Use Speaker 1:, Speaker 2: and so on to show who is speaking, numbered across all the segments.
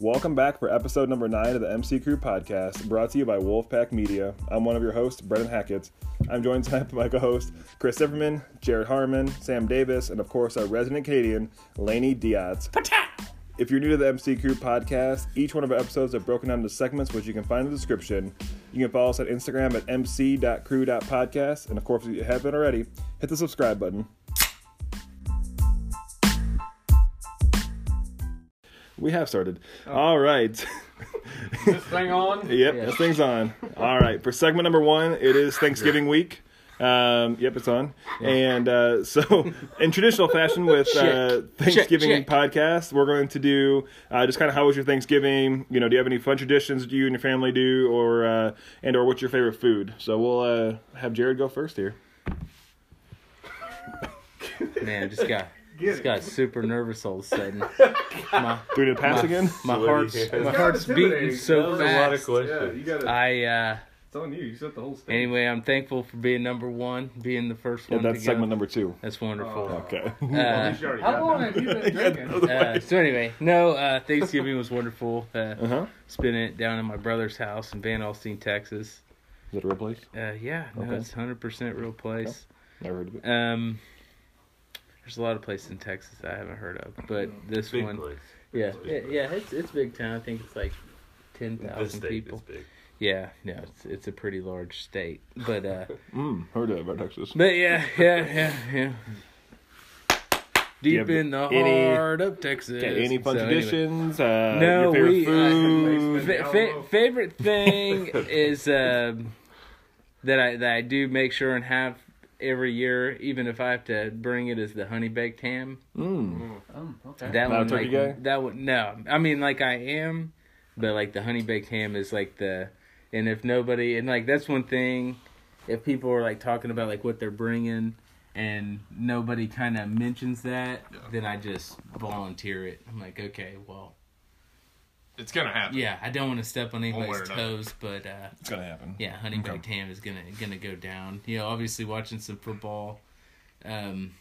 Speaker 1: Welcome back for episode number nine of the MC Crew podcast, brought to you by Wolfpack Media. I'm one of your hosts, Brendan Hackett. I'm joined tonight by my co host, Chris Zimmerman, Jared Harmon, Sam Davis, and of course, our resident Canadian, Lainey Diaz. If you're new to the MC Crew podcast, each one of our episodes are broken down into segments, which you can find in the description. You can follow us on Instagram at mc.crew.podcast, and of course, if you haven't already, hit the subscribe button. We have started. All right.
Speaker 2: thing on.
Speaker 1: Yep, this thing's on. All right, for segment number one, it is Thanksgiving week. Um, yep, it's on. And uh, so, in traditional fashion, with uh, Thanksgiving
Speaker 2: check.
Speaker 1: podcast, we're going to do uh, just kind of how was your Thanksgiving? You know, do you have any fun traditions do you and your family do, or uh, and or what's your favorite food? So we'll uh, have Jared go first here.
Speaker 3: Man, just got just got super nervous all of a sudden. My,
Speaker 1: Do we need to pass
Speaker 3: my,
Speaker 1: again?
Speaker 3: my
Speaker 4: What do you
Speaker 3: heart's
Speaker 4: think?
Speaker 3: my
Speaker 4: It's
Speaker 3: heart's beating
Speaker 2: intimidating. That
Speaker 3: so
Speaker 2: was
Speaker 4: a lot of
Speaker 3: fast.
Speaker 2: Yeah,
Speaker 4: questions.
Speaker 2: you gotta.
Speaker 3: I uh
Speaker 2: it's on you. You set the whole stage.
Speaker 3: anyway, I'm thankful for being number one, being the first
Speaker 1: Yeah,
Speaker 3: one
Speaker 1: that's
Speaker 3: to
Speaker 1: segment
Speaker 3: go.
Speaker 1: number two.
Speaker 3: That's
Speaker 4: Oh,
Speaker 3: wonderful.
Speaker 1: Okay.
Speaker 2: At
Speaker 3: Uh,
Speaker 2: least you already got
Speaker 4: How long
Speaker 2: that.
Speaker 4: have you been drinking?
Speaker 3: uh, so anyway, no, uh, Thanksgiving was wonderful. Uh,
Speaker 1: Uh huh.
Speaker 3: spent it down in my brother's house in Van Alstine, Texas.
Speaker 1: Is that a real place?
Speaker 3: Uh, yeah, no,
Speaker 1: Okay.
Speaker 3: it's 100% real place.
Speaker 1: Never heard of it.
Speaker 3: Um, there's a lot of places in Texas I haven't heard of, but this
Speaker 4: Big
Speaker 3: one,
Speaker 4: place.
Speaker 3: Yeah,
Speaker 4: Big
Speaker 3: yeah,
Speaker 4: place.
Speaker 3: yeah, it's it's big town. I think it's like ten
Speaker 4: This
Speaker 3: thousand
Speaker 4: state is
Speaker 3: people.
Speaker 4: big.
Speaker 3: Yeah, no, it's it's a pretty large state, but uh,
Speaker 1: Mm, heard of it about Texas.
Speaker 3: but yeah, yeah, yeah, yeah. Deep
Speaker 1: have
Speaker 3: in the
Speaker 1: any-
Speaker 3: heart of Texas.
Speaker 1: Okay, any fun
Speaker 3: So anyway.
Speaker 1: traditions? Uh,
Speaker 3: No,
Speaker 1: your favorite
Speaker 3: we, uh,
Speaker 1: food?
Speaker 3: Fa- fa- favorite thing is um, that I that I do make sure and have every year, even if I have to bring it, is the honey baked ham.
Speaker 1: Mm.
Speaker 2: Um, okay.
Speaker 3: That
Speaker 1: Not a
Speaker 3: one,
Speaker 1: turkey
Speaker 3: like,
Speaker 1: guy?
Speaker 3: that one, no. I mean, like I am, but like the honey baked ham is like the, and if nobody, and like that's one thing, if people are like talking about like what they're bringing, and nobody kind of mentions that, then I just volunteer it. I'm like, okay, well,
Speaker 5: It's gonna happen.
Speaker 3: yeah, I don't want to step on
Speaker 5: way or
Speaker 3: anybody's
Speaker 5: another.
Speaker 3: toes, but uh,
Speaker 1: It's gonna happen.
Speaker 3: yeah, honey baked ham is gonna gonna go down. You know, obviously watching some football. Um,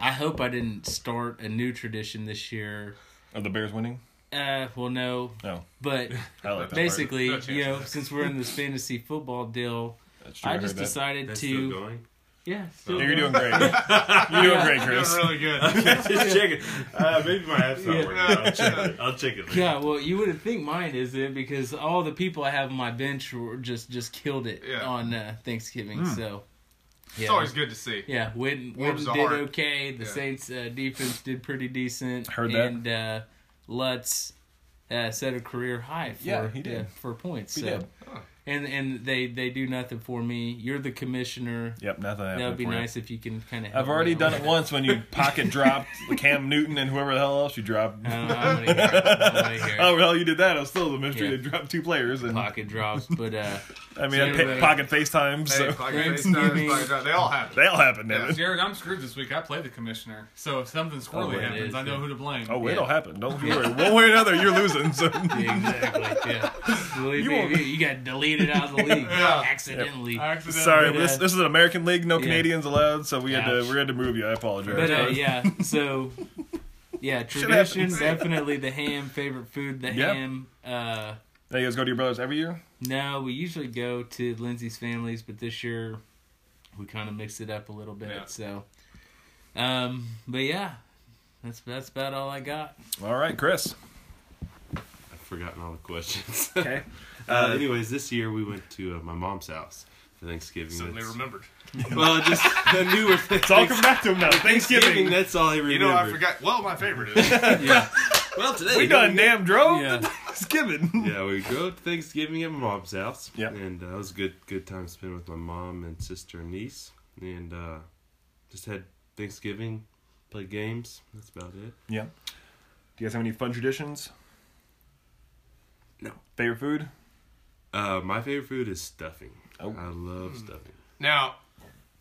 Speaker 3: I hope I didn't start a new tradition this year.
Speaker 1: Are the Bears winning?
Speaker 3: Uh, well, no,
Speaker 1: No.
Speaker 3: but
Speaker 1: I like that.
Speaker 3: basically,
Speaker 5: No chance.
Speaker 3: you know, since we're in this fantasy football deal,
Speaker 1: That's true,
Speaker 3: I
Speaker 1: heard
Speaker 3: just
Speaker 1: that.
Speaker 3: decided
Speaker 4: That's still
Speaker 3: to.
Speaker 4: going.
Speaker 3: Yeah, still
Speaker 1: Yeah, you're doing great. You're doing great,
Speaker 5: Doing
Speaker 1: Chris.
Speaker 5: really good.
Speaker 4: Just check it. Uh, maybe my app's not
Speaker 3: Yeah.
Speaker 4: working. I'll check it. I'll check it. Later.
Speaker 3: Yeah, well, you wouldn't think mine is it because all the people I have on my bench were just just killed it
Speaker 5: Yeah.
Speaker 3: on uh, Thanksgiving.
Speaker 1: Hmm.
Speaker 3: So, yeah,
Speaker 5: It's always good to see.
Speaker 3: yeah, Witten,
Speaker 5: Warms
Speaker 3: Witten
Speaker 5: the
Speaker 3: did
Speaker 5: heart.
Speaker 3: okay. The
Speaker 5: Yeah.
Speaker 3: Saints uh, defense did pretty decent.
Speaker 1: Heard that.
Speaker 3: and, uh, Lutz uh, set a career high for
Speaker 1: Yeah, he did.
Speaker 3: uh, for points.
Speaker 1: He
Speaker 3: so.
Speaker 1: did.
Speaker 3: And and they they do nothing for me. You're the commissioner.
Speaker 1: Yep, nothing happened.
Speaker 3: That would be
Speaker 1: for you.
Speaker 3: nice if you can kind of.
Speaker 1: I've already done it once when you pocket dropped Cam Newton and whoever the hell else you dropped.
Speaker 3: I don't know, Uh, I'm gonna hear it. I'm gonna hear it.
Speaker 1: Oh, well, you did that. It was still the mystery.
Speaker 3: Yeah.
Speaker 1: They dropped two players, and
Speaker 3: Pocket drops, but uh,
Speaker 1: I mean,
Speaker 3: So
Speaker 1: I
Speaker 3: anyway-
Speaker 1: picked pocket FaceTime,
Speaker 5: Hey,
Speaker 1: so
Speaker 5: fuck,
Speaker 3: Thanks,
Speaker 5: they-
Speaker 3: Jimmy.
Speaker 5: fuck, They all happen.
Speaker 1: they all happened, damn it.
Speaker 5: Jared, I'm screwed this week. I play the commissioner, so if something
Speaker 3: Oh,
Speaker 5: squirrely
Speaker 3: it
Speaker 5: happens,
Speaker 3: is,
Speaker 5: I know
Speaker 3: yeah.
Speaker 5: who to blame.
Speaker 1: Oh,
Speaker 3: Yeah.
Speaker 1: it'll happen. Don't you worry. One way or another, you're losing. So
Speaker 3: exactly, yeah. Believe
Speaker 1: You
Speaker 3: me,
Speaker 1: won't-
Speaker 3: you, you got deleted out of the league
Speaker 5: Yeah.
Speaker 3: accidentally.
Speaker 5: I accidentally.
Speaker 1: sorry,
Speaker 3: But,
Speaker 1: this
Speaker 3: uh,
Speaker 1: this is an American league. No
Speaker 3: yeah.
Speaker 1: Canadians allowed. So we had to
Speaker 3: Ouch.
Speaker 1: we had to move you. I apologize.
Speaker 3: But uh, yeah, so yeah, tradition
Speaker 1: happens.
Speaker 3: definitely the ham favorite food. The
Speaker 1: Yeah.
Speaker 3: ham. Uh,
Speaker 1: Now you guys go to your brothers every year.
Speaker 3: no, we usually go to Lindsay's families, but this year we kind of mixed it up a little bit.
Speaker 5: Yeah.
Speaker 3: So, um, but yeah, that's that's about all I got.
Speaker 1: All right, Chris.
Speaker 4: I've forgotten all the questions.
Speaker 1: Okay.
Speaker 4: Uh, anyways, this year we went to uh, my mom's house for Thanksgiving.
Speaker 5: Suddenly
Speaker 4: That's-
Speaker 5: remembered.
Speaker 4: well, just the newer thing.
Speaker 1: It's all coming back to him now.
Speaker 4: Thanksgiving.
Speaker 1: Thanksgiving.
Speaker 4: That's all I remember.
Speaker 5: You know, Oh, I forgot. Well, my favorite is.
Speaker 4: Well, today
Speaker 1: We done damn drove.
Speaker 4: Oh,
Speaker 3: Yeah.
Speaker 1: Thanksgiving.
Speaker 4: Yeah, we go to Thanksgiving at my mom's house.
Speaker 1: Yep.
Speaker 4: And uh, that was a good good time spent with my mom and sister and niece, and uh, just had Thanksgiving, played games. That's about it.
Speaker 1: Yeah. Do you guys have any fun traditions?
Speaker 4: No.
Speaker 1: Favorite food?
Speaker 4: Uh, my favorite food is stuffing.
Speaker 1: Oh.
Speaker 4: I love stuffing.
Speaker 5: Now,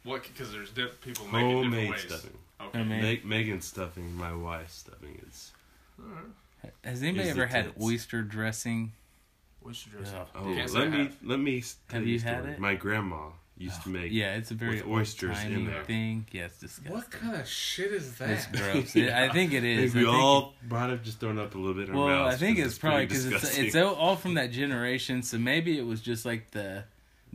Speaker 5: what? Because there's diff- people Hmm. make it different
Speaker 4: Homemade
Speaker 5: ways.
Speaker 4: stuffing.
Speaker 3: I
Speaker 5: Okay.
Speaker 3: mean,
Speaker 4: Meg- Megan's stuffing, my wife's stuffing is.
Speaker 3: has anybody
Speaker 4: is the
Speaker 3: ever had
Speaker 4: tits.
Speaker 3: oyster dressing?
Speaker 5: What's your dress?
Speaker 3: Ugh.
Speaker 4: Oh,
Speaker 5: Yes, I
Speaker 4: let me
Speaker 5: have.
Speaker 4: let me s- tell
Speaker 3: Have
Speaker 4: you a
Speaker 3: you had
Speaker 4: story.
Speaker 3: it? Oh,
Speaker 4: My grandma used to make.
Speaker 3: Yeah, it's a very
Speaker 4: With oysters
Speaker 3: old-timey
Speaker 4: in there.
Speaker 3: thing. Yeah, it's disgusting.
Speaker 5: What kind of shit is
Speaker 3: It's
Speaker 5: that?
Speaker 3: gross. It- I think it
Speaker 4: I
Speaker 3: is.
Speaker 4: think
Speaker 3: I
Speaker 4: we
Speaker 3: think-
Speaker 4: all might have just thrown up a little bit in our
Speaker 3: Well,
Speaker 4: mouths.
Speaker 3: I think
Speaker 4: 'cause
Speaker 3: it's probably
Speaker 4: pretty
Speaker 3: because it's
Speaker 4: disgusting.
Speaker 3: it's all all from that generation. So maybe it was just like the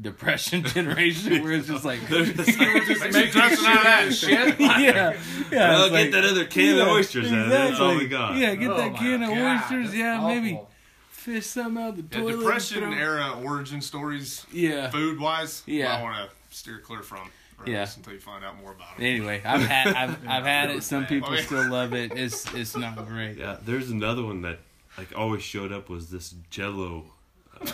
Speaker 3: depression generation where it's just like
Speaker 5: Just make dressing out of that shit.
Speaker 3: yeah, yeah.
Speaker 4: Well,
Speaker 3: it's
Speaker 4: get
Speaker 3: like-
Speaker 4: that other can of
Speaker 3: yeah,
Speaker 4: oysters out. That's all we
Speaker 3: exactly.
Speaker 4: got.
Speaker 3: Yeah, get
Speaker 5: Oh
Speaker 3: that
Speaker 5: my
Speaker 3: can of
Speaker 5: God,
Speaker 3: oysters.
Speaker 5: that's
Speaker 3: Yeah, maybe
Speaker 5: awful.
Speaker 3: fish some out the
Speaker 5: Yeah,
Speaker 3: toilet. and
Speaker 5: depression
Speaker 3: throw-
Speaker 5: era origin stories,
Speaker 3: Yeah.
Speaker 5: food wise,
Speaker 3: Yeah.
Speaker 5: I want to steer clear from. Or
Speaker 3: Yeah.
Speaker 5: yeah. Until you find out more about it.
Speaker 3: Anyway, I've had I've, I've had it. Some people
Speaker 5: Okay.
Speaker 3: still love it. It's it's not great.
Speaker 4: Yeah, there's another one that like always showed up was this Jello uh,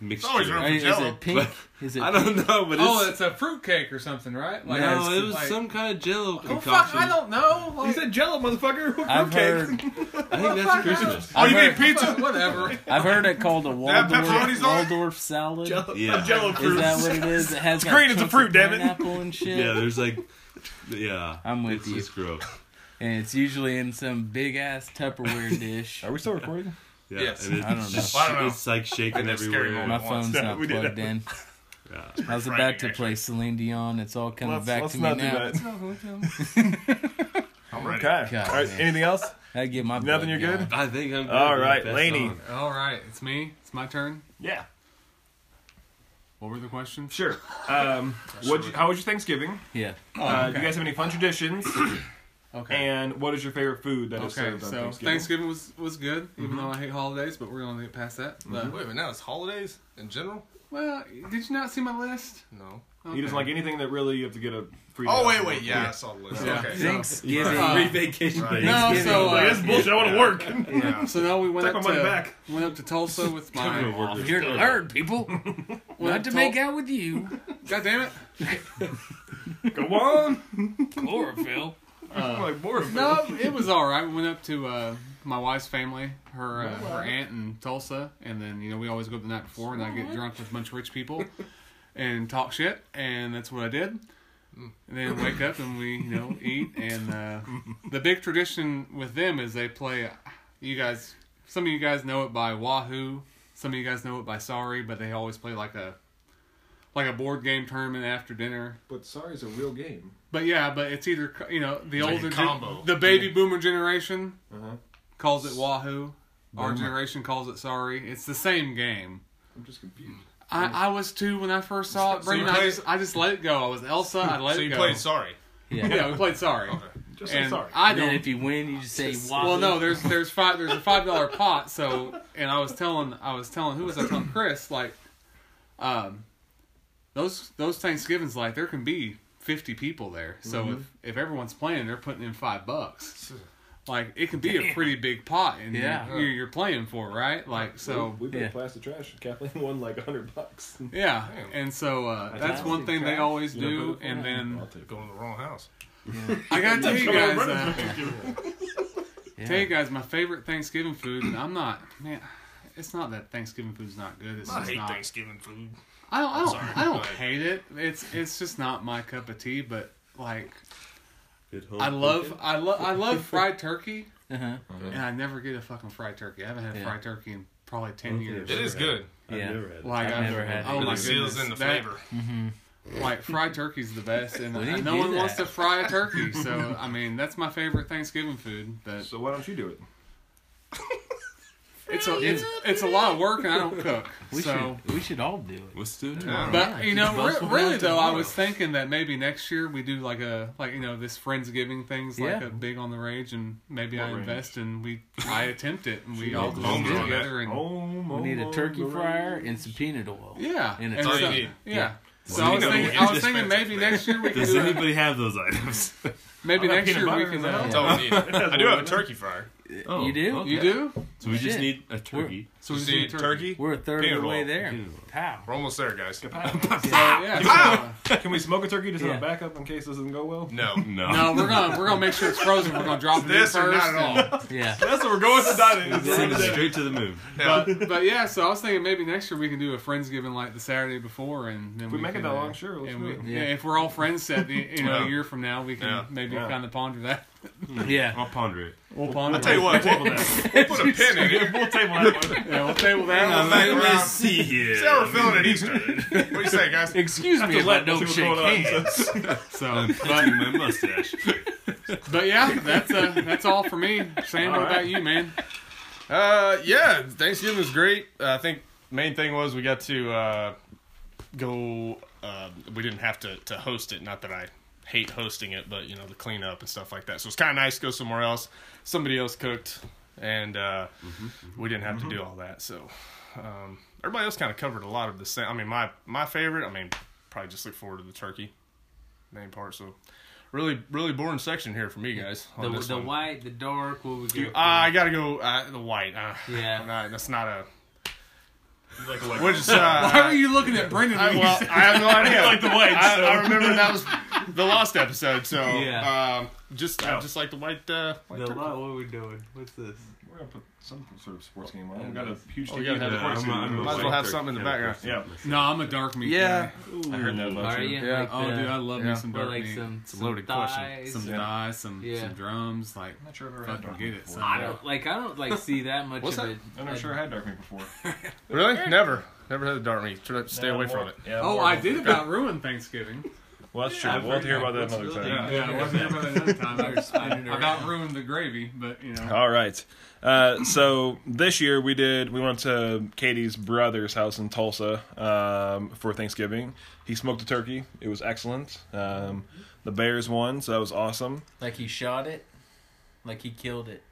Speaker 4: mixture.
Speaker 5: always
Speaker 3: Are you- Is
Speaker 5: Jello.
Speaker 3: it pink? Is it?
Speaker 4: I don't know, but it's,
Speaker 2: Oh, it's a fruitcake or something, right? Like,
Speaker 4: no,
Speaker 2: it's
Speaker 4: it was
Speaker 2: like-
Speaker 4: some kind of Jello
Speaker 5: Oh, fuck,
Speaker 4: concoction.
Speaker 5: I don't know. Like,
Speaker 2: You said Jello, motherfucker.
Speaker 3: I've heard.
Speaker 4: I think that's Christmas.
Speaker 5: oh,
Speaker 3: I've
Speaker 5: you mean
Speaker 3: heard,
Speaker 5: pizza?
Speaker 2: Whatever.
Speaker 3: I've heard it called a Waldorf,
Speaker 5: pepperoni's on it?
Speaker 3: Waldorf salad.
Speaker 4: Yeah,
Speaker 5: Jello
Speaker 3: Is
Speaker 5: fruit.
Speaker 3: that what it is? It has
Speaker 1: It's green, it's a
Speaker 3: chunks
Speaker 1: fruit,
Speaker 3: of
Speaker 1: damn it.
Speaker 3: Pineapple and shit.
Speaker 4: yeah. There's like, yeah.
Speaker 3: I'm with
Speaker 4: it's
Speaker 3: you.
Speaker 4: Just gross.
Speaker 3: And it's usually in some big ass Tupperware dish.
Speaker 1: Are we still recording?
Speaker 4: Yeah,
Speaker 5: Yes.
Speaker 4: and it's,
Speaker 3: I don't know.
Speaker 4: just-
Speaker 5: I don't know.
Speaker 4: it's like shaking
Speaker 5: That's a scary
Speaker 4: everywhere.
Speaker 3: My
Speaker 5: moment.
Speaker 3: phone's
Speaker 1: Yeah,
Speaker 3: not
Speaker 1: we did
Speaker 3: plugged
Speaker 1: that.
Speaker 3: in.
Speaker 4: Yeah.
Speaker 3: I was about to play Celine Dion. It's all coming
Speaker 1: Let's-
Speaker 3: back
Speaker 1: let's
Speaker 3: to me
Speaker 1: not do
Speaker 3: now.
Speaker 5: I'm ready.
Speaker 1: Okay.
Speaker 3: God,
Speaker 1: All right.
Speaker 3: man.
Speaker 1: Anything else?
Speaker 3: I get my
Speaker 1: Nothing. You're
Speaker 3: blood
Speaker 1: good.
Speaker 3: going.
Speaker 4: I think I'm.
Speaker 1: All
Speaker 4: good.
Speaker 1: right,
Speaker 4: Pass
Speaker 1: Lainey.
Speaker 4: on.
Speaker 2: All right, it's me. It's my turn.
Speaker 1: Yeah.
Speaker 5: What were the questions?
Speaker 1: Sure. Um, what? How was your Thanksgiving?
Speaker 3: Yeah.
Speaker 1: Uh, Do you guys have any fun traditions?
Speaker 2: Okay.
Speaker 1: and what is your favorite food that is
Speaker 2: okay,
Speaker 1: served on
Speaker 2: so
Speaker 1: Thanksgiving?
Speaker 2: Thanksgiving was was good, even though I hate holidays, but we're gonna get past that. But-
Speaker 5: Wait, but now it's holidays in general?
Speaker 2: well, did you not see my list?
Speaker 5: No.
Speaker 1: He doesn't like anything that really you have to get a free.
Speaker 5: Oh, wait, wait. Yeah, I saw the list.
Speaker 2: Yeah.
Speaker 5: Okay.
Speaker 3: Thanksgiving.
Speaker 2: Uh,
Speaker 4: Free vacation.
Speaker 5: Right.
Speaker 4: days.
Speaker 2: No, so
Speaker 1: Like,
Speaker 2: uh,
Speaker 1: that's bullshit. I want to work.
Speaker 5: Yeah.
Speaker 2: so no, we went
Speaker 1: Take my
Speaker 2: up
Speaker 1: money
Speaker 2: to
Speaker 1: back.
Speaker 2: went up to Tulsa with my
Speaker 4: Workers'
Speaker 3: You're
Speaker 4: comp.
Speaker 3: learned, people.
Speaker 2: went up
Speaker 3: Not to
Speaker 2: Tul-
Speaker 3: make out with you.
Speaker 2: God damn it!
Speaker 1: Go on.
Speaker 3: Chlorophyll.
Speaker 1: I'm like bored.
Speaker 2: No, it was all right. We went up to uh, my wife's family, her uh, her aunt in Tulsa, and then you know we always go up the night before, and I get drunk with a bunch of rich people, and talk shit, and that's what I did. And then wake up and we you know eat, and uh, the big tradition with them is they play. You guys, some of you guys know it by Wahoo, some of you guys know it by Sorry, but they always play like a like a board game tournament after dinner.
Speaker 1: But sorry, it's a real game.
Speaker 2: But yeah, but it's either you know the
Speaker 5: Like a
Speaker 2: older gen-
Speaker 5: combo.
Speaker 2: the baby boomer generation
Speaker 1: Uh-huh.
Speaker 2: calls it Wahoo. Our generation calls it Sorry. It's the same game.
Speaker 1: I'm just confused.
Speaker 2: I, I was two when I first saw it.
Speaker 5: So you
Speaker 2: Brandon, I,
Speaker 5: played-
Speaker 2: just, I just let it go. I was Elsa. I let
Speaker 5: So
Speaker 2: it
Speaker 5: you
Speaker 2: go.
Speaker 5: played Sorry.
Speaker 3: Yeah.
Speaker 2: yeah, we played Sorry.
Speaker 1: Just
Speaker 2: And
Speaker 1: sorry.
Speaker 2: I
Speaker 3: And then
Speaker 2: don't.
Speaker 3: if you win, you just say, wow.
Speaker 2: Well, no, there's there's five there's a five dollar pot. So and I was telling I was telling who was I telling Chris like, um, those those Thanksgivings like there can be fifty people there. So if if everyone's playing, they're putting in five bucks. Like it can be a pretty big pot, and
Speaker 3: Yeah.
Speaker 2: you're, you're playing for right. Like so,
Speaker 1: we
Speaker 3: paid yeah.
Speaker 1: plastic trash. Kathleen won like hundred bucks.
Speaker 2: Yeah,
Speaker 5: Damn.
Speaker 2: and so uh, that's
Speaker 3: Fantastic
Speaker 2: one thing they
Speaker 1: trash.
Speaker 2: always
Speaker 1: You know,
Speaker 2: do.
Speaker 1: beautiful.
Speaker 2: And then
Speaker 1: I'll take
Speaker 5: Going to the wrong house.
Speaker 2: I gotta tell you
Speaker 1: Come on,
Speaker 2: guys,
Speaker 1: brother.
Speaker 2: uh,
Speaker 3: Yeah.
Speaker 2: tell you guys my favorite Thanksgiving food. And I'm not, man. It's not that Thanksgiving food's not good. It's
Speaker 5: I
Speaker 2: just
Speaker 5: hate
Speaker 2: not.
Speaker 5: Thanksgiving food.
Speaker 2: I don't. I
Speaker 5: I'm
Speaker 2: don't,
Speaker 5: sorry.
Speaker 2: I don't
Speaker 5: Like-
Speaker 2: hate it. It's it's just not my cup of tea. But like,
Speaker 4: Good home
Speaker 2: I love
Speaker 4: cooking.
Speaker 2: I love I love fried turkey,
Speaker 3: Uh-huh.
Speaker 2: and I never get a fucking fried turkey. I haven't had
Speaker 3: Yeah.
Speaker 2: fried turkey in probably ten
Speaker 4: Okay.
Speaker 2: years.
Speaker 5: It is good.
Speaker 4: I've
Speaker 3: Yeah.
Speaker 4: never had it.
Speaker 2: Like
Speaker 3: I've
Speaker 2: I've
Speaker 3: never had it.
Speaker 2: Oh
Speaker 5: But
Speaker 2: my
Speaker 5: it seals
Speaker 2: goodness,
Speaker 5: in the
Speaker 2: that-
Speaker 5: flavor.
Speaker 2: Like fried turkey's the best, and
Speaker 3: Why do
Speaker 2: uh,
Speaker 3: you
Speaker 2: no
Speaker 3: do
Speaker 2: one wants
Speaker 3: that?
Speaker 2: to fry a turkey. So I mean, that's my favorite Thanksgiving food. But
Speaker 1: So why don't you do it?
Speaker 2: it's a it's, it's a lot of work, and I don't cook.
Speaker 3: We,
Speaker 2: so,
Speaker 3: should, we should all do it.
Speaker 4: Let's do it.
Speaker 5: Yeah.
Speaker 2: but
Speaker 3: Yeah,
Speaker 2: you
Speaker 3: just
Speaker 2: know,
Speaker 3: bust
Speaker 2: re-
Speaker 3: one
Speaker 2: really
Speaker 3: out
Speaker 2: though, I
Speaker 3: tomorrow.
Speaker 2: was thinking that maybe next year we do like a like you know this friendsgiving things like
Speaker 3: Yeah.
Speaker 2: a big on the rage, and maybe
Speaker 1: What
Speaker 2: I
Speaker 1: range?
Speaker 2: invest and we I attempt it, and we
Speaker 4: you
Speaker 2: all
Speaker 4: need
Speaker 2: just
Speaker 4: homes
Speaker 2: get
Speaker 5: on that.
Speaker 2: together and
Speaker 1: Oh,
Speaker 3: We need a turkey fryer and some peanut oil.
Speaker 2: yeah,
Speaker 3: And
Speaker 2: and
Speaker 3: it's
Speaker 5: all you
Speaker 2: so-
Speaker 5: need.
Speaker 2: Yeah. So
Speaker 4: Well,
Speaker 2: I
Speaker 4: you
Speaker 2: was
Speaker 4: know,
Speaker 2: thinking,
Speaker 5: it's
Speaker 2: I was thinking
Speaker 5: expensive.
Speaker 2: maybe next year we can
Speaker 4: Does
Speaker 2: do a,
Speaker 4: anybody have those items?
Speaker 2: maybe
Speaker 1: I got
Speaker 2: next
Speaker 1: peanut
Speaker 2: year we
Speaker 1: butter
Speaker 2: can
Speaker 1: in my
Speaker 2: uh,
Speaker 1: house.
Speaker 5: That's all we need. I do have a turkey fryer.
Speaker 4: Oh,
Speaker 3: You do?
Speaker 4: okay.
Speaker 2: You do?
Speaker 4: So we just
Speaker 3: Shit.
Speaker 4: need a turkey.
Speaker 2: So
Speaker 5: We
Speaker 2: we
Speaker 5: need turkey.
Speaker 3: We're a third of
Speaker 5: Peanut
Speaker 3: the way
Speaker 5: oil.
Speaker 3: there.
Speaker 4: Peanut oil.
Speaker 3: Pow.
Speaker 5: We're almost there, guys.
Speaker 2: So, yeah.
Speaker 1: Can we smoke a turkey just as
Speaker 3: Yeah.
Speaker 1: a backup in case this doesn't go well?
Speaker 5: No.
Speaker 2: so,
Speaker 4: No.
Speaker 2: no, we're gonna we're gonna make sure it's frozen. We're gonna drop it
Speaker 5: This
Speaker 2: in
Speaker 5: or
Speaker 2: first.
Speaker 5: not at all.
Speaker 3: Yeah.
Speaker 1: That's what we're going to dine
Speaker 4: Send it
Speaker 1: in.
Speaker 4: straight to the moon.
Speaker 5: Yeah.
Speaker 2: and- but yeah, so I was thinking maybe next year we can do a friendsgiving like the Saturday before, and then
Speaker 1: If we make it
Speaker 2: can,
Speaker 1: that
Speaker 2: uh,
Speaker 1: long, sure. Let's
Speaker 2: And
Speaker 1: do
Speaker 2: we,
Speaker 1: it.
Speaker 2: yeah.
Speaker 3: Yeah.
Speaker 2: if we're all friends set, the, you know,
Speaker 5: Yeah.
Speaker 2: a year from now, we can
Speaker 5: Yeah.
Speaker 2: maybe
Speaker 1: Yeah.
Speaker 2: kind of ponder that.
Speaker 3: Yeah.
Speaker 4: I'll ponder it.
Speaker 2: We'll ponder.
Speaker 5: Tell you what, we'll
Speaker 1: Double that.
Speaker 5: put a pin been in it.
Speaker 2: We'll table that one. Yeah, we'll table that.
Speaker 5: Let me
Speaker 4: see here.
Speaker 5: See how we're feeling at Easter. What do you say, guys? Um,
Speaker 2: Excuse me,
Speaker 5: let
Speaker 2: about
Speaker 5: no
Speaker 2: what's
Speaker 5: shake
Speaker 2: going on.
Speaker 5: hands.
Speaker 2: So, but,
Speaker 4: my mustache.
Speaker 2: but yeah, that's uh, that's all for me. Sam, what about you, man?
Speaker 5: Uh, yeah, Thanksgiving was great. Uh, I think main thing was we got to uh, go. Uh, we didn't have to to host it. Not that I hate hosting it, but you know the cleanup and stuff like that. So it's kind of nice to go somewhere else. Somebody else cooked, and uh,
Speaker 6: Mm-hmm.
Speaker 5: we didn't have to do all that. So um, everybody else kind of covered a lot of the same. I mean, my my favorite. I mean, probably just look forward to the turkey main part. So really, really boring section here for me, guys. on
Speaker 6: The,
Speaker 5: this
Speaker 6: the
Speaker 5: one.
Speaker 6: white, the dark, what would
Speaker 5: You-
Speaker 6: you?
Speaker 5: I gotta go uh, the white. Uh,
Speaker 6: Yeah.
Speaker 5: I'm not- that's not a.
Speaker 7: Like, like,
Speaker 5: Which is, uh, Why
Speaker 2: How are you looking at Brendan?
Speaker 5: I, well, I have no idea.
Speaker 7: like the white.
Speaker 5: I,
Speaker 7: so.
Speaker 5: I remember that was the lost episode. So
Speaker 6: Yeah.
Speaker 5: um, just I just like the white. Uh, white
Speaker 6: the
Speaker 5: turkey.
Speaker 6: what? What are we doing? What's this?
Speaker 1: We're gonna put some sort of sports game on. We got a huge.
Speaker 5: Oh, we gotta have
Speaker 1: TV
Speaker 5: the white
Speaker 1: in
Speaker 5: suit.
Speaker 1: there.
Speaker 4: a
Speaker 5: I'm- Might as well
Speaker 4: white
Speaker 5: have
Speaker 4: turkey
Speaker 5: something in the
Speaker 4: kind of
Speaker 5: background.
Speaker 1: yeah,
Speaker 2: no, I'm a dark meat.
Speaker 5: yeah.
Speaker 1: I heard that
Speaker 6: Are
Speaker 1: much.
Speaker 6: you?
Speaker 3: Yeah.
Speaker 6: Like
Speaker 2: guy. Oh,
Speaker 6: the,
Speaker 2: dude, I love me
Speaker 3: Yeah.
Speaker 2: some
Speaker 6: or
Speaker 2: dark
Speaker 6: like
Speaker 2: meat.
Speaker 6: some,
Speaker 5: a
Speaker 6: some
Speaker 5: loaded question.
Speaker 6: thighs.
Speaker 2: some
Speaker 1: Yeah.
Speaker 2: thighs, some
Speaker 6: Yeah.
Speaker 2: some drums, like
Speaker 1: I'm not sure I've ever
Speaker 2: Fucking
Speaker 1: had dark
Speaker 2: get
Speaker 1: meat
Speaker 2: it,
Speaker 1: before.
Speaker 2: son.
Speaker 6: I don't like. I don't like see that much
Speaker 5: What's
Speaker 6: of
Speaker 5: that?
Speaker 6: it.
Speaker 1: I'm not sure I had dark meat before.
Speaker 5: Really? Never. Never had the dark meat. Try to Stay
Speaker 1: Yeah,
Speaker 5: away from
Speaker 1: more-
Speaker 5: it.
Speaker 1: Yeah,
Speaker 2: Oh,
Speaker 1: more
Speaker 2: I
Speaker 1: of
Speaker 2: did about ruin Thanksgiving.
Speaker 1: a- Well, that's true. We'll have to hear about that another time.
Speaker 2: Yeah, I wasn't here by another time. I, was, I about ruined the gravy, but you know.
Speaker 1: All right. Uh, so this year we did. We went to Katie's brother's house in Tulsa um, for Thanksgiving. He smoked a turkey. It was excellent. Um, the Bears won, so that was awesome.
Speaker 3: Like he shot it, like he killed it.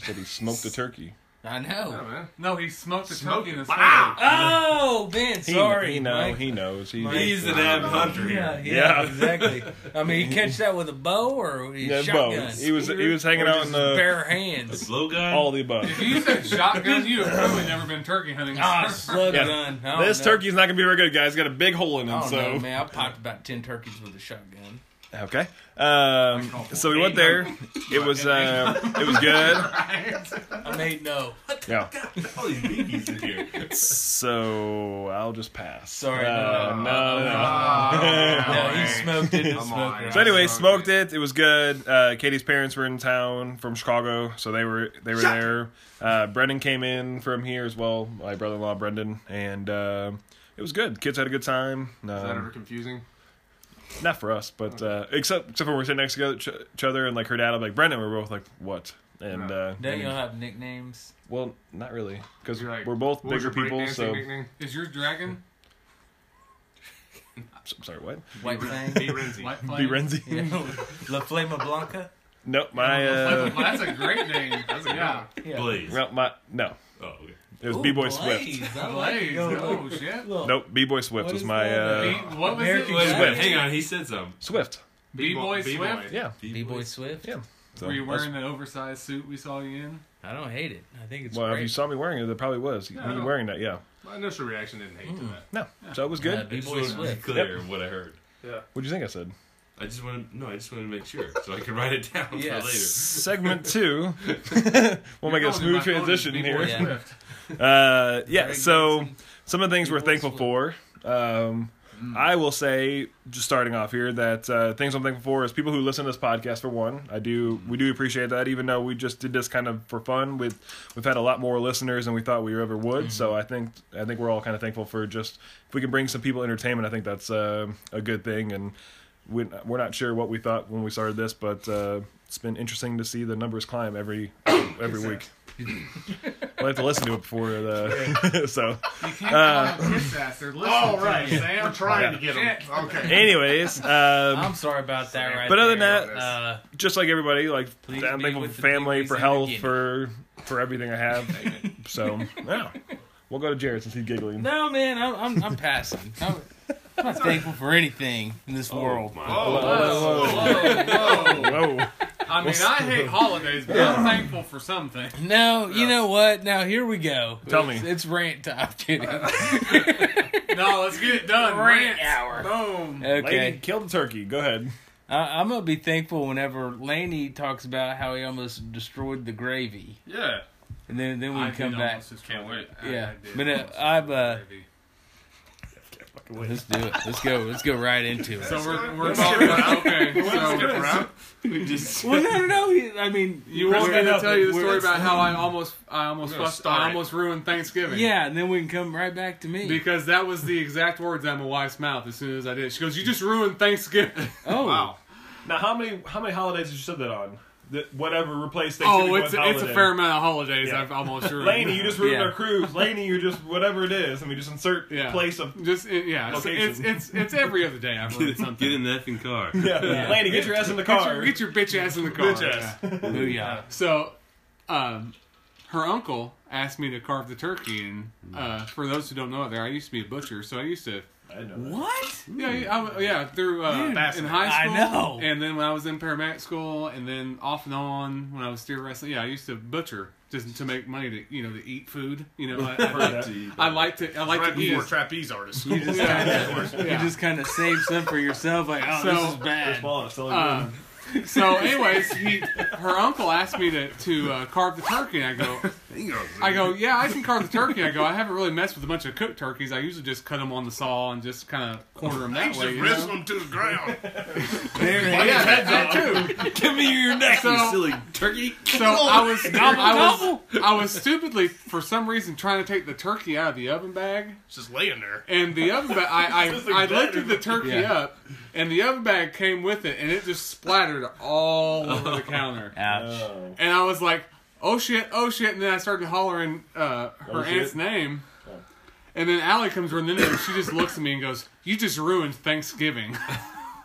Speaker 1: I said he smoked a turkey.
Speaker 3: I know.
Speaker 2: No, he smoked a turkey in the
Speaker 3: Oh, Ben,
Speaker 1: He,
Speaker 3: sorry.
Speaker 1: he know.
Speaker 3: Mike.
Speaker 1: He knows. He,
Speaker 4: He's an ab hunter.
Speaker 3: Yeah, yeah,
Speaker 1: Yeah.
Speaker 3: exactly. I mean, he catch that with a bow or he
Speaker 1: Yeah,
Speaker 3: shotgun.
Speaker 1: both. He was. uh, He was hanging out in the
Speaker 3: bare hands.
Speaker 4: Slow guy.
Speaker 1: all the above.
Speaker 2: If you said shotgun, you have probably never been turkey hunting.
Speaker 3: Ah,
Speaker 2: sir.
Speaker 3: slug
Speaker 1: Yeah.
Speaker 3: gun. I don't
Speaker 1: This
Speaker 3: know.
Speaker 1: turkey's not gonna be very good, guys. It's got a big hole in
Speaker 3: I
Speaker 1: it.
Speaker 3: don't
Speaker 1: So
Speaker 3: know, man. I popped about ten turkeys with a shotgun.
Speaker 1: Okay. Um, so we went there. It was uh, it was good.
Speaker 3: I mean, no.
Speaker 1: Yeah.
Speaker 4: all these babies in here.
Speaker 1: So I'll just pass.
Speaker 3: Sorry,
Speaker 1: Uh,
Speaker 3: no, no,
Speaker 1: no, no,
Speaker 2: Oh,
Speaker 1: no.
Speaker 3: No,
Speaker 5: man.
Speaker 3: he smoked it. And
Speaker 5: Come
Speaker 3: smoked
Speaker 5: on.
Speaker 3: it.
Speaker 1: So anyway, smoked it. It was good. Uh, Katie's parents were in town from Chicago, so they were they were there. Uh, Brendan came in from here as well. My brother-in-law Brendan, and uh, it was good. Kids had a good time.
Speaker 5: Is that Oh.
Speaker 1: Um,
Speaker 5: ever confusing?
Speaker 1: not for us, but uh, except except when we're sitting next to each- each other, and like her dad, I'm like Brendan. We're both like what? And uh,
Speaker 3: Don't y'all have nicknames?
Speaker 1: well, not really, because
Speaker 5: You're like,
Speaker 1: we're both
Speaker 5: What was
Speaker 1: bigger
Speaker 5: your
Speaker 1: people.
Speaker 5: breakdancing
Speaker 1: So
Speaker 5: nickname?
Speaker 2: Is your dragon
Speaker 1: S- sorry, what?
Speaker 3: White Fang?
Speaker 5: Hey, Renzi.
Speaker 2: white flag?
Speaker 1: Be Renzi?
Speaker 3: Yeah. La Flama Blanca?
Speaker 1: Nope, my uh,
Speaker 2: Well, that's a great name. That's a yeah.
Speaker 3: Yeah.
Speaker 4: Blaze.
Speaker 1: well, my no.
Speaker 4: Oh, okay.
Speaker 1: It was
Speaker 3: Ooh,
Speaker 1: B Boy
Speaker 3: Blaze.
Speaker 1: Swift.
Speaker 3: I like it.
Speaker 2: Blaze.
Speaker 3: Yo,
Speaker 2: Oh shit.
Speaker 3: look.
Speaker 1: Nope, B Boy Swift
Speaker 3: What
Speaker 1: was
Speaker 3: is
Speaker 1: my
Speaker 3: that?
Speaker 1: uh,
Speaker 2: Be- what was
Speaker 3: American
Speaker 2: it?
Speaker 3: Swift.
Speaker 4: Wait, hang on. He said something.
Speaker 1: Swift.
Speaker 2: B boy Swift.
Speaker 1: Yeah.
Speaker 3: B-Boy Swift?
Speaker 1: Yeah. So
Speaker 2: Were you
Speaker 1: that's-
Speaker 2: wearing the oversized suit we saw you in?
Speaker 3: I don't hate it. I think it's
Speaker 1: Well, if
Speaker 3: great.
Speaker 1: you saw me wearing it, there probably was.
Speaker 5: Yeah.
Speaker 1: you wearing that, yeah.
Speaker 5: My initial reaction didn't hate to that.
Speaker 1: No. So it was
Speaker 3: Uh,
Speaker 1: good.
Speaker 4: Just
Speaker 3: B-Boy
Speaker 4: wanted to be
Speaker 3: Swift.
Speaker 4: clear what I heard.
Speaker 1: What'd you think I said?
Speaker 4: I just wanted no. I just wanted to make sure so I could write it down
Speaker 3: Yes.
Speaker 1: Segment two. we'll make it
Speaker 2: You're
Speaker 1: a Oh smooth
Speaker 2: calling my phone
Speaker 1: transition
Speaker 2: as B-Boy
Speaker 1: here.
Speaker 3: Yeah.
Speaker 2: Swift.
Speaker 1: Uh, yeah.
Speaker 3: Very
Speaker 1: So
Speaker 3: good.
Speaker 1: some of the things we're
Speaker 3: B-Boy
Speaker 1: thankful for. Um, I will say, just starting off here, that uh, things I'm thankful for is people who listen to this podcast. For one, I do we do appreciate that, even though we just did this kind of for fun. With we've had a lot more listeners than we thought we ever would. So I think I think we're all kind of thankful for just if we can bring some people entertainment. I think that's uh, a good thing, and we, we're not sure what we thought when we started this, but uh, it's been interesting to see the numbers climb every every week. we'll have to listen to it before the so.
Speaker 2: You can't uh, call him piss ass. They're listening.
Speaker 5: All
Speaker 2: to
Speaker 5: right,
Speaker 2: you.
Speaker 5: Sam. We're trying to get him.
Speaker 2: Shit.
Speaker 5: Okay.
Speaker 1: Anyways, um,
Speaker 3: I'm sorry about that right
Speaker 1: But other than
Speaker 3: there.
Speaker 1: that-
Speaker 3: uh,
Speaker 1: just like everybody, like
Speaker 3: Please
Speaker 1: I'm
Speaker 3: be
Speaker 1: thankful
Speaker 3: with
Speaker 1: for
Speaker 3: the
Speaker 1: family,
Speaker 3: babies
Speaker 1: for
Speaker 3: in
Speaker 1: health,
Speaker 3: bikini.
Speaker 1: for for everything I have. so yeah, we'll go to Jared since he's giggling.
Speaker 3: no, man, I'm, I'm, I'm passing. I'm, I'm not thankful for anything in this world.
Speaker 5: Oh,
Speaker 2: Whoa, whoa, whoa.
Speaker 1: Whoa,
Speaker 2: I mean, I hate holidays, but I'm thankful for something.
Speaker 3: No, you know what? Now here we go.
Speaker 1: Tell
Speaker 3: it's,
Speaker 1: me.
Speaker 3: it's rant time. I'm kidding.
Speaker 2: No, let's get it done. oh, Rant
Speaker 3: Rant hour.
Speaker 2: Boom.
Speaker 3: Okay,
Speaker 1: lady, kill the turkey. Go ahead.
Speaker 3: I, I'm gonna be thankful whenever Laney talks about how he almost destroyed the gravy,
Speaker 5: Yeah.
Speaker 3: and then then we
Speaker 2: I
Speaker 3: come
Speaker 2: did
Speaker 3: back.
Speaker 2: almost just
Speaker 5: Can't wait.
Speaker 2: I- I
Speaker 3: Yeah,
Speaker 2: did
Speaker 3: but, uh,
Speaker 2: almost
Speaker 3: I've, uh,
Speaker 2: gravy.
Speaker 3: Let's do it. Let's go. Let's go right into it.
Speaker 2: So we're, we're
Speaker 5: Let's
Speaker 2: talking
Speaker 5: skip
Speaker 2: about, okay,
Speaker 5: Skip
Speaker 2: so
Speaker 5: around.
Speaker 7: We just
Speaker 3: Well, no, no, no. He, I mean,
Speaker 2: You want me
Speaker 3: we're-
Speaker 2: to tell you the
Speaker 3: we're-
Speaker 2: story about how I almost, I almost,
Speaker 5: We're gonna
Speaker 2: fucked,
Speaker 5: start
Speaker 2: I
Speaker 5: it.
Speaker 2: almost ruined Thanksgiving.
Speaker 3: Yeah, and then we can come right back to me.
Speaker 2: Because that was the exact words out of my wife's mouth as soon as I did. it. She goes, "You just ruined Thanksgiving."
Speaker 3: oh,
Speaker 5: Wow.
Speaker 1: Now, how many how many holidays did you said that on? That whatever replaced Thanksgiving
Speaker 2: oh, it's
Speaker 1: with
Speaker 2: it's a
Speaker 1: holiday.
Speaker 2: fair amount of holidays
Speaker 1: Yeah.
Speaker 2: I've almost ruined.
Speaker 1: Laney, you just ruined
Speaker 3: Yeah.
Speaker 1: our cruise. Laney, you just whatever it is, and we just insert
Speaker 2: Yeah.
Speaker 1: place of
Speaker 2: just it- yeah, it's,
Speaker 1: Location.
Speaker 2: it's it's it's every other day I've ruined
Speaker 4: Get
Speaker 2: something.
Speaker 4: in the effing car.
Speaker 1: yeah.
Speaker 3: Yeah.
Speaker 1: Laney, get your ass in the
Speaker 2: Get
Speaker 1: car.
Speaker 2: your, get your bitch ass in the car.
Speaker 1: Bitch ass.
Speaker 2: Yeah.
Speaker 3: booyah.
Speaker 2: So, um, her uncle asked me to carve the turkey, and uh, for those who don't know out there, I used to be a butcher, so I used to
Speaker 1: I know. that.
Speaker 3: What?
Speaker 2: Yeah,
Speaker 3: Hmm.
Speaker 2: yeah, I, yeah through uh,
Speaker 3: Dude,
Speaker 2: in high
Speaker 3: I
Speaker 2: school.
Speaker 3: know.
Speaker 2: And then when I was in paramedic school, and then off and on when I was steer wrestling, yeah, I used to butcher just to make money to you know to eat food. You know, I, I, like, I like to I like
Speaker 5: Right
Speaker 2: to eat.
Speaker 5: before trapeze artist.
Speaker 3: You just
Speaker 2: Yeah.
Speaker 3: kind of,
Speaker 2: Yeah.
Speaker 3: you just kind of save some for yourself. Like, oh,
Speaker 2: So-
Speaker 3: this is bad.
Speaker 1: Well, it's all
Speaker 2: Uh,
Speaker 1: good.
Speaker 2: so, anyways, he, her uncle asked me to to uh, carve the turkey. And I go, I go, yeah, I can carve the turkey. I go, I haven't really messed with a bunch of cooked turkeys. I usually just cut them on the saw and just kind of corner them that
Speaker 5: Just
Speaker 2: way. You
Speaker 5: wrist
Speaker 2: know?
Speaker 5: them to the ground.
Speaker 2: Yeah, that, that too.
Speaker 4: Give me your neck,
Speaker 2: So-
Speaker 4: you silly turkey.
Speaker 2: So I was, I was, I was stupidly for some reason trying to take the turkey out of the oven bag,
Speaker 5: It's Just laying there.
Speaker 2: and the oven bag, I,
Speaker 1: Just
Speaker 2: I, I
Speaker 1: like that.
Speaker 2: lifted the turkey
Speaker 3: Yeah.
Speaker 2: up, and the oven bag came with it, and it just splattered all over the counter,
Speaker 3: Ouch.
Speaker 1: Oh.
Speaker 2: and I was like, oh shit, oh shit, and then I started hollering uh, her
Speaker 1: Oh, shit.
Speaker 2: aunt's name. And then Allie comes running in, and she just looks at me and goes, "You just ruined Thanksgiving."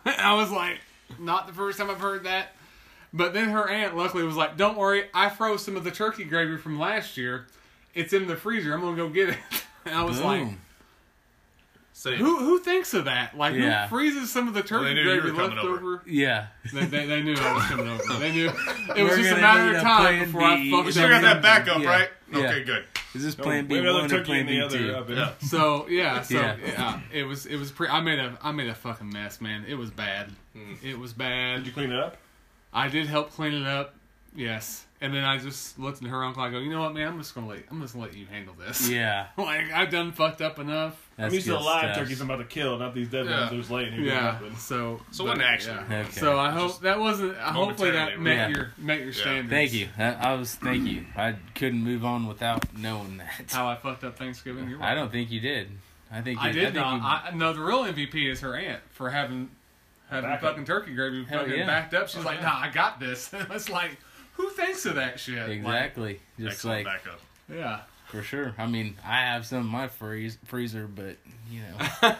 Speaker 2: And I was like, "Not the first time I've heard that." But then her aunt, luckily, was like, "Don't worry, I froze some of the turkey gravy from last year. It's in the freezer. I'm gonna go get it." And I was like,
Speaker 3: Boom.
Speaker 5: Same.
Speaker 2: "Who who thinks of that? Like,
Speaker 3: Yeah.
Speaker 2: who freezes some of the
Speaker 5: they
Speaker 2: turkey
Speaker 5: knew you
Speaker 2: gravy
Speaker 5: were coming
Speaker 2: left over?"
Speaker 3: Yeah.
Speaker 2: They, they, they knew I was coming over. They knew it was
Speaker 3: We're
Speaker 2: just a
Speaker 3: gonna
Speaker 2: matter
Speaker 3: need
Speaker 2: of
Speaker 3: a
Speaker 2: time
Speaker 3: plan
Speaker 2: before I
Speaker 3: B.
Speaker 2: fucked
Speaker 5: We
Speaker 2: up.
Speaker 5: still got
Speaker 2: something.
Speaker 5: that backup,
Speaker 3: Yeah.
Speaker 5: right?
Speaker 3: Yeah.
Speaker 5: Okay, good.
Speaker 3: Is this plan
Speaker 1: Wait,
Speaker 3: B
Speaker 1: another
Speaker 3: one or
Speaker 1: turkey
Speaker 3: plan
Speaker 1: in the
Speaker 3: B
Speaker 1: other uh,
Speaker 3: two?
Speaker 1: oven.
Speaker 5: Yeah.
Speaker 2: So yeah, so
Speaker 3: Yeah.
Speaker 2: yeah. it was it was pre- I made a I made a fucking mess, man. It was bad.
Speaker 5: Mm.
Speaker 2: It was bad.
Speaker 1: Did you clean it up?
Speaker 2: I did help clean it up, yes. And then I just looked at her uncle. I go, you know what, man? I'm just gonna let I'm just gonna let you handle this.
Speaker 3: Yeah.
Speaker 2: like I've done fucked up enough.
Speaker 3: That's
Speaker 1: I'm used to the
Speaker 3: good
Speaker 1: live
Speaker 3: stuff.
Speaker 1: turkeys I'm about to kill, not these dead ones
Speaker 5: Yeah.
Speaker 1: who's laying here.
Speaker 2: Yeah.
Speaker 1: Nothing.
Speaker 2: So
Speaker 5: So
Speaker 2: but,
Speaker 5: what an action.
Speaker 2: yeah.
Speaker 3: Okay.
Speaker 2: So I hope that wasn't. I hopefully that
Speaker 5: momentarily,
Speaker 2: met
Speaker 3: right?
Speaker 2: your met your standards.
Speaker 3: Thank you. I, I was. Thank you. I couldn't move on without knowing that.
Speaker 2: How I fucked up Thanksgiving. You're
Speaker 3: I don't think you did. I think you,
Speaker 2: I did
Speaker 3: think
Speaker 2: not. I,
Speaker 3: you-
Speaker 2: no, the real MVP is her aunt for having having
Speaker 1: Back up.
Speaker 2: fucking turkey gravy
Speaker 3: Hell
Speaker 2: fucking
Speaker 3: yeah.
Speaker 2: backed up. She's like, nah, I got this. it's like, who thinks of that shit? Like,
Speaker 3: exactly. Just
Speaker 5: Excellent
Speaker 3: like
Speaker 5: backup.
Speaker 2: yeah.
Speaker 3: for sure. I mean, I have some in my freeze, freezer, but you know,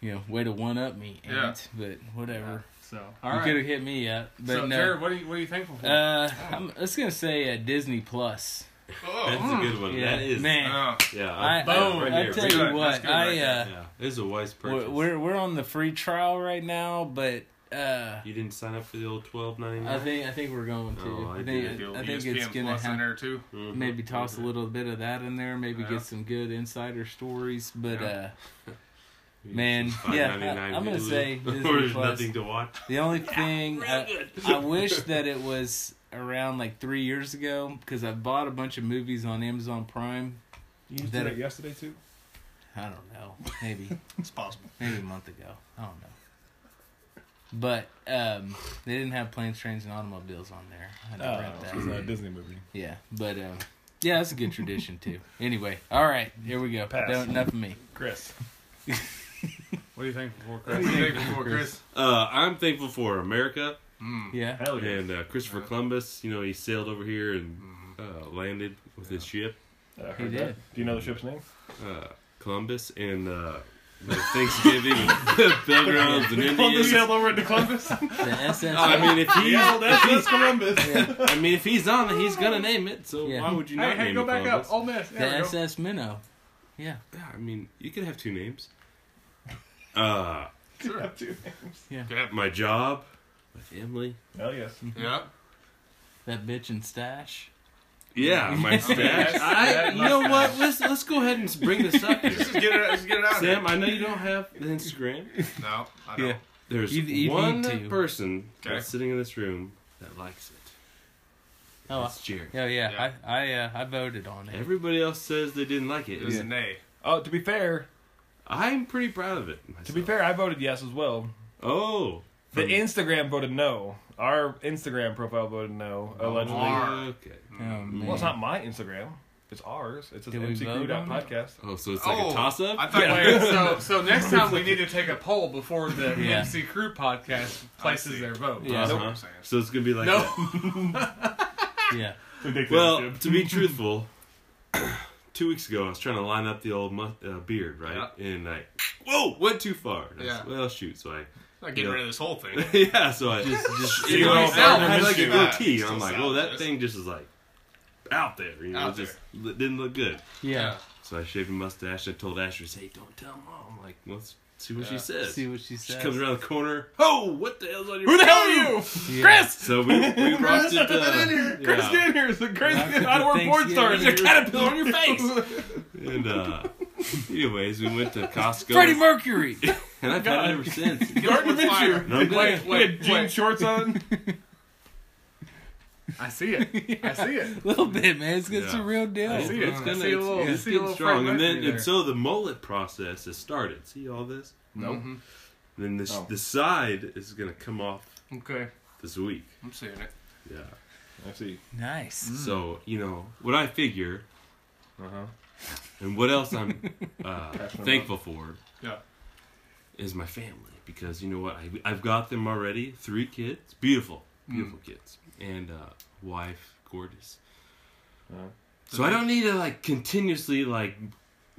Speaker 3: you know, way to one up me,
Speaker 5: Yeah.
Speaker 3: aunt. But whatever.
Speaker 2: So all
Speaker 3: you could have
Speaker 2: right.
Speaker 3: hit me up, but
Speaker 2: So
Speaker 3: no.
Speaker 2: Jared, what are you what are you thankful for?
Speaker 3: Uh, I'm just gonna say uh, Disney Plus.
Speaker 5: Oh,
Speaker 4: That's a good one.
Speaker 3: Yeah,
Speaker 4: That is.
Speaker 3: man.
Speaker 5: oh.
Speaker 4: Yeah.
Speaker 3: I,
Speaker 2: Boom.
Speaker 4: Right
Speaker 3: I,
Speaker 4: here.
Speaker 3: tell
Speaker 5: Good.
Speaker 3: you
Speaker 5: That's
Speaker 3: what,
Speaker 5: good
Speaker 3: I
Speaker 5: right
Speaker 3: uh,
Speaker 4: Yeah. It is a wise purchase.
Speaker 3: we're, we're we're on the free trial right now, but uh,
Speaker 4: You didn't sign up for the old twelve ninety
Speaker 3: I
Speaker 4: nine.
Speaker 3: think I think we're going to.
Speaker 4: Oh, I
Speaker 3: I think
Speaker 4: do.
Speaker 3: I think
Speaker 5: ESPN
Speaker 3: it's gonna
Speaker 5: Plus in
Speaker 3: happen.
Speaker 5: there too.
Speaker 4: Mm-hmm.
Speaker 3: Maybe toss a little bit of that in there. Maybe
Speaker 5: Yeah.
Speaker 3: get some good insider stories. But
Speaker 5: Yeah.
Speaker 3: uh, man, yeah, I, am gonna say Disney
Speaker 4: there's
Speaker 3: Plus.
Speaker 4: nothing to watch.
Speaker 3: The only thing I, I wish that it was around like three years ago because I bought a bunch of movies on Amazon Prime.
Speaker 1: You used
Speaker 3: That-
Speaker 1: that yesterday too.
Speaker 3: I don't know, maybe.
Speaker 5: It's possible.
Speaker 3: maybe a month ago. I don't know. But um, they didn't have planes, trains, and automobiles on there. I had to
Speaker 1: Oh,
Speaker 3: wrap that.
Speaker 1: it's a Disney movie.
Speaker 3: Yeah, but um, yeah, that's a good tradition too. Anyway, all right, here we go.
Speaker 1: Pass.
Speaker 3: Don't- enough of me.
Speaker 1: Chris,
Speaker 2: what are you thankful for,
Speaker 5: What
Speaker 2: Chris?
Speaker 5: do you think before Chris?
Speaker 4: Uh, I'm thankful for America
Speaker 3: Yeah,
Speaker 1: hell yeah,
Speaker 4: and uh, Christopher Columbus. You know, he sailed over here and
Speaker 3: Mm-hmm.
Speaker 4: uh, landed with his ship,
Speaker 1: Uh, I heard
Speaker 3: he
Speaker 1: that.
Speaker 3: did.
Speaker 1: Do you know the ship's name?
Speaker 4: uh, Columbus, and uh, the Thanksgiving and pilgrims and Indians.
Speaker 1: over into Columbus.
Speaker 3: the SS.
Speaker 4: Oh, I mean, if he,
Speaker 1: yeah, that's, that's Columbus.
Speaker 4: I mean, if he's on, it, he's gonna name it. So
Speaker 3: Yeah.
Speaker 4: why would you
Speaker 2: Hey,
Speaker 4: not
Speaker 2: hey,
Speaker 4: name
Speaker 2: go
Speaker 4: it
Speaker 2: back
Speaker 4: Columbus?
Speaker 2: up. Ole Miss.
Speaker 3: the
Speaker 2: There we go.
Speaker 3: SS Minnow. Yeah,
Speaker 4: Yeah, I mean, you could have two names. Uh, at my job, my family.
Speaker 1: Hell yes.
Speaker 5: Yeah.
Speaker 3: that bitch and stash.
Speaker 4: Yeah, my stash. I, you know what? Let's let's go ahead and bring this up. here.
Speaker 5: Just get it, just get it out
Speaker 4: Sam, I know you don't have the Instagram.
Speaker 5: there. No, I don't.
Speaker 3: Yeah.
Speaker 4: There's
Speaker 3: You- you
Speaker 4: one
Speaker 3: need to.
Speaker 4: person
Speaker 5: Okay.
Speaker 4: that's sitting in this room that likes it.
Speaker 3: Oh,
Speaker 4: That's Jared.
Speaker 3: Oh yeah,
Speaker 5: Yeah.
Speaker 3: I I uh, I voted on it.
Speaker 4: Everybody else says they didn't like it.
Speaker 5: It was a nay.
Speaker 1: Oh, to be fair,
Speaker 4: I'm pretty proud of it.
Speaker 1: to be
Speaker 4: myself.
Speaker 1: fair, I voted yes as well.
Speaker 4: Oh,
Speaker 1: The Instagram voted no. Our Instagram profile voted no, allegedly.
Speaker 4: Okay.
Speaker 3: Oh, man.
Speaker 1: Well, it's not my Instagram. It's ours. It's just
Speaker 3: Did we
Speaker 1: MC
Speaker 3: vote on it?
Speaker 1: podcast.
Speaker 4: Oh, so it's like a toss up?
Speaker 2: I thought, wait, so, so next time we need to take a poll before the
Speaker 3: Yeah.
Speaker 2: MC Crew podcast places their vote.
Speaker 3: Yeah.
Speaker 2: That's what
Speaker 4: Uh-huh.
Speaker 2: I'm saying.
Speaker 4: So it's going to be like
Speaker 2: No.
Speaker 4: that.
Speaker 3: Yeah.
Speaker 4: Well, to be truthful, two weeks ago I was trying to line up the old mu- uh, beard, right? And I, whoa, went too far. And I
Speaker 2: Yeah.
Speaker 4: said, well, shoot. So I,
Speaker 5: Not getting
Speaker 4: Yeah.
Speaker 5: rid of this whole thing.
Speaker 4: yeah, so I just,
Speaker 2: Just
Speaker 4: you know,
Speaker 2: zero
Speaker 4: I
Speaker 2: boundaries.
Speaker 4: had like a
Speaker 5: issue.
Speaker 4: goatee.
Speaker 5: Still
Speaker 4: I'm like,
Speaker 5: sound
Speaker 4: oh, that
Speaker 5: this.
Speaker 4: thing just is like out there. You know,
Speaker 5: Out
Speaker 4: it just li- didn't look good.
Speaker 3: Yeah.
Speaker 4: So I shaved my mustache. I told Ashley, hey, don't tell mom. I'm like, let's see what she
Speaker 5: Yeah.
Speaker 4: says.
Speaker 3: See what she
Speaker 4: she
Speaker 3: says.
Speaker 4: comes around the corner. Oh, what the hell's on your?
Speaker 5: Who the hell are you?
Speaker 3: Yeah.
Speaker 5: Chris!
Speaker 4: So we we watched it. Uh,
Speaker 5: Chris
Speaker 4: yeah.
Speaker 5: Dan here is the crazy
Speaker 3: Welcome to
Speaker 5: Outdoor porn star. There's a
Speaker 3: Thanksgiving.
Speaker 5: caterpillar on your face.
Speaker 4: And uh, anyways, we went to Costco.
Speaker 3: Freddie Mercury.
Speaker 4: and
Speaker 2: Oh,
Speaker 4: I've had it ever since.
Speaker 5: Garden of
Speaker 2: Fire.
Speaker 5: Venture.
Speaker 4: No, I'm good.
Speaker 2: Wait,
Speaker 5: He had
Speaker 2: wait,
Speaker 5: jean
Speaker 2: wait.
Speaker 5: shorts on.
Speaker 2: I see it. I see it.
Speaker 3: little bit, man. It's, it's
Speaker 4: Yeah.
Speaker 3: a real
Speaker 4: I
Speaker 3: deal.
Speaker 4: see
Speaker 2: see
Speaker 4: it. It's
Speaker 2: it. I
Speaker 4: gonna,
Speaker 2: see a
Speaker 4: it's,
Speaker 2: little-
Speaker 4: it's
Speaker 2: I see a
Speaker 4: getting
Speaker 2: little
Speaker 4: strong, and then
Speaker 2: fragmentary
Speaker 4: and so the mullet process has started. See all this?
Speaker 1: No.
Speaker 4: Then this
Speaker 1: Oh.
Speaker 4: the side is gonna come off
Speaker 2: Okay.
Speaker 4: this week.
Speaker 2: I'm seeing it.
Speaker 4: Yeah.
Speaker 1: I see.
Speaker 3: Nice.
Speaker 4: So you know what I figure,
Speaker 1: Uh huh.
Speaker 4: and what else I'm uh, thankful for.
Speaker 2: Yeah.
Speaker 4: Is my family because you know what I, I've got them already. Three kids, beautiful,
Speaker 5: Mm.
Speaker 4: beautiful kids, and uh, wife, gorgeous.
Speaker 1: Uh-huh.
Speaker 4: So I don't need to like continuously like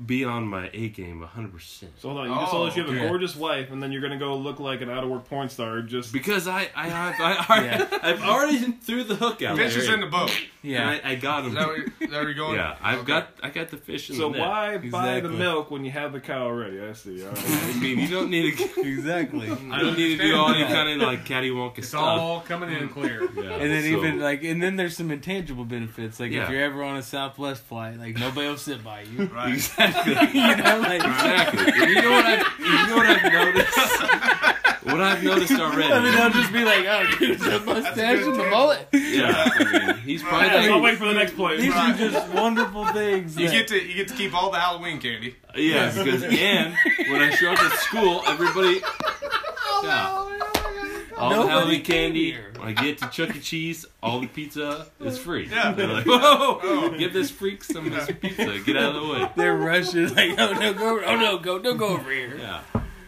Speaker 4: be on my A game hundred percent.
Speaker 1: So hold on. You just told us you have
Speaker 3: okay.
Speaker 1: a gorgeous wife, and then you're gonna go look like an out of work porn star. Just
Speaker 4: Because I I have I already, I've already threw the hook out.
Speaker 5: Fish is
Speaker 4: there.
Speaker 5: in the boat.
Speaker 3: Yeah.
Speaker 4: And I, I got him.
Speaker 5: Is that where you're, is that where you're going?
Speaker 4: yeah, I've got I got the fish in
Speaker 1: so
Speaker 4: the net.
Speaker 1: why buy the
Speaker 3: Exactly.
Speaker 1: milk when you have the cow already? I see. All right.
Speaker 4: I mean, you don't need to
Speaker 3: exactly. and
Speaker 4: I don't need to do all any kind of like cattywampus
Speaker 2: It's
Speaker 4: stuff.
Speaker 2: all coming in Uh, clear.
Speaker 4: yeah,
Speaker 3: then
Speaker 4: so-
Speaker 3: even uh, like, and then there's some intangible benefits. Like
Speaker 4: Yeah.
Speaker 3: if you're ever on a Southwest flight, like nobody will sit by you.
Speaker 5: Right.
Speaker 3: you know, like
Speaker 4: exactly. You know what I've you know what I've noticed. what I've noticed already.
Speaker 3: I mean, they'll just be like, "Oh, dude, the mustache and the mullet."
Speaker 4: yeah, I mean, he's probably
Speaker 1: Yes,
Speaker 4: the-
Speaker 1: I'll wait for the next point.
Speaker 3: These are just wonderful things.
Speaker 5: You
Speaker 3: that-
Speaker 5: get to you get to keep all the Halloween candy.
Speaker 4: Yeah, because and when I show up at school, everybody. Yeah. All the
Speaker 3: Nobody
Speaker 4: Halloween
Speaker 3: came
Speaker 4: candy.
Speaker 3: here.
Speaker 4: When I get to Chuck E. Cheese, all the pizza is free.
Speaker 5: Yeah.
Speaker 4: They're like, whoa, give this freak some of this pizza. Get out of the way.
Speaker 3: they're rushing. Like, "Oh no, go! over- Oh no, go! Don't go over here."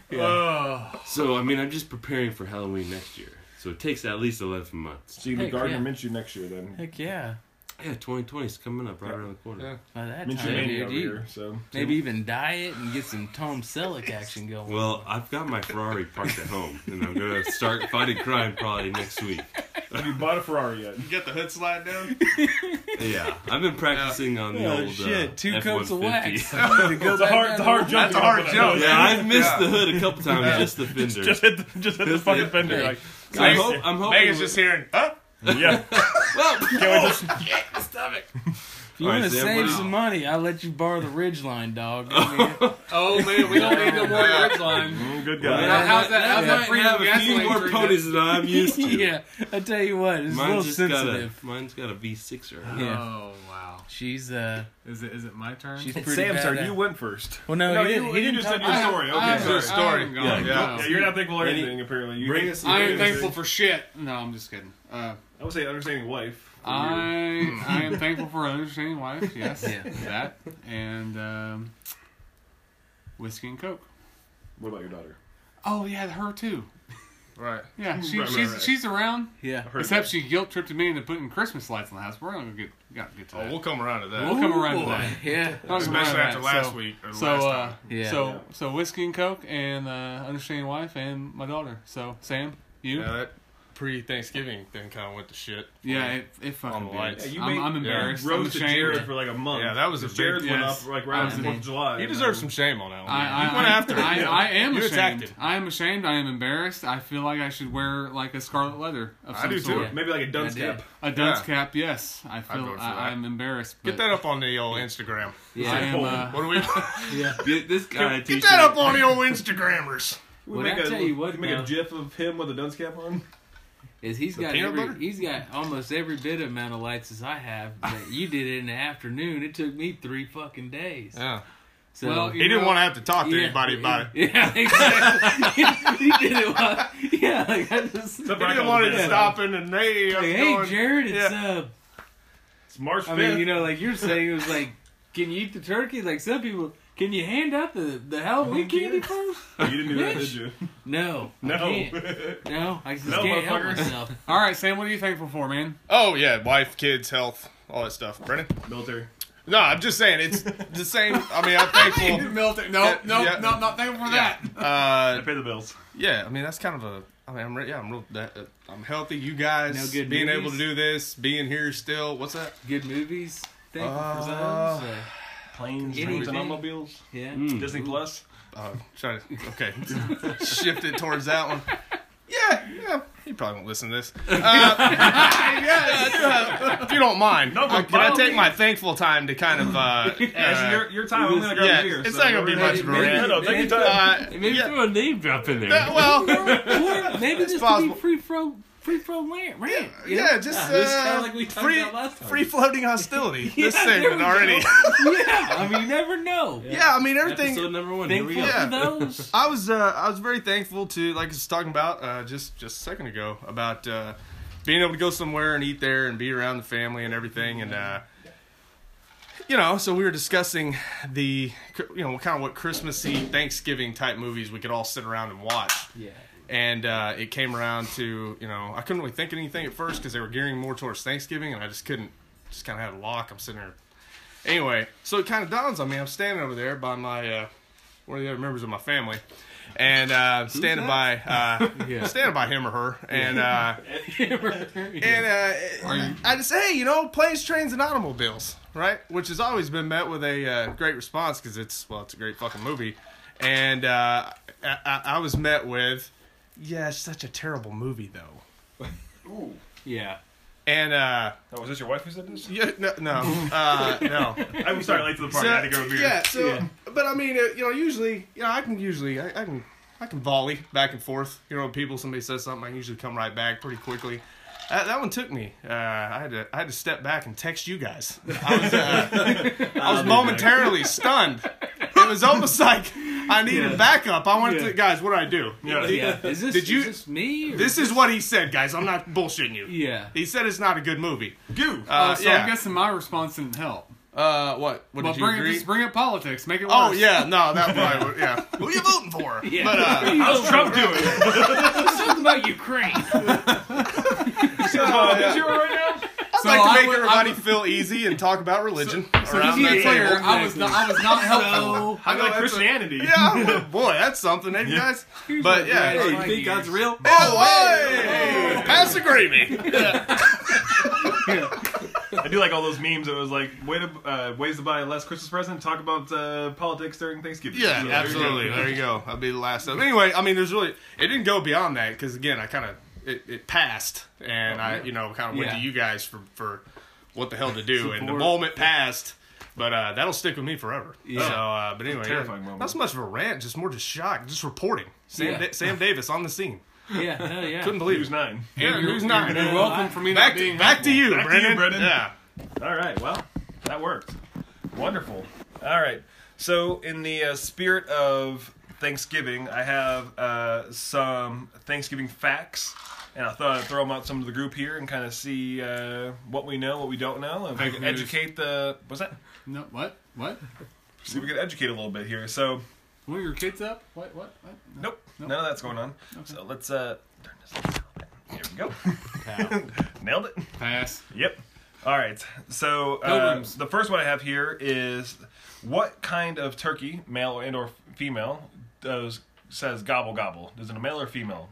Speaker 4: Yeah.
Speaker 2: Oh,
Speaker 4: So I mean, I'm just preparing for Halloween next year. So it takes at least 11 months.
Speaker 1: So you can
Speaker 3: Heck,
Speaker 1: be Gardner
Speaker 3: yeah.
Speaker 1: Minshew next year then.
Speaker 3: Heck yeah!
Speaker 4: Yeah, 2020 is coming up right around the corner.
Speaker 3: By that
Speaker 1: Minshew
Speaker 3: time,
Speaker 1: Mania
Speaker 3: dude,
Speaker 1: over
Speaker 3: you-
Speaker 1: here. So
Speaker 3: maybe even diet and get some Tom Selleck action going.
Speaker 4: Well, I've got my Ferrari parked at home, and I'm gonna start fighting crime probably next week.
Speaker 1: have you bought a Ferrari yet?
Speaker 5: You got the hood slide down.
Speaker 4: Yeah, I've been practicing on the
Speaker 3: Oh
Speaker 4: old
Speaker 3: shit!
Speaker 4: Uh,
Speaker 3: Two
Speaker 4: F-150.
Speaker 3: coats of wax. I need to go
Speaker 1: It's a
Speaker 3: back
Speaker 1: hard,
Speaker 3: down
Speaker 1: it's a
Speaker 3: to
Speaker 1: hard
Speaker 3: the-
Speaker 1: joke.
Speaker 5: That's a hard
Speaker 1: but-
Speaker 5: joke.
Speaker 4: Yeah, I've missed
Speaker 5: Yeah.
Speaker 4: the hood a couple times, just the fender.
Speaker 1: Just hit, the, just hit the
Speaker 4: Just
Speaker 1: fucking
Speaker 4: hit-
Speaker 1: fender.
Speaker 3: hey.
Speaker 1: Like,
Speaker 4: so I hope, I'm hoping.
Speaker 5: Megan's just hearing, huh?
Speaker 1: yeah. Can't wait to-
Speaker 3: If you
Speaker 4: All right,
Speaker 3: want to
Speaker 4: Sam,
Speaker 3: save
Speaker 4: wow.
Speaker 3: some money, I'll let you borrow the ridge line, dog. I mean,
Speaker 2: oh man, we don't need no more
Speaker 5: Yeah.
Speaker 2: ridge line.
Speaker 1: Mm, Good
Speaker 4: Well,
Speaker 1: guy.
Speaker 2: Now, how's that? How's
Speaker 4: I
Speaker 2: that
Speaker 4: might
Speaker 2: free
Speaker 4: have a few
Speaker 2: gasoline
Speaker 4: more
Speaker 2: treatment?
Speaker 4: ponies than I'm used to.
Speaker 3: yeah, I tell you what, it's a little
Speaker 4: mine's just
Speaker 3: sensitive.
Speaker 4: got a mine's got a V6 or
Speaker 3: Yeah,
Speaker 2: Oh wow.
Speaker 3: she's uh,
Speaker 2: Is it? Is it my turn?
Speaker 3: she's pretty
Speaker 1: Sam,
Speaker 3: bad.
Speaker 1: sorry, you went first.
Speaker 3: well, no,
Speaker 1: No,
Speaker 3: he
Speaker 1: you-
Speaker 3: didn't. He
Speaker 1: you
Speaker 3: didn't
Speaker 1: just
Speaker 3: talk
Speaker 1: said your
Speaker 3: about-
Speaker 1: story. Okay,
Speaker 2: I am,
Speaker 1: sorry.
Speaker 2: a story.
Speaker 4: Yeah,
Speaker 2: yeah,
Speaker 1: Yeah, you're not thankful for
Speaker 4: Any-
Speaker 1: anything, apparently. You
Speaker 4: bring
Speaker 1: think-
Speaker 4: us-
Speaker 2: I am thankful for shit. No, I'm just kidding. Uh,
Speaker 1: I would say understanding wife.
Speaker 3: Oh,
Speaker 1: for you.
Speaker 2: I I am thankful for an understanding wife. Yes,
Speaker 3: Hmm. Yeah.
Speaker 2: that and um, whiskey and coke.
Speaker 1: What about your daughter?
Speaker 2: Oh yeah, her too.
Speaker 5: Right.
Speaker 2: Yeah, she,
Speaker 1: Right, right,
Speaker 2: she's
Speaker 1: right.
Speaker 2: she's around.
Speaker 3: Yeah,
Speaker 1: Her
Speaker 2: Except
Speaker 1: daughter.
Speaker 2: she guilt tripped me into putting Christmas lights in the house. We're gonna get got get to
Speaker 5: Oh,
Speaker 2: that.
Speaker 5: we'll come around to that.
Speaker 2: We'll come around to
Speaker 3: Boy,
Speaker 2: that.
Speaker 3: Yeah,
Speaker 2: We'll come around
Speaker 5: Especially
Speaker 2: to
Speaker 5: after
Speaker 2: that.
Speaker 5: last
Speaker 2: So-
Speaker 5: week or
Speaker 2: So,
Speaker 5: last
Speaker 2: uh,
Speaker 5: time.
Speaker 3: yeah.
Speaker 2: so, so whiskey and coke and uh, understanding wife and my daughter. So Sam, you,
Speaker 5: Yeah,
Speaker 2: yeah,
Speaker 5: that pre-Thanksgiving thing kind of went to shit.
Speaker 2: it, it
Speaker 5: On
Speaker 2: fucking
Speaker 5: the
Speaker 2: did.
Speaker 5: lights.
Speaker 1: Yeah, you
Speaker 2: I'm,
Speaker 1: made-
Speaker 2: I'm
Speaker 1: yeah,
Speaker 2: embarrassed. I'm
Speaker 1: Rose to Jared
Speaker 2: ashamed.
Speaker 1: for like a month.
Speaker 5: Yeah, that was a
Speaker 1: Because Jared
Speaker 5: big-
Speaker 1: went
Speaker 2: yes.
Speaker 1: up like right
Speaker 2: I
Speaker 1: after Fourth
Speaker 3: mean-
Speaker 1: of July.
Speaker 5: He
Speaker 1: and
Speaker 5: deserves
Speaker 1: then-
Speaker 5: some shame on that one.
Speaker 2: I, I,
Speaker 5: you went
Speaker 2: I-
Speaker 5: after
Speaker 2: I,
Speaker 5: him.
Speaker 2: I am
Speaker 5: You
Speaker 2: ashamed.
Speaker 5: attacked him.
Speaker 2: I am ashamed. I am embarrassed. I feel like I should wear like a scarlet leather of
Speaker 5: I
Speaker 2: some
Speaker 5: do too.
Speaker 2: sort.
Speaker 3: Yeah.
Speaker 1: Maybe like a dunce
Speaker 3: Yeah, I did.
Speaker 1: cap.
Speaker 2: A dunce
Speaker 5: Yeah.
Speaker 2: cap, yes. I feel
Speaker 5: vote for
Speaker 2: I,
Speaker 5: that.
Speaker 2: I'm embarrassed.
Speaker 5: Get
Speaker 2: but
Speaker 5: that up on the old Instagram.
Speaker 2: I
Speaker 3: yeah.
Speaker 2: am. Uh,
Speaker 5: What do we?
Speaker 4: Get this guy a
Speaker 5: Get
Speaker 4: t-shirt.
Speaker 5: that up on the old Instagrammers.
Speaker 1: We
Speaker 3: When I
Speaker 1: make a-
Speaker 3: tell you what,
Speaker 1: we make
Speaker 3: though-
Speaker 1: a gif of him with a dunce cap on.
Speaker 3: Is he's got
Speaker 5: peanut
Speaker 3: every,
Speaker 5: butter?
Speaker 3: he's got almost every bit of amount of lights as I have, but you did it in the afternoon. It took me three fucking days.
Speaker 5: Yeah.
Speaker 3: So,
Speaker 2: Well,
Speaker 5: He didn't want to have to talk to
Speaker 3: yeah,
Speaker 5: anybody about it.
Speaker 3: Yeah, exactly. he did it. While, he yeah, like I just.
Speaker 1: Except
Speaker 5: He
Speaker 1: for I
Speaker 5: didn't
Speaker 1: come
Speaker 5: want it
Speaker 1: back.
Speaker 5: stopping and hey, I'm
Speaker 3: Like, hey,
Speaker 5: going,
Speaker 3: Jared, it's
Speaker 5: yeah.
Speaker 3: uh.
Speaker 1: It's March
Speaker 3: I
Speaker 1: fifth.
Speaker 3: mean, you know, like you're saying, it was like, can you eat the turkey? Like some people, can you hand out the the Halloween candy first?
Speaker 1: you didn't do that, did you?
Speaker 3: No,
Speaker 1: No.
Speaker 3: I can't. no, I just
Speaker 1: No,
Speaker 3: can't help
Speaker 1: motherfucker.
Speaker 3: myself.
Speaker 2: All right, Sam, what are you thankful for, man?
Speaker 5: Oh yeah, wife, kids, health, all that stuff. Brennan.
Speaker 1: Military.
Speaker 5: No, I'm just saying it's the same. I mean, I'm thankful.
Speaker 2: Military. No, no,
Speaker 5: yeah.
Speaker 2: no, not thankful for
Speaker 5: Yeah.
Speaker 2: that.
Speaker 1: I
Speaker 5: Uh,
Speaker 1: pay the bills.
Speaker 5: yeah. I mean, that's kind of a. I mean, I'm re- yeah, I'm real. That, uh, I'm healthy. You guys
Speaker 3: No good
Speaker 5: being able
Speaker 3: movies?
Speaker 5: to do this, being here still. What's that?
Speaker 3: Good movies. Thankful for
Speaker 5: Uh,
Speaker 3: those. Uh,
Speaker 1: Planes,
Speaker 3: Anything.
Speaker 1: trains, and automobiles.
Speaker 3: yeah.
Speaker 1: Hmm. Disney Plus.
Speaker 5: Uh, try to okay. Shift it towards that one. Yeah, yeah. He probably won't listen to this. Uh, yeah, uh, if you don't mind,
Speaker 1: No, but
Speaker 5: uh, can I
Speaker 1: by all
Speaker 5: take my thankful time to kind of? Uh,
Speaker 1: Yeah, it's
Speaker 5: uh,
Speaker 1: your, your time. I'm gonna grab
Speaker 5: yeah,
Speaker 1: a beer.
Speaker 5: it's
Speaker 1: so
Speaker 5: not gonna be
Speaker 1: whatever
Speaker 5: much
Speaker 1: it is.
Speaker 5: of a rant.
Speaker 1: Yeah, no, take your time.
Speaker 5: Uh,
Speaker 3: Maybe
Speaker 5: yeah,
Speaker 3: throw a name drop in there.
Speaker 5: that- well,
Speaker 3: or maybe this
Speaker 5: possible.
Speaker 3: could be free throw, free throw rant. rant you know?
Speaker 5: yeah, just
Speaker 3: Yeah, this is
Speaker 5: uh,
Speaker 3: kinda like we talked
Speaker 5: free,
Speaker 3: about last time.
Speaker 5: free floating hostility.
Speaker 3: Yeah,
Speaker 5: this
Speaker 3: there we
Speaker 5: segment
Speaker 3: go.
Speaker 5: already.
Speaker 3: yeah, I mean, you never know.
Speaker 5: yeah, I mean everything.
Speaker 3: Episode number one.
Speaker 5: Thankful
Speaker 3: Here we go.
Speaker 5: for
Speaker 3: those.
Speaker 5: I was uh, I was very thankful to like I was talking about uh, just just a second ago about uh, being able to go somewhere and eat there and be around the family and everything and uh, you know so we were discussing the you know kind of what Christmassy Thanksgiving type movies we could all sit around and watch
Speaker 3: Yeah.
Speaker 5: and uh, it came around to you know I couldn't really think of anything at first because they were gearing more towards Thanksgiving and I just couldn't just kind of had a lock I'm sitting there anyway so it kind of dawns on me I'm standing over there by my uh, one of the other members of my family and uh, standing by uh, standing by him or her and uh, and uh, I just say hey you know planes trains and automobiles right which has always been met with a uh, great response because it's well it's a great fucking movie and uh, I, I, I was met with yeah, it's such a terrible movie though.
Speaker 3: Yeah.
Speaker 5: And uh
Speaker 1: Oh, was this your wife who said this?
Speaker 5: yeah, no no uh no.
Speaker 1: I'm sorry, late to the party. I had to grab a beer.
Speaker 5: yeah, so but I mean, uh, you know, usually, you know, I can usually I, I can I can volley back and forth. You know, people somebody says something, I can usually come right back pretty quickly. That, that one took me. Uh, I had to I had to step back and text you guys. I was uh, I was momentarily stunned. It was almost like I needed
Speaker 3: Yeah.
Speaker 5: backup. I wanted
Speaker 3: Yeah.
Speaker 5: to guys, what do I do?
Speaker 1: Yeah.
Speaker 3: Yeah. Is this,
Speaker 5: Did you-
Speaker 3: is this me? Or
Speaker 5: This is what he said, guys. I'm not bullshitting you.
Speaker 3: Yeah.
Speaker 5: He said it's not a good movie.
Speaker 1: Goo.
Speaker 5: Uh,
Speaker 2: so
Speaker 5: yeah.
Speaker 2: I'm guessing my response didn't help.
Speaker 5: uh, what? What
Speaker 2: Well,
Speaker 5: did you
Speaker 2: bring
Speaker 5: agree?
Speaker 2: just bring up politics, make it worse.
Speaker 5: Oh yeah, no, that probably would, yeah. Who you voting for?
Speaker 3: Yeah.
Speaker 5: But uh,
Speaker 1: How's Trump doing? Is
Speaker 3: Something about Ukraine.
Speaker 1: he
Speaker 2: uh,
Speaker 1: on this year right now?
Speaker 5: I'd
Speaker 2: So
Speaker 5: like to
Speaker 2: I
Speaker 5: make
Speaker 2: would- I
Speaker 5: everybody
Speaker 2: would-
Speaker 5: feel easy and talk about religion
Speaker 2: Just
Speaker 5: around
Speaker 2: to
Speaker 5: that
Speaker 2: be clear,
Speaker 5: table.
Speaker 2: I was not, I was not helpful.
Speaker 1: I like
Speaker 5: know that's a-
Speaker 1: Christianity.
Speaker 5: Yeah, well, boy, that's something, ain't you guys? But yeah,
Speaker 3: Hey,
Speaker 5: hey,
Speaker 3: you think God's real?
Speaker 5: oh, hey, pass the gravy.
Speaker 1: I do like all those memes. It was like way to, uh, ways to buy a less Christmas present. Talk about uh, politics during Thanksgiving.
Speaker 5: Yeah,
Speaker 1: So, there you go.
Speaker 5: absolutely. There you go. I'll be the last of. Anyway, I mean, there's really it didn't go beyond that because again, I kind of it, it passed, and I you know kind of went
Speaker 3: Yeah.
Speaker 5: to you guys for for what the hell to do, and the
Speaker 3: Support.
Speaker 5: moment passed. But uh, that'll stick with me forever. So, uh, but anyway,
Speaker 1: terrifying
Speaker 5: yeah,
Speaker 1: moment.
Speaker 5: not so much of a rant, just more just shock, just reporting. Sam,
Speaker 3: Yeah.
Speaker 5: Da- Sam Davis on the scene.
Speaker 3: Yeah. Hell yeah.
Speaker 5: Couldn't
Speaker 1: He was
Speaker 5: believe it.
Speaker 1: nine.
Speaker 5: Yeah,
Speaker 2: you're,
Speaker 5: who's not?
Speaker 2: You're welcome for me
Speaker 5: Back
Speaker 2: not
Speaker 5: to,
Speaker 2: being
Speaker 5: back to
Speaker 2: helpful.
Speaker 5: you,
Speaker 1: Back to
Speaker 5: Brennan.
Speaker 1: you, Brennan.
Speaker 5: Yeah.
Speaker 1: All right. Well, that worked. Wonderful. All right. So, in the uh, spirit of Thanksgiving, I have uh, some Thanksgiving facts, and I thought I'd throw them out some to the group here and kind of see uh, what we know, what we don't know, and if we
Speaker 2: Fake
Speaker 1: can
Speaker 2: news.
Speaker 1: educate the. What's that?
Speaker 2: No, what? What?
Speaker 1: See if we can educate a little bit here. So,
Speaker 2: One of your kids up? What? What? what? No.
Speaker 1: Nope, none of that's going on. So let's uh, turn this a little bit. There we go. Nailed it.
Speaker 2: Pass.
Speaker 1: Yep. All right. So uh,
Speaker 2: Pilgrims.
Speaker 1: the first one I have here is what kind of turkey, male and or female, does says gobble gobble? Is it a male or female?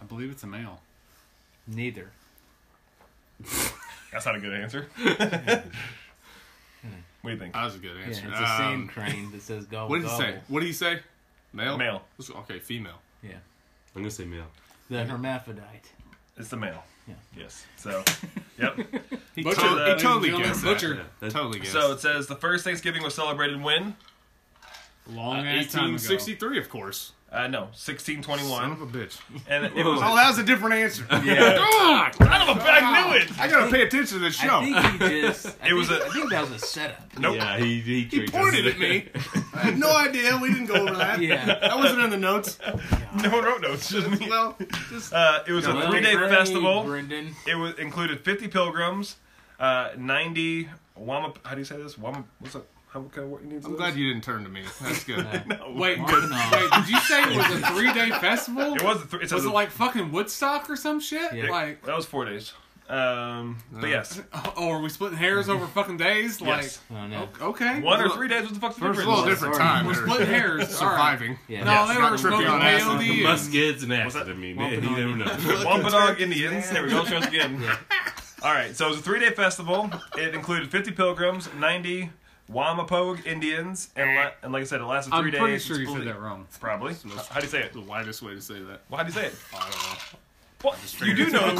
Speaker 2: I believe it's a male.
Speaker 3: Neither.
Speaker 1: That's not a good answer. what do you think?
Speaker 2: That was a good
Speaker 8: Yeah, it's
Speaker 2: answer.
Speaker 8: the same
Speaker 2: Um,
Speaker 8: crane that says gobble.
Speaker 5: What did he
Speaker 8: gobble.
Speaker 5: say? What did he say? Male.
Speaker 1: Male.
Speaker 5: Let's- Okay, female.
Speaker 8: Yeah,
Speaker 4: I'm gonna say male.
Speaker 8: the hermaphrodite.
Speaker 1: It's the male.
Speaker 8: Yeah.
Speaker 1: Yes. So, yep.
Speaker 5: He,
Speaker 2: Butcher,
Speaker 5: to- he
Speaker 2: ladies and
Speaker 5: totally
Speaker 2: gentlemen,
Speaker 5: gets
Speaker 2: butcher.
Speaker 5: That.
Speaker 4: Yeah, that's,
Speaker 5: Totally gets.
Speaker 1: So it says the first Thanksgiving was celebrated when
Speaker 2: Long ass time ago.
Speaker 5: 1863, of course.
Speaker 1: Uh, no, 1621.
Speaker 2: Son of a bitch.
Speaker 1: and it was.
Speaker 2: Oh, that was a different answer.
Speaker 1: Yeah. Son of a bitch, I knew it.
Speaker 2: I gotta pay attention to this show.
Speaker 9: I think he just. I
Speaker 1: It
Speaker 9: think,
Speaker 1: was a-
Speaker 9: I think that was a setup.
Speaker 1: Nope.
Speaker 4: Yeah, he he, tricked us.
Speaker 2: Pointed at me. I had no idea. We didn't go over that.
Speaker 9: Yeah.
Speaker 2: That wasn't in the notes.
Speaker 1: No one wrote notes. Just me.
Speaker 2: Well, just
Speaker 1: Uh, it was a
Speaker 9: Well,
Speaker 1: three day
Speaker 9: great,
Speaker 1: festival.
Speaker 9: Brendan.
Speaker 1: It was included 50 pilgrims, uh, 90 Wama. How do you say this? Wama. What's up? How kind of what you need?
Speaker 2: I'm glad you didn't turn to me. That's good.
Speaker 9: Wait,
Speaker 2: Wait, did you say it was a three day festival?
Speaker 1: It was. A th- it's
Speaker 2: Was
Speaker 1: a,
Speaker 2: it like fucking Woodstock or some shit?
Speaker 9: Yeah.
Speaker 2: Like,
Speaker 1: that was four days. Um, but yes,
Speaker 2: oh, are we splitting hairs over fucking days? Like,
Speaker 1: yes.
Speaker 3: Oh no.
Speaker 2: okay.
Speaker 1: One or three days. What the fuck's the
Speaker 5: First
Speaker 1: difference?
Speaker 5: of all, different
Speaker 3: Sorry.
Speaker 5: time.
Speaker 2: We're
Speaker 5: They're
Speaker 2: splitting hairs. Surviving.
Speaker 5: Surviving.
Speaker 3: Yeah.
Speaker 2: No,
Speaker 3: No.
Speaker 2: they
Speaker 5: not
Speaker 2: were
Speaker 5: tripping
Speaker 2: smoking
Speaker 5: on acid.
Speaker 2: peyote. and-
Speaker 4: Muskets and acid. I mean, yeah, you never know.
Speaker 1: Wampanoag Indians. There we go. Show us again. All right. So it was a three-day festival. It included 50 pilgrims, 90 Wamapogue Indians, and, la- and like I said, it lasted 3
Speaker 2: I'm
Speaker 1: days.
Speaker 2: pretty sure you said
Speaker 1: Split-
Speaker 2: that wrong.
Speaker 1: Probably. How do you say it?
Speaker 5: The widest way to say that.
Speaker 1: Well, how do you say it?
Speaker 5: I don't know.
Speaker 1: What? You do know.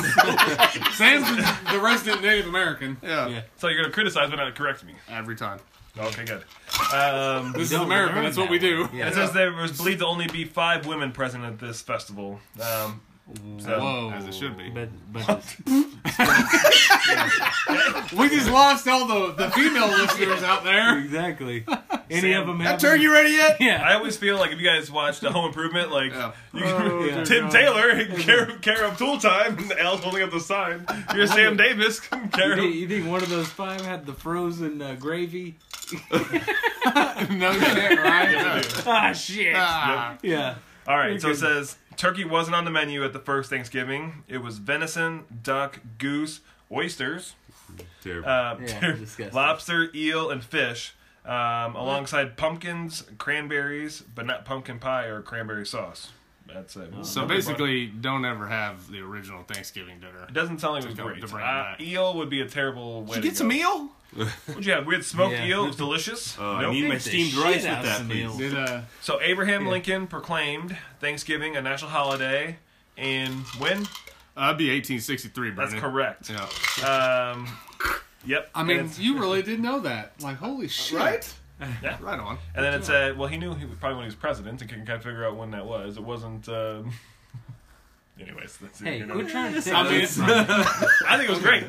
Speaker 2: Sam's the resident Native American.
Speaker 5: Yeah.
Speaker 1: so you're gonna criticize, but not correct me.
Speaker 5: Every time.
Speaker 1: Okay, good. Um,
Speaker 2: This is
Speaker 3: don't
Speaker 2: America.
Speaker 3: learn
Speaker 2: That's what
Speaker 3: that
Speaker 2: we do.
Speaker 3: Yeah.
Speaker 1: It says there was believed to only be five women present at this festival. Um, so-
Speaker 2: Whoa.
Speaker 5: As it should be.
Speaker 3: But but
Speaker 2: We just lost all the, the female listeners out there.
Speaker 3: exactly. Any
Speaker 1: Sam,
Speaker 3: of them have
Speaker 2: you ready yet?
Speaker 1: I always feel like if you guys watched The Home Improvement, like
Speaker 2: Yeah.
Speaker 1: you
Speaker 3: Oh,
Speaker 1: can, Tim Taylor, Care, care of Tool Time, and Al's holding up the sign. Here's Sam Davis,
Speaker 3: You
Speaker 1: Care
Speaker 3: think,
Speaker 1: of.
Speaker 3: you think one of those five had the frozen uh, gravy?
Speaker 2: No shit, right?
Speaker 3: Ah, shit.
Speaker 2: Ah.
Speaker 3: Yeah.
Speaker 1: All right, so it says turkey wasn't on the menu at the first Thanksgiving. It was venison, duck, goose, oysters,
Speaker 4: Terrible.
Speaker 1: uh,
Speaker 3: Yeah, disgusting.
Speaker 1: lobster, eel, and fish, um, alongside pumpkins, cranberries, but not pumpkin pie or cranberry sauce. That's it.
Speaker 5: So basically, don't ever have the original Thanksgiving dinner.
Speaker 1: It doesn't sound like it was
Speaker 5: To go-
Speaker 1: great.
Speaker 5: to bring it
Speaker 1: Uh,
Speaker 5: back.
Speaker 1: eel would be a terrible way.
Speaker 5: Did you
Speaker 1: to
Speaker 5: get some
Speaker 1: go.
Speaker 5: eel?
Speaker 1: What'd you have? We had smoked
Speaker 3: Yeah.
Speaker 1: eel. It was delicious.
Speaker 4: Uh, I
Speaker 1: Nope.
Speaker 4: need
Speaker 3: Beat
Speaker 4: my
Speaker 3: the
Speaker 4: steamed
Speaker 3: shit
Speaker 4: rice
Speaker 3: out
Speaker 4: with
Speaker 3: of
Speaker 4: that,
Speaker 3: some
Speaker 4: please.
Speaker 3: meals.
Speaker 2: Did, uh,
Speaker 1: So Abraham Lincoln proclaimed Thanksgiving a national holiday. And when?
Speaker 5: Uh, that'd be 1863,
Speaker 1: That's
Speaker 5: Brendan.
Speaker 1: correct.
Speaker 5: Yeah.
Speaker 1: Um, yep.
Speaker 2: I
Speaker 1: And
Speaker 2: mean,
Speaker 1: it's-
Speaker 2: you really did know that. Like, holy shit.
Speaker 5: Right?
Speaker 1: Yeah.
Speaker 5: Right on.
Speaker 1: and then it said, well, he knew he was probably when he was president, and can kind of figure out when that was. It wasn't. Um, anyways, that's
Speaker 3: Hey,
Speaker 1: you know.
Speaker 3: we're trying to take
Speaker 2: I mean,
Speaker 3: those-
Speaker 2: it's-
Speaker 1: I think it was great.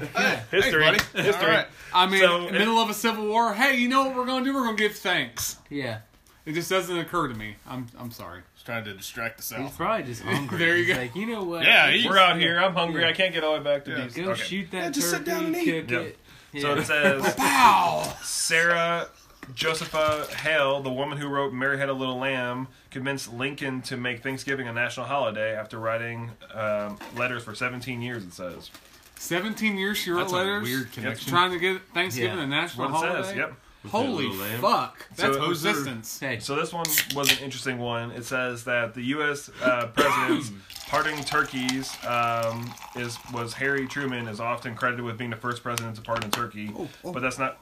Speaker 1: History.
Speaker 5: buddy.
Speaker 1: History.
Speaker 5: All right.
Speaker 2: I mean,
Speaker 1: So,
Speaker 2: in the middle of a civil war. Hey, you know what we're gonna do? We're gonna give thanks.
Speaker 3: Yeah.
Speaker 2: It just doesn't occur to me. I'm I'm sorry.
Speaker 5: Just trying to distract the
Speaker 3: He's
Speaker 5: South.
Speaker 3: probably just hungry.
Speaker 2: There you
Speaker 3: He's
Speaker 2: go.
Speaker 3: Like, you know what?
Speaker 5: Yeah,
Speaker 3: Let's
Speaker 5: eat.
Speaker 1: We're out here. I'm hungry. I can't get all the way back to
Speaker 5: Yeah.
Speaker 1: DC.
Speaker 3: Go
Speaker 1: Okay.
Speaker 3: shoot that
Speaker 5: Yeah, just sit
Speaker 3: turkey,
Speaker 5: down and eat.
Speaker 3: cook
Speaker 1: Yep.
Speaker 3: it.
Speaker 1: So
Speaker 3: Yeah.
Speaker 1: it says
Speaker 2: Ow!
Speaker 1: Sarah Josepha Hale, the woman who wrote Mary Had a Little Lamb, convinced Lincoln to make Thanksgiving a national holiday after writing um, letters for 17 years, it says.
Speaker 2: 17 years she wrote
Speaker 5: That's
Speaker 2: letters.
Speaker 5: a weird connection.
Speaker 2: Trying to get Thanksgiving
Speaker 3: Yeah.
Speaker 2: a national
Speaker 1: What it
Speaker 2: holiday.
Speaker 1: says, yep.
Speaker 2: Holy
Speaker 4: With that little lamb.
Speaker 2: fuck! That's
Speaker 1: So-
Speaker 2: resistance.
Speaker 3: Hey,
Speaker 1: So this one was an interesting one. It says that the U.S. Uh, president's pardoning turkeys um, is was Harry Truman is often credited with being the first president to pardon a turkey, but that's not.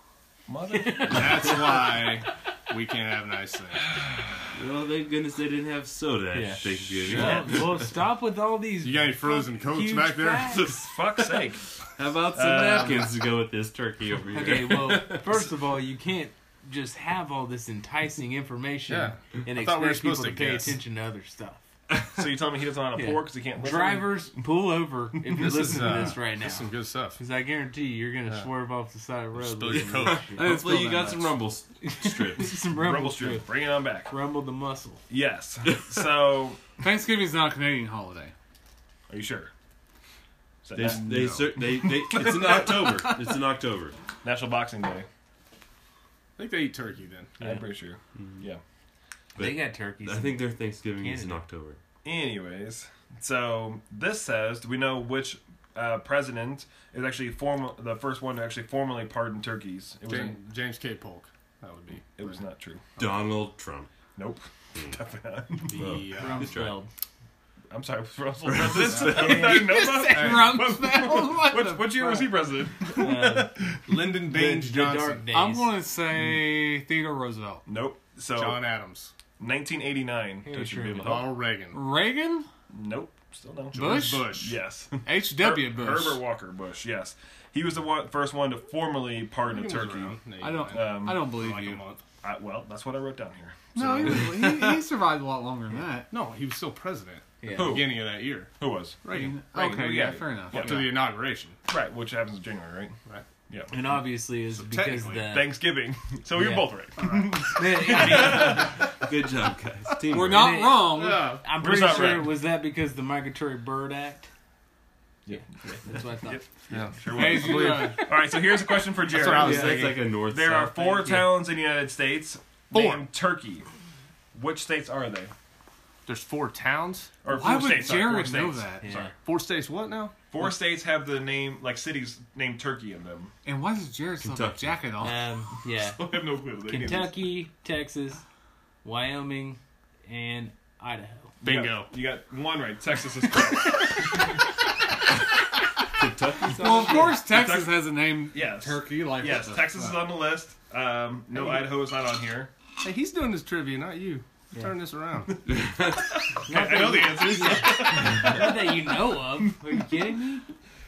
Speaker 1: Mother,
Speaker 5: That's why we can't have nice things.
Speaker 4: Well, thank goodness they didn't have soda at
Speaker 3: Yeah.
Speaker 4: Thanksgiving.
Speaker 3: well, well, stop with all these.
Speaker 5: You got any frozen coats
Speaker 3: huge
Speaker 5: back there?
Speaker 3: facts.
Speaker 1: fuck's sake!
Speaker 4: How about some
Speaker 1: Uh,
Speaker 4: napkins to go with this turkey over here?
Speaker 3: Okay, well, first of all, you can't just have all this enticing information
Speaker 5: Yeah.
Speaker 3: and
Speaker 5: I thought
Speaker 3: expect
Speaker 5: we were
Speaker 3: people
Speaker 5: supposed
Speaker 3: to
Speaker 5: to
Speaker 3: pay
Speaker 5: guess.
Speaker 3: attention to other stuff.
Speaker 1: So you tell me he doesn't want to
Speaker 3: Yeah.
Speaker 1: pour because he can't. listen?
Speaker 3: Drivers, pull over if you're
Speaker 5: This is,
Speaker 3: listening to
Speaker 5: uh,
Speaker 3: this right now.
Speaker 5: That's some good stuff.
Speaker 3: Because I guarantee you, you're going to swerve off the side of the road.
Speaker 5: Spill your
Speaker 3: listening to
Speaker 5: coke.
Speaker 3: this shit.
Speaker 4: Hopefully you got some rumble s- strips.
Speaker 3: some rumble,
Speaker 1: Rumble
Speaker 3: strip.
Speaker 1: Street, bring it on back.
Speaker 3: Rumble the muscle.
Speaker 1: Yes. So,
Speaker 2: Thanksgiving's not a Canadian holiday.
Speaker 1: are you sure? Is that
Speaker 4: They,
Speaker 1: na-
Speaker 4: they, cer- they, they, it's in October. It's in October.
Speaker 1: National Boxing Day.
Speaker 5: I think they eat turkey then.
Speaker 1: I'm pretty sure. Yeah.
Speaker 3: they got turkeys.
Speaker 4: I think their Thanksgiving is in
Speaker 3: Canada.
Speaker 4: October.
Speaker 1: Anyways, so this says, do we know which uh, president is actually form the first one to actually formally pardon turkeys? It was
Speaker 5: James, James K. Polk. That would be.
Speaker 1: it was not true.
Speaker 4: Donald Trump.
Speaker 1: Nope.
Speaker 5: Hmm.
Speaker 1: Definitely not.
Speaker 5: The, uh,
Speaker 4: That's right.
Speaker 3: Rumsfeld.
Speaker 1: I'm sorry, was Russell president. I didn't know about-
Speaker 2: Rumsfeld. What
Speaker 1: Which,
Speaker 2: the
Speaker 1: which year was he president?
Speaker 3: Uh,
Speaker 5: Lyndon Baines
Speaker 3: the
Speaker 5: Johnson.
Speaker 3: dark days.
Speaker 2: I'm going to say Theodore Roosevelt.
Speaker 1: Nope. So
Speaker 5: John Adams.
Speaker 1: 1989.
Speaker 3: Harry
Speaker 1: Don't you be
Speaker 3: Truman.
Speaker 1: able to help?
Speaker 5: Ronald Reagan.
Speaker 2: Reagan?
Speaker 1: Nope. Still no.
Speaker 2: Bush?
Speaker 5: Bush.
Speaker 1: Yes.
Speaker 2: H.W.
Speaker 1: Her-
Speaker 2: Bush.
Speaker 1: Herbert Walker Bush, yes. He was the one, first one to formally pardon a
Speaker 5: He was
Speaker 1: turkey.
Speaker 5: around in
Speaker 2: I don't.
Speaker 1: Um,
Speaker 2: I don't believe
Speaker 5: like a
Speaker 2: you.
Speaker 5: month.
Speaker 1: I, well, that's what I wrote down here.
Speaker 2: No, he, was- he, he survived a lot longer than that.
Speaker 5: No, Oh, he was still president
Speaker 10: Yeah.
Speaker 5: at the beginning of that year.
Speaker 1: Who was?
Speaker 2: Reagan.
Speaker 5: Reagan,
Speaker 2: okay,
Speaker 5: yeah.
Speaker 2: yeah, fair enough.
Speaker 5: Up to the inauguration.
Speaker 1: Right, which happens in January, right?
Speaker 5: Right.
Speaker 1: Yeah.
Speaker 3: And obviously, is because
Speaker 5: technically,
Speaker 3: the
Speaker 1: Thanksgiving. So we were
Speaker 10: Yeah.
Speaker 1: both right.
Speaker 4: Good job, guys.
Speaker 2: We're
Speaker 4: Teamwork.
Speaker 2: not
Speaker 3: Yeah.
Speaker 2: wrong.
Speaker 3: I'm
Speaker 1: Where's
Speaker 3: pretty
Speaker 1: that
Speaker 3: sure
Speaker 1: ranked?
Speaker 3: was that because the Migratory Bird Act.
Speaker 4: Yeah.
Speaker 3: that's what I thought.
Speaker 1: Sure
Speaker 2: Hey,
Speaker 1: was.
Speaker 2: did you, uh,
Speaker 1: All right, so here's a question for Jared.
Speaker 4: That's what I was
Speaker 1: Yeah.
Speaker 4: thinking. It's like a north.
Speaker 1: There are
Speaker 4: south thing.
Speaker 1: four towns in the United States
Speaker 5: Four.
Speaker 1: named Turkey. Which states are they?
Speaker 5: There's four towns.
Speaker 1: Or
Speaker 2: why
Speaker 1: four
Speaker 2: would
Speaker 1: states, sorry, four
Speaker 2: Jared know
Speaker 1: states.
Speaker 2: that?
Speaker 1: Sorry.
Speaker 5: Four states. What now?
Speaker 1: Four states have the name, like cities named Turkey in them.
Speaker 2: And why does Jared still have a
Speaker 4: Kentucky.
Speaker 2: jacket on?
Speaker 3: Um, yeah,
Speaker 1: I have no clue. They named it.
Speaker 3: Kentucky, Texas, Wyoming, and Idaho.
Speaker 1: You got-
Speaker 5: Bingo.
Speaker 1: You got one right. Texas is correct.
Speaker 2: Well, of course, Texas has a name.
Speaker 1: Yes.
Speaker 2: Turkey. Like
Speaker 1: yes,
Speaker 2: what the uh,
Speaker 1: Texas is on the list. Um, no, Idaho is not on here.
Speaker 5: Hey, he's doing this trivia, not you. Turn this around.
Speaker 1: I know the answers.
Speaker 3: Not that you know of. Are you kidding me?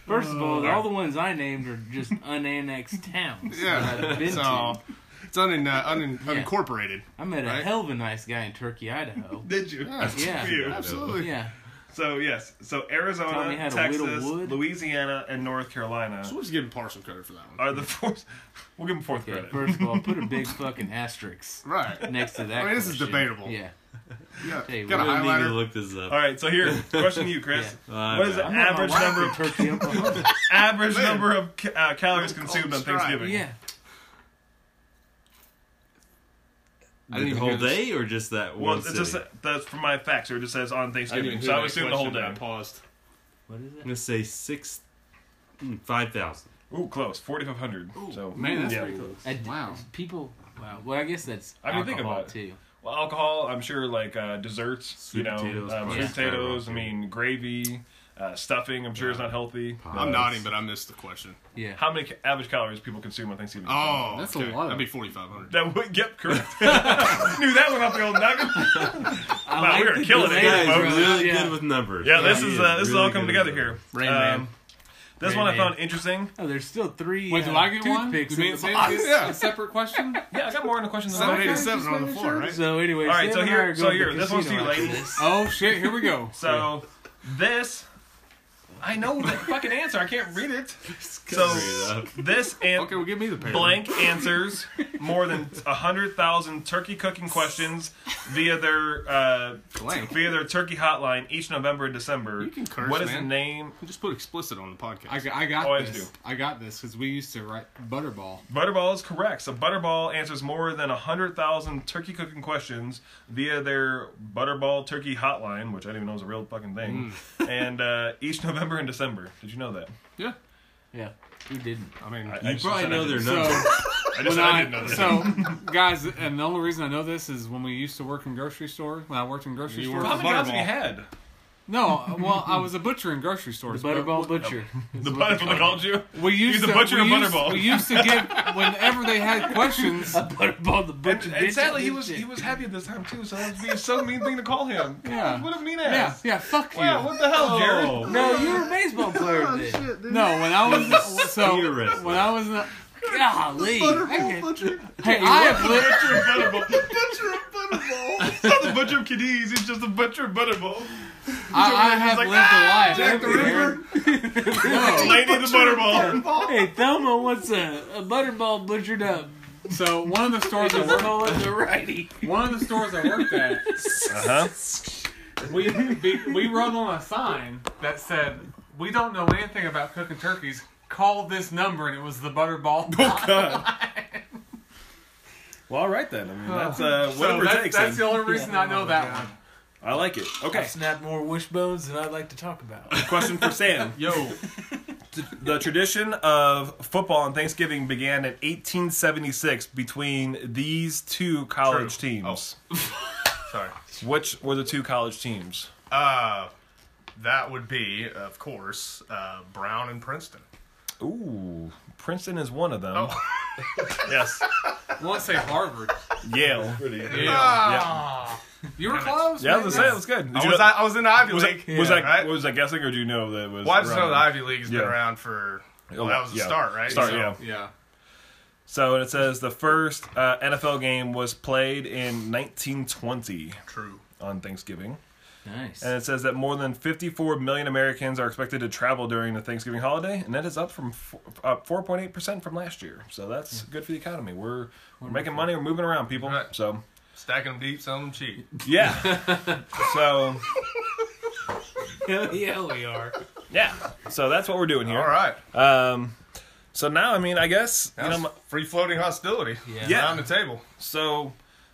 Speaker 3: First of
Speaker 1: Uh,
Speaker 3: all, all the ones I named are just unannexed towns. that
Speaker 5: yeah.
Speaker 3: I've been
Speaker 5: So
Speaker 3: to.
Speaker 5: it's unin, uh, unin, unincorporated.
Speaker 3: I met a
Speaker 5: Right.
Speaker 3: hell of a nice guy in Turkey, Idaho.
Speaker 1: Did you?
Speaker 3: Yeah.
Speaker 1: You.
Speaker 5: Absolutely.
Speaker 3: Yeah.
Speaker 1: So yes, so
Speaker 3: Taught me how
Speaker 1: Arizona,
Speaker 3: to whittle
Speaker 1: Texas,
Speaker 3: wood.
Speaker 1: Louisiana, and North Carolina
Speaker 5: So we'll just give him partial credit for that one.
Speaker 1: are the four. We'll give them fourth
Speaker 3: Okay,
Speaker 1: credit.
Speaker 3: first of all, put a big fucking asterisk
Speaker 5: Right.
Speaker 3: next to that.
Speaker 5: I mean, this is
Speaker 3: question.
Speaker 5: debatable.
Speaker 3: Yeah.
Speaker 5: Yeah.
Speaker 3: Hey,
Speaker 5: Got a
Speaker 4: I need to
Speaker 5: highlighter.
Speaker 4: look this up.
Speaker 1: All right, so here, question to you, Chris.
Speaker 4: Uh,
Speaker 1: What is the
Speaker 4: no.
Speaker 3: I met my
Speaker 1: average
Speaker 3: wife
Speaker 1: number
Speaker 3: in
Speaker 1: of
Speaker 3: Turkey, Oklahoma.
Speaker 1: average number of ca- uh, calories consumed on
Speaker 5: strike.
Speaker 1: Thanksgiving?
Speaker 3: yeah.
Speaker 4: The
Speaker 2: even
Speaker 4: whole
Speaker 2: hear this.
Speaker 4: day or just that
Speaker 1: Well,
Speaker 4: one
Speaker 1: it's
Speaker 4: city?
Speaker 1: just that's from my facts. Here it just says on Thanksgiving, so I would assume the whole day.
Speaker 5: paused.
Speaker 3: What is
Speaker 4: I'm
Speaker 3: it?
Speaker 4: gonna say six, mm, five thousand.
Speaker 1: Ooh, close, forty five hundred. So
Speaker 2: Man, that's
Speaker 1: yeah.
Speaker 2: pretty close.
Speaker 3: I d-
Speaker 2: Wow.
Speaker 3: People. Wow. Well, I guess that's
Speaker 1: I mean, think
Speaker 3: alcohol
Speaker 1: about it.
Speaker 3: too.
Speaker 1: Well, alcohol, I'm sure, like uh, desserts, you
Speaker 4: Sweet
Speaker 1: know,
Speaker 4: potatoes,
Speaker 1: um,
Speaker 4: probably.
Speaker 1: sweet
Speaker 3: Yeah.
Speaker 1: potatoes. I mean, gravy, uh, stuffing. I'm sure is not healthy.
Speaker 5: I'm nodding, but I missed the question.
Speaker 3: Yeah.
Speaker 1: How many ca- average calories people consume on Thanksgiving?
Speaker 5: Oh,
Speaker 2: That's a
Speaker 5: okay.
Speaker 2: lot of-
Speaker 5: That'd be 4,500.
Speaker 1: That would, yep, correct. Knew that one off the old nugget.
Speaker 3: I
Speaker 1: Wow, we
Speaker 3: like
Speaker 1: are
Speaker 3: the
Speaker 1: killing it,
Speaker 3: delay,
Speaker 4: Guys,
Speaker 1: folks.
Speaker 3: bro.
Speaker 4: really
Speaker 3: Yeah.
Speaker 4: good with numbers.
Speaker 1: Yeah, this
Speaker 4: He
Speaker 1: is uh, this is all
Speaker 4: really
Speaker 1: coming
Speaker 4: good with
Speaker 1: together here. Um,
Speaker 4: numbers.
Speaker 5: Rain Man.
Speaker 1: This
Speaker 3: Rain
Speaker 1: one I
Speaker 3: Man.
Speaker 1: found interesting.
Speaker 3: Oh, there's still three.
Speaker 2: Wait, do I get one?
Speaker 3: toothpicks
Speaker 2: Do me
Speaker 3: in
Speaker 2: and
Speaker 3: the
Speaker 2: Sam
Speaker 3: box.
Speaker 2: get
Speaker 5: Yeah.
Speaker 2: a separate question?
Speaker 1: Yeah, I got more on the question than
Speaker 5: Seven
Speaker 1: I
Speaker 5: eighty
Speaker 1: did.
Speaker 5: seven on the floor, right?
Speaker 3: So anyway,
Speaker 1: All right,
Speaker 3: Sam
Speaker 1: so
Speaker 3: and I
Speaker 1: here-
Speaker 3: are
Speaker 1: so
Speaker 3: going to
Speaker 1: here, this one's
Speaker 3: casino
Speaker 1: to you,
Speaker 3: after
Speaker 1: ladies.
Speaker 3: this.
Speaker 2: Oh shit! Here we go.
Speaker 1: So this, I know the fucking answer. I can't read it. So
Speaker 4: Straight up.
Speaker 1: this and
Speaker 5: Okay, well, give me the pair.
Speaker 1: blank answers more than hundred thousand turkey cooking questions via their uh,
Speaker 5: Blank.
Speaker 1: via their turkey hotline each November and December.
Speaker 5: You can curse,
Speaker 1: what is
Speaker 5: man.
Speaker 1: the name?
Speaker 5: Just put explicit on the podcast.
Speaker 2: I got, I got
Speaker 1: Always
Speaker 2: this.
Speaker 1: do.
Speaker 2: I got this because we used to write Butterball.
Speaker 1: Butterball is correct. So Butterball answers more than 100,000 turkey cooking questions via their Butterball Turkey Hotline, which I didn't even know was a real fucking thing. And uh, each November and December. Did you know that?
Speaker 5: yeah.
Speaker 3: Yeah, we didn't.
Speaker 5: I mean,
Speaker 1: I
Speaker 4: You
Speaker 1: just
Speaker 4: probably
Speaker 1: said I
Speaker 4: know their
Speaker 1: didn't.
Speaker 4: numbers.
Speaker 2: So.
Speaker 1: I just said
Speaker 2: When
Speaker 1: I
Speaker 2: I-
Speaker 1: didn't know that.
Speaker 2: so, guys, and the only reason I know this is when we used to work in grocery store. When I worked in grocery
Speaker 5: You
Speaker 2: store,
Speaker 1: How
Speaker 5: were-
Speaker 1: many jobs have you had?
Speaker 2: no, well, I was a butcher in grocery stores.
Speaker 3: The
Speaker 2: but
Speaker 3: Butterball Butcher.
Speaker 1: The butter what they called you?
Speaker 2: We used
Speaker 1: the
Speaker 2: to,
Speaker 1: butcher
Speaker 2: we
Speaker 1: of
Speaker 2: used,
Speaker 1: Butterball.
Speaker 2: We used to give whenever they had questions.
Speaker 3: Butterball the
Speaker 1: And,
Speaker 3: Butcher.
Speaker 1: and
Speaker 3: bitch,
Speaker 1: sadly, he
Speaker 3: bitch,
Speaker 1: was he
Speaker 3: bitch.
Speaker 1: was happy at this time too, so that would be so mean thing to call him.
Speaker 2: Yeah.
Speaker 1: What a mean
Speaker 2: Yeah,
Speaker 1: ass.
Speaker 2: yeah, fuck you.
Speaker 1: Wow, what the hell, Jared?
Speaker 4: Oh,
Speaker 3: No, you were a baseball player then.
Speaker 2: No, when I was so
Speaker 4: You're wrestling.
Speaker 2: when I was in the-
Speaker 3: Golly. Okay.
Speaker 2: hey, I have lived.
Speaker 1: Butcher of Butterball. The butcher of Butterball. It's not the butcher of Cadiz. He's just the butcher of Butterball.
Speaker 2: I, I have
Speaker 1: like,
Speaker 2: lived
Speaker 1: "Ah,
Speaker 2: a life. No.
Speaker 1: Lady the Butterball.
Speaker 3: Hey, Thelma wants a, a Butterball butchered up.
Speaker 2: So one of the stores I
Speaker 3: Just
Speaker 2: worked,
Speaker 3: call it the righty.
Speaker 2: one of the stores I worked at,
Speaker 1: Uh huh. Uh-huh.
Speaker 2: we be, we wrote on a sign that said, "We don't know anything about cooking turkeys. Call this number," and it was the Butterball.
Speaker 1: Well, all right then. I mean, that's uh,
Speaker 2: so
Speaker 1: whatever it
Speaker 2: that's,
Speaker 1: takes.
Speaker 2: that's
Speaker 1: then.
Speaker 2: the only reason I know that one.
Speaker 1: I like it. Okay.
Speaker 3: Snap more wishbones than I'd like to talk about.
Speaker 1: Question for Sam.
Speaker 2: Yo,
Speaker 1: The tradition of football on Thanksgiving began in 1876 between these two college
Speaker 5: Oh.
Speaker 1: teams.
Speaker 5: sorry.
Speaker 1: Which were the two college teams?
Speaker 5: Uh, that would be, of course, uh, Brown and Princeton.
Speaker 1: Ooh, Princeton is one of them.
Speaker 5: Oh.
Speaker 1: yes.
Speaker 2: I want to say Harvard.
Speaker 1: Yale.
Speaker 2: You were close.
Speaker 1: Yeah, I
Speaker 2: man.
Speaker 1: was gonna say, that was good. Did
Speaker 5: Uh, I
Speaker 1: you
Speaker 5: Oh, was,
Speaker 1: know-
Speaker 5: I, I was in the Ivy
Speaker 1: was,
Speaker 5: League.
Speaker 1: that, was, that,
Speaker 5: right?
Speaker 1: was that guessing, or do you know that it was?
Speaker 5: Well, I just know
Speaker 1: around-
Speaker 5: the Ivy League's been
Speaker 1: Yeah.
Speaker 5: around for.
Speaker 1: Oh,
Speaker 5: Well, that was the
Speaker 1: yeah.
Speaker 5: start, right?
Speaker 1: Start,
Speaker 5: So-
Speaker 1: yeah.
Speaker 2: Yeah.
Speaker 1: So it says the first uh, NFL game was played in 1920
Speaker 5: True.
Speaker 1: on Thanksgiving.
Speaker 3: Nice.
Speaker 1: And it says that more than 54 million Americans are expected to travel during the Thanksgiving holiday, and that is up from four- up 4.8 percent from last year. So that's good for the economy. We're we're making money. We're moving around, people.
Speaker 5: Right.
Speaker 1: So
Speaker 5: Stacking them deep, selling them cheap.
Speaker 1: yeah. so
Speaker 3: yeah, we are.
Speaker 1: yeah. So that's what we're doing
Speaker 5: All
Speaker 1: here.
Speaker 5: right.
Speaker 1: Um. So now, I mean, I guess you
Speaker 5: That's
Speaker 1: know. my-
Speaker 5: free floating hostility.
Speaker 3: Yeah.
Speaker 1: Yeah.
Speaker 5: Around the table.
Speaker 1: So,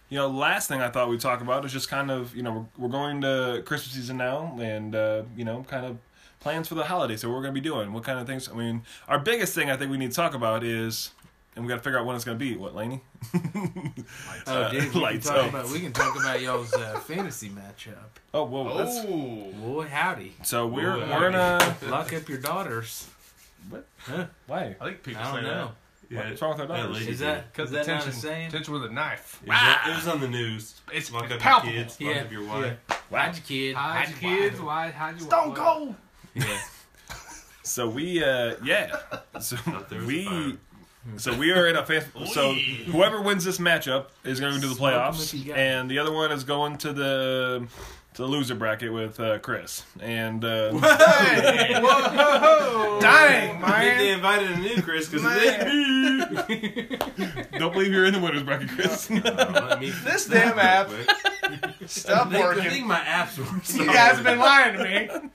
Speaker 1: you know, last thing I thought we'd talk about is just kind of, you know, we're, we're going to Christmas season now and, uh, you know, kind of plans for the holiday. So, what we're going to be doing, what kind of things. I mean, our biggest thing I think we need to talk about is, and we got to figure out when it's going to be. What, Laney?
Speaker 3: Oh, dude, we can
Speaker 1: Uh, lights
Speaker 3: talk
Speaker 1: out.
Speaker 3: about we can talk about y'all's uh, fantasy matchup.
Speaker 1: Oh, whoa. That's,
Speaker 5: Oh.
Speaker 3: Boy, howdy!
Speaker 1: so, we're,
Speaker 5: Whoa.
Speaker 1: we're going to.
Speaker 3: Lock up your daughters.
Speaker 1: Why?
Speaker 5: I think people
Speaker 3: I
Speaker 5: say
Speaker 3: don't know.
Speaker 1: What's wrong with our daughters?
Speaker 4: Really?
Speaker 3: Is that
Speaker 5: that.
Speaker 3: is that not
Speaker 5: tension,
Speaker 3: a saying?
Speaker 5: tension with a knife.
Speaker 4: It was, on- it was on the news.
Speaker 5: It's,
Speaker 4: Lock
Speaker 5: it's
Speaker 4: up
Speaker 5: palpable.
Speaker 4: your kids, lock
Speaker 3: Yeah,
Speaker 4: up your wife.
Speaker 3: Hide your kid.
Speaker 2: Hide
Speaker 3: hide
Speaker 2: your
Speaker 3: your
Speaker 2: kids.
Speaker 3: wife.
Speaker 2: Why hide your
Speaker 5: Stone
Speaker 2: wife?
Speaker 5: cold.
Speaker 3: Yeah.
Speaker 1: So, we, uh, yeah. So,
Speaker 4: there was a
Speaker 1: we.
Speaker 4: fire.
Speaker 1: So we are in a fan- so whoever wins this matchup is going to do the
Speaker 3: Smoke 'em
Speaker 1: playoffs,
Speaker 3: if you got 'em.
Speaker 1: and the other one is going to the to the loser bracket with uh, Chris. And uh,
Speaker 5: Dang,
Speaker 4: I think they
Speaker 5: man.
Speaker 4: invited a new Chris because
Speaker 1: Don't believe you're in the winners bracket, Chris.
Speaker 5: This damn app. Stop
Speaker 3: I think, I
Speaker 5: working.
Speaker 3: think my apps were.
Speaker 5: You guys have been lying to me.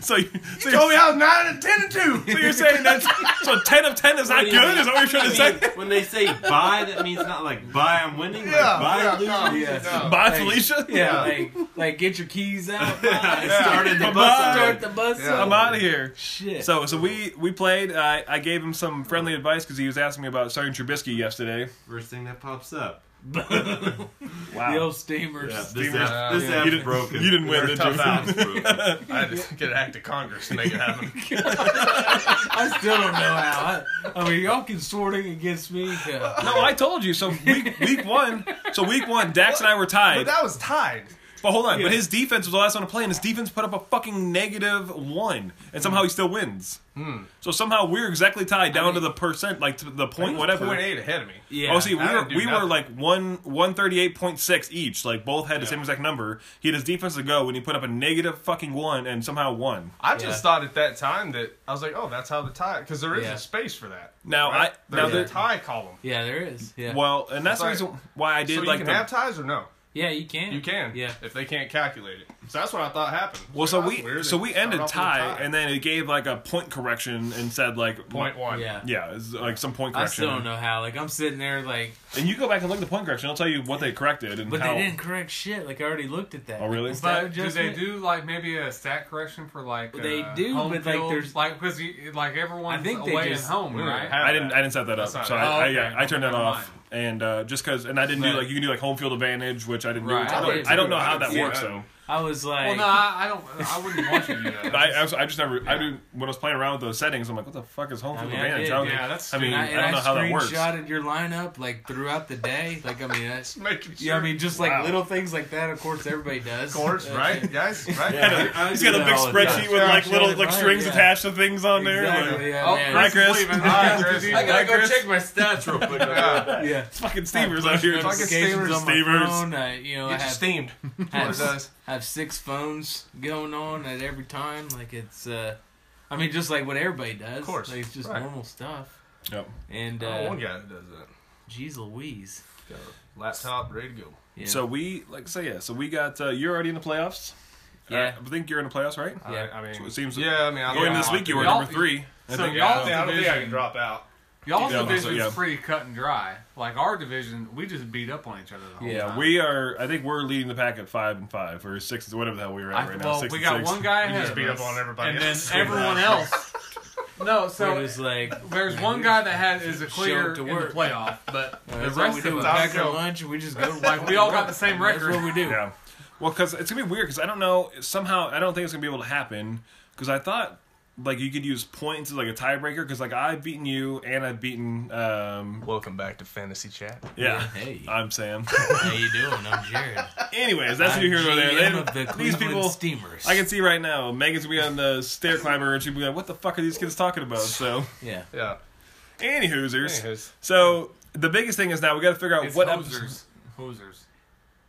Speaker 1: so, you, so,
Speaker 5: Told
Speaker 1: you're,
Speaker 5: me I was nine and ten and two.
Speaker 1: so you're saying that so ten of ten is not good? Is that what you're trying to say?
Speaker 4: when they say buy, that means not like buy I'm winning, like
Speaker 5: Yeah,
Speaker 4: buy
Speaker 5: yeah,
Speaker 4: I'm losing.
Speaker 5: no,
Speaker 3: Yeah.
Speaker 5: no.
Speaker 1: Bye, Felicia.
Speaker 3: Yeah, like like get your keys out.
Speaker 4: I started the bus.
Speaker 1: Bye.
Speaker 3: Start the bus.
Speaker 5: Yeah.
Speaker 1: I'm
Speaker 3: up.
Speaker 1: out of here.
Speaker 3: Shit.
Speaker 1: So, so we we played. I I gave him some friendly advice because he was asking me about starting Trubisky yesterday.
Speaker 4: First thing that pops up.
Speaker 3: the old steamers.
Speaker 4: Yeah, this
Speaker 1: Steamer.
Speaker 4: app, this
Speaker 5: Yeah.
Speaker 4: app's
Speaker 1: You didn't-
Speaker 4: broken.
Speaker 1: you didn't win,
Speaker 4: Your
Speaker 1: did
Speaker 4: tough
Speaker 1: you?
Speaker 4: app's broken.
Speaker 5: I had to get an act of Congress to make it happen.
Speaker 3: I still don't know how. I, I mean, y'all consorting against me. Yeah.
Speaker 1: No, I told you. So week week one. So week one, Dax and I were tied.
Speaker 5: But that was tied.
Speaker 1: But hold on, but his defense was the last one to play, and his defense put up a fucking negative one, and somehow he still wins.
Speaker 5: Hmm.
Speaker 1: So somehow we're exactly tied down to the percent, like to the point, whatever.
Speaker 5: Point eight ahead of me.
Speaker 3: Yeah.
Speaker 1: Oh, see, we
Speaker 5: I
Speaker 1: were
Speaker 5: didn't do
Speaker 1: we were
Speaker 5: nothing.
Speaker 1: like one one thirty eight point six each. Like both had the same exact number. He had his defense to go, and he put up a negative fucking one, and somehow won.
Speaker 5: I just
Speaker 3: Yeah.
Speaker 5: thought at that time that I was like, oh, that's how the tie, because there is
Speaker 3: Yeah.
Speaker 5: a space for that.
Speaker 1: Now
Speaker 5: right?
Speaker 1: I now
Speaker 5: there's a
Speaker 1: there,
Speaker 5: tie column.
Speaker 3: yeah, there is. Yeah.
Speaker 1: well, and that's the
Speaker 5: It's like-
Speaker 1: reason why I did
Speaker 5: so you
Speaker 1: like
Speaker 5: can
Speaker 1: the-
Speaker 5: have ties or no?
Speaker 3: Yeah, you can.
Speaker 5: You can.
Speaker 3: Yeah.
Speaker 5: If they can't calculate it, so that's what I thought happened. I was
Speaker 1: well, so
Speaker 5: like, "Oh, that's
Speaker 1: we
Speaker 5: weird.
Speaker 1: so
Speaker 5: They
Speaker 1: we
Speaker 5: start
Speaker 1: ended
Speaker 5: off with a
Speaker 1: tie, and then it gave like a point correction and said like
Speaker 5: point one.
Speaker 3: Yeah.
Speaker 1: Yeah, it's like some point
Speaker 3: I
Speaker 1: correction.
Speaker 3: still don't know how. Like I'm sitting there, like,
Speaker 1: And you go back and look at the point correction. I'll tell you what they corrected and
Speaker 3: but
Speaker 1: how.
Speaker 3: they didn't correct shit. Like I already looked at that.
Speaker 1: Oh, really?
Speaker 3: Is that
Speaker 2: But do they
Speaker 3: adjustment?
Speaker 2: do like maybe a stat correction for like
Speaker 3: Well, they
Speaker 2: uh,
Speaker 3: do,
Speaker 2: home
Speaker 3: but, like,
Speaker 2: field?
Speaker 3: there's-
Speaker 2: like because like everyone's
Speaker 3: I think they
Speaker 2: away
Speaker 3: just-
Speaker 2: and home,
Speaker 5: We don't
Speaker 2: right?
Speaker 5: have
Speaker 1: I didn't.
Speaker 5: that.
Speaker 1: I didn't set that up.
Speaker 5: That's not
Speaker 1: So
Speaker 5: it.
Speaker 1: I,
Speaker 2: Oh,
Speaker 1: I,
Speaker 2: okay.
Speaker 1: yeah, I turned that
Speaker 2: Never
Speaker 1: off. And uh, just because, and I didn't do
Speaker 3: Right.
Speaker 1: like you can do like home field advantage, which I didn't
Speaker 2: Right.
Speaker 1: do. I
Speaker 5: I
Speaker 1: don't,
Speaker 5: didn't
Speaker 1: I don't
Speaker 5: do
Speaker 1: know
Speaker 5: it.
Speaker 1: how
Speaker 5: I
Speaker 1: that
Speaker 5: didn't
Speaker 1: works
Speaker 5: see it.
Speaker 1: though.
Speaker 3: I was like,
Speaker 2: Well, no, I, I don't. I wouldn't want you to do that.
Speaker 1: But I, I, was- I just never. I did when I was playing around with those settings. I'm like, what the fuck is home
Speaker 3: I
Speaker 1: field
Speaker 3: mean, I
Speaker 1: advantage?
Speaker 3: did,
Speaker 1: I, don't-
Speaker 2: yeah, that's
Speaker 1: I mean,
Speaker 3: and I,
Speaker 1: I,
Speaker 3: and
Speaker 1: don't know how that works.
Speaker 3: screenshotted your lineup like throughout the day. Like I mean, that's
Speaker 5: Making sure.
Speaker 3: yeah, I mean, just like
Speaker 5: Wow.
Speaker 3: little things like that. Of course, everybody does. Uh,
Speaker 5: Of course, right, guys, right?
Speaker 1: He's got a big spreadsheet with
Speaker 3: Yeah,
Speaker 1: like
Speaker 3: I'm
Speaker 1: little
Speaker 3: sure
Speaker 1: like
Speaker 3: they
Speaker 1: strings
Speaker 3: are, yeah.
Speaker 1: attached to things on there.
Speaker 3: Exactly.
Speaker 1: like,
Speaker 3: Yeah,
Speaker 2: Oh,
Speaker 3: man.
Speaker 1: Hi, Chris.
Speaker 2: leaving.
Speaker 5: Hi, Chris.
Speaker 2: Chris's
Speaker 5: I
Speaker 2: leaving.
Speaker 4: go check my stats real quick.
Speaker 5: Yeah.
Speaker 3: Yeah.
Speaker 1: It's fucking Stevers out here.
Speaker 3: Notifications
Speaker 5: Stevers.
Speaker 3: on my
Speaker 1: Stevers.
Speaker 3: phone. I, you know, I
Speaker 5: Get you
Speaker 3: have,
Speaker 5: steamed.
Speaker 3: I have,
Speaker 5: That's what it does.
Speaker 3: I have six phones going on at every time. Like it's, uh, I mean, just like what everybody does. Of
Speaker 5: course.
Speaker 3: like, it's just
Speaker 5: Right.
Speaker 3: normal stuff.
Speaker 1: Yep.
Speaker 3: And
Speaker 5: Oh,
Speaker 3: uh,
Speaker 5: one guy that does that.
Speaker 3: geez, Louise.
Speaker 5: Got a laptop ready to go.
Speaker 3: Yeah.
Speaker 1: So we like so yeah. So we got uh, you're already in the playoffs.
Speaker 3: yeah,
Speaker 1: Uh, I think you're in the playoffs, right?
Speaker 5: I-
Speaker 3: Yeah.
Speaker 5: I mean,
Speaker 1: So it seems-
Speaker 5: Yeah, I mean,
Speaker 1: Going
Speaker 5: I think
Speaker 1: into this
Speaker 5: I
Speaker 1: week, you were
Speaker 5: like
Speaker 2: Y'all-
Speaker 1: number three. I
Speaker 2: so
Speaker 1: think.
Speaker 5: it. I
Speaker 2: y'all-
Speaker 5: don't think- I don't think I
Speaker 2: Division.
Speaker 5: can drop out.
Speaker 2: Y'all's
Speaker 1: Yeah,
Speaker 2: division's
Speaker 1: yeah.
Speaker 2: pretty cut and dry. Like our division, we just beat up on each other the whole
Speaker 3: Yeah,
Speaker 2: time.
Speaker 1: We are. I think we're leading the pack at five and five or six, whatever the hell we were at
Speaker 2: I,
Speaker 1: right now.
Speaker 2: well,
Speaker 1: six
Speaker 2: we
Speaker 1: and
Speaker 2: got
Speaker 1: six.
Speaker 2: one guy
Speaker 5: You
Speaker 2: ahead
Speaker 5: just
Speaker 2: of
Speaker 5: beat up
Speaker 2: us,
Speaker 5: on everybody
Speaker 2: and then
Speaker 5: else.
Speaker 2: everyone else. No,
Speaker 3: so
Speaker 2: so
Speaker 3: it was like
Speaker 2: there's one guy that has is a
Speaker 3: Show
Speaker 2: clear
Speaker 3: up to
Speaker 2: in the
Speaker 3: work.
Speaker 2: playoff, but the
Speaker 3: that's all we
Speaker 2: rest
Speaker 3: do.
Speaker 2: of
Speaker 3: We
Speaker 2: us,
Speaker 3: pack our
Speaker 5: go.
Speaker 3: lunch. and We just go.
Speaker 2: like we all got the same record.
Speaker 3: That's what we do.
Speaker 1: Yeah. Well, because it's gonna be weird. Because I don't know. Somehow, I don't think it's gonna be able to happen. Because I thought like you could use points as like a tiebreaker. Because like I've beaten you and I've beaten. um
Speaker 5: Welcome back to Fantasy Chat.
Speaker 1: Yeah.
Speaker 3: Hey,
Speaker 1: I'm Sam.
Speaker 3: how you doing? I'm Jared.
Speaker 1: Anyways, that's what
Speaker 3: I'm
Speaker 1: you hear over there.
Speaker 3: GM
Speaker 1: They-
Speaker 3: of the
Speaker 1: these
Speaker 3: Cleveland
Speaker 1: people,
Speaker 3: Steamers.
Speaker 1: I can see right now. Megan's gonna be on the stair climber, and she'll be like, "What the fuck are these kids talking about?" So,
Speaker 3: yeah.
Speaker 5: Yeah.
Speaker 1: any hoosers.
Speaker 5: Anyways.
Speaker 1: So the biggest thing is now we got to figure out
Speaker 2: It's
Speaker 1: what
Speaker 2: hosers.
Speaker 1: episode.
Speaker 2: Hosers.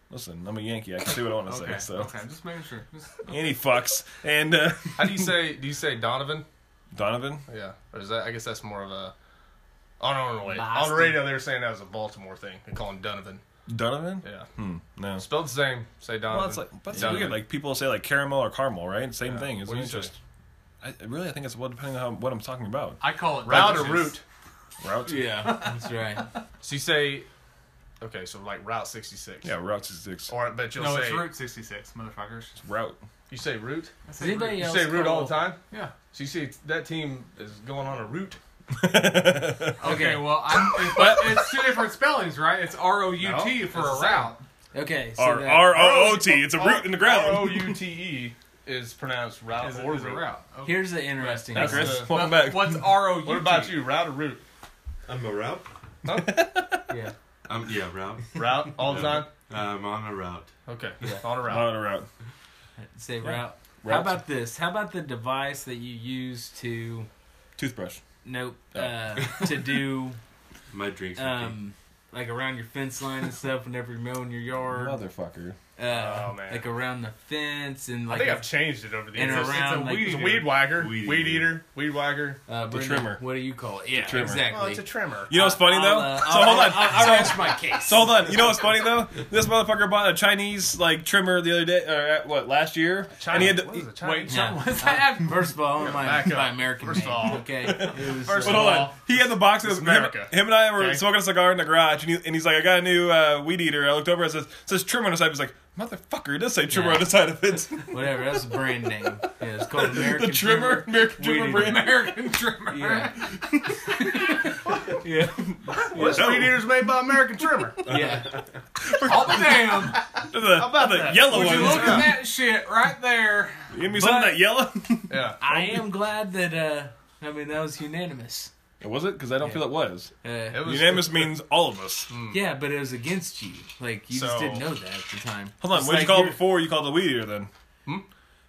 Speaker 1: Listen, I'm a Yankee. I can say what I want to
Speaker 2: Okay.
Speaker 1: say. So
Speaker 2: Okay. Just making sure. Just,
Speaker 1: any fucks and uh,
Speaker 5: How do you say? Do you say Donovan?
Speaker 1: Donovan.
Speaker 5: Yeah, or is that? I guess that's more of a. Oh no, no, wait. On
Speaker 3: Boston.
Speaker 5: radio, they were saying that was a Baltimore thing. They call him Donovan.
Speaker 1: Donovan?
Speaker 5: Yeah,
Speaker 1: Hmm. No.
Speaker 5: spelled the same. Say Donovan.
Speaker 1: Well, it's like but it's
Speaker 5: Donovan.
Speaker 1: weird. Like people say like caramel or caramel, right? Same
Speaker 5: Yeah.
Speaker 1: thing. It's
Speaker 5: What do you
Speaker 1: just.
Speaker 5: say?
Speaker 1: I, really, I think it's well depending on how, what I'm talking about.
Speaker 2: I call it
Speaker 5: route or
Speaker 2: roaches.
Speaker 5: route.
Speaker 1: Route.
Speaker 3: Yeah.
Speaker 11: That's right.
Speaker 5: So you say. Okay, so like Route 66.
Speaker 1: Yeah, route six.
Speaker 5: Or but you'll
Speaker 2: No,
Speaker 5: say
Speaker 2: it's Route 66, motherfuckers.
Speaker 1: Route.
Speaker 5: you say route.
Speaker 2: I
Speaker 3: Does
Speaker 2: say
Speaker 3: anybody
Speaker 2: route.
Speaker 5: You
Speaker 3: else
Speaker 5: say route all the time.
Speaker 2: Yeah.
Speaker 5: So you see that team is going on a route.
Speaker 2: Okay, well, I'm, it's, but it's two different spellings, right? It's R O U T
Speaker 5: No,
Speaker 2: for
Speaker 5: it's the
Speaker 2: a
Speaker 5: same.
Speaker 2: route.
Speaker 3: Okay. So
Speaker 1: R
Speaker 3: that-
Speaker 1: R
Speaker 3: Oh,
Speaker 1: O O T. It's a root in the
Speaker 5: R O
Speaker 1: ground.
Speaker 5: U T E is pronounced route
Speaker 2: Is,
Speaker 5: or
Speaker 2: is a
Speaker 5: route.
Speaker 2: route. Okay.
Speaker 3: here's the interesting.
Speaker 5: That's
Speaker 3: one.
Speaker 5: the-
Speaker 1: Welcome
Speaker 2: But
Speaker 1: back.
Speaker 2: What's R O U T? E.
Speaker 5: What about you? Route or route?
Speaker 4: I'm a route.
Speaker 3: Yeah.
Speaker 4: I'm yeah route. Um,
Speaker 5: Route all the time.
Speaker 4: I'm on a route.
Speaker 5: Okay, on a route.
Speaker 1: Not a route.
Speaker 3: Say route. How
Speaker 1: Route.
Speaker 3: about this? How about the device that you use to
Speaker 1: Toothbrush.
Speaker 3: nope uh, to do
Speaker 4: My drinks. Um,
Speaker 3: um, like around your fence line and stuff whenever you're mowing your yard,
Speaker 1: Motherfucker.
Speaker 3: uh,
Speaker 5: Oh, man.
Speaker 3: like around the fence and
Speaker 5: I
Speaker 3: like
Speaker 5: think I've changed it over the
Speaker 3: and
Speaker 5: years. It's-
Speaker 3: around like
Speaker 5: It's a weed whacker,
Speaker 4: Weed
Speaker 5: weed,
Speaker 4: eater.
Speaker 5: eater, weed whacker.
Speaker 3: uh, Brendan,
Speaker 1: trimmer.
Speaker 3: What do you call it? Yeah,
Speaker 1: trimmer.
Speaker 3: exactly.
Speaker 5: Well, it's a trimmer.
Speaker 1: You know what's funny though?
Speaker 3: I'll, uh,
Speaker 1: so
Speaker 3: I'll-
Speaker 1: hold on.
Speaker 3: I'll, I'll rest my case.
Speaker 1: So hold on. You know what's funny though? This motherfucker bought a Chinese like trimmer the other day, or at, what last year? and he had
Speaker 5: What is
Speaker 1: to,
Speaker 5: it, China?
Speaker 2: Wait,
Speaker 3: Yeah.
Speaker 2: so what's that?
Speaker 3: First of all, my,
Speaker 5: back up.
Speaker 3: my American
Speaker 5: First of
Speaker 3: name,
Speaker 5: all.
Speaker 3: okay. It was,
Speaker 5: First
Speaker 3: uh,
Speaker 1: But hold on. He had the box. Of,
Speaker 5: It's
Speaker 1: him,
Speaker 5: America.
Speaker 1: him and I were
Speaker 5: Okay.
Speaker 1: smoking a cigar in the garage, and, he, and he's like, "I got a new uh, weed eater." I looked over. It says, "says trimmer on the side." He's like, "Motherfucker, it does say trimmer
Speaker 3: Yeah.
Speaker 1: on the side of it."
Speaker 3: whatever. That's a brand name. Yeah, it's called American
Speaker 1: the trimmer, American trimmer
Speaker 3: Weed
Speaker 1: brand.
Speaker 2: American trimmer.
Speaker 3: Yeah.
Speaker 5: This weed eater's made by American Trimmer.
Speaker 3: Yeah,
Speaker 2: Oh, damn.
Speaker 1: The, the yellow
Speaker 2: Would
Speaker 1: one.
Speaker 2: you look at that shit right there?
Speaker 1: Give me something
Speaker 3: But-
Speaker 1: that yellow.
Speaker 5: yeah.
Speaker 3: I am glad that. uh I mean, that was unanimous.
Speaker 1: was it? Because I don't feel it was.
Speaker 3: Uh,
Speaker 5: It was,
Speaker 1: Unanimous means all of us.
Speaker 5: Mm.
Speaker 3: Yeah, but it was against you. Like you
Speaker 5: So-
Speaker 3: just didn't know that at the time.
Speaker 1: Hold on, what'd
Speaker 3: It's like
Speaker 1: you call it
Speaker 3: you're-
Speaker 1: before you called the weed eater then?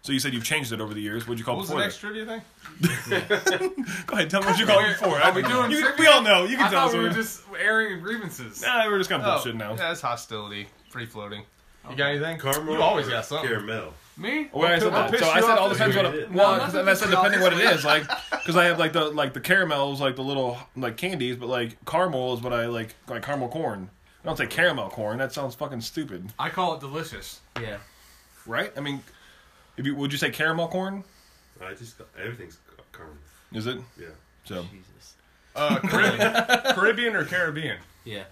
Speaker 1: So you said you've changed it over the years. What'd you call
Speaker 5: Hmm? what was
Speaker 1: it
Speaker 5: the
Speaker 1: before?
Speaker 5: next trivia thing?
Speaker 1: that? Go ahead, tell me what you called it
Speaker 2: Wait,
Speaker 1: before.
Speaker 2: are
Speaker 1: I
Speaker 2: we
Speaker 1: don't-
Speaker 2: doing
Speaker 1: you-
Speaker 2: trivia?
Speaker 1: we all know. You can
Speaker 2: I
Speaker 1: tell
Speaker 2: thought
Speaker 1: us.
Speaker 2: we
Speaker 1: what
Speaker 2: were
Speaker 1: we-
Speaker 2: just airing grievances.
Speaker 1: Nah, we were just kind of bullshitting now.
Speaker 5: Oh, Yeah, that's hostility, free floating. You got anything?
Speaker 4: Caramel.
Speaker 5: You always got
Speaker 4: or
Speaker 5: something.
Speaker 4: Caramel.
Speaker 2: Me?
Speaker 1: Well, I said
Speaker 5: I'll
Speaker 1: that.
Speaker 5: piss
Speaker 1: So I
Speaker 5: you
Speaker 1: said
Speaker 5: off
Speaker 1: all
Speaker 5: if
Speaker 1: depends
Speaker 4: you
Speaker 1: what.
Speaker 4: eat it.
Speaker 1: well,
Speaker 2: No, I'm not
Speaker 1: I said
Speaker 2: pissing you off.
Speaker 1: depending what it is, like because I have like the like the caramels, like the little like candies, but like caramel is what I like, like caramel corn. I don't say caramel corn. That sounds fucking stupid,
Speaker 2: I call it delicious.
Speaker 3: Yeah.
Speaker 1: right? I mean, if you would you say caramel corn?
Speaker 4: I just got, everything's ca- caramel.
Speaker 1: Is it
Speaker 4: Yeah.
Speaker 1: so
Speaker 3: Jesus.
Speaker 5: Uh, Caribbean, Caribbean or Caribbean?
Speaker 3: Yeah.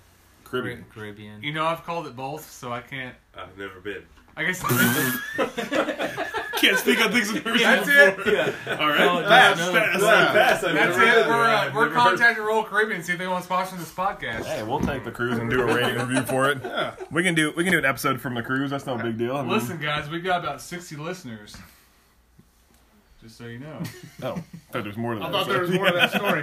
Speaker 1: Caribbean?
Speaker 3: Caribbean.
Speaker 2: You know, I've called it both, so I can't.
Speaker 4: I've never been.
Speaker 2: I guess
Speaker 1: Can't speak on things. I've never seen
Speaker 2: that's it.
Speaker 1: All
Speaker 3: Oh,
Speaker 1: right,
Speaker 3: no,
Speaker 1: Pass,
Speaker 3: no.
Speaker 1: pass.
Speaker 4: That's it.
Speaker 2: That's it. We're, uh, we're contacting Royal Caribbean see if they want to sponsor this podcast.
Speaker 1: Hey, we'll take the cruise and do a rating review for it. We can do we can do an episode from the cruise. That's no big deal. I mean,
Speaker 2: Listen, guys, we've got about 60 listeners. Just so you know.
Speaker 1: oh, I thought there's more to that. Uh-huh.
Speaker 5: I thought there was more to that story.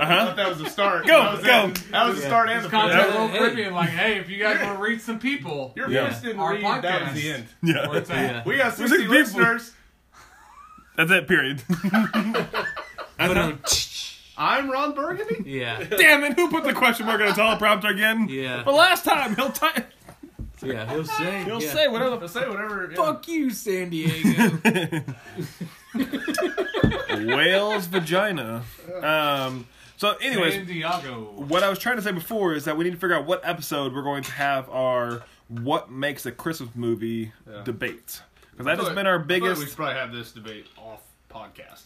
Speaker 5: I thought that was the start.
Speaker 1: Go,
Speaker 5: that was
Speaker 1: go.
Speaker 5: It. That was the start and the
Speaker 2: Contact
Speaker 3: Yeah.
Speaker 2: Royal
Speaker 3: Hey.
Speaker 2: Caribbean, like, hey, if you guys want to reach some people,
Speaker 5: Your
Speaker 1: Yeah.
Speaker 5: voice didn't
Speaker 2: Our
Speaker 5: read. That was the
Speaker 2: podcast.
Speaker 5: end.
Speaker 2: where
Speaker 1: yeah,
Speaker 2: it's at.
Speaker 5: We got
Speaker 1: Six
Speaker 5: 60
Speaker 1: people.
Speaker 5: listeners.
Speaker 1: that's it. Period.
Speaker 5: I'm Ron Burgundy.
Speaker 3: Yeah.
Speaker 1: Damn it! Who put the question mark on a teleprompter again?
Speaker 3: Yeah.
Speaker 1: The last time he'll t-
Speaker 3: Yeah. He'll say.
Speaker 1: he'll
Speaker 3: yeah.
Speaker 1: say whatever.
Speaker 5: I'll say whatever. yeah.
Speaker 3: Fuck you, San Diego.
Speaker 1: The whale's vagina. Um. So, anyways,
Speaker 2: San Diego.
Speaker 1: what I was trying to say before is that we need to figure out what episode we're going to have our what makes a Christmas movie debate because that has
Speaker 5: thought-
Speaker 1: been our
Speaker 5: I thought
Speaker 1: biggest.
Speaker 5: We should probably have this debate off podcast.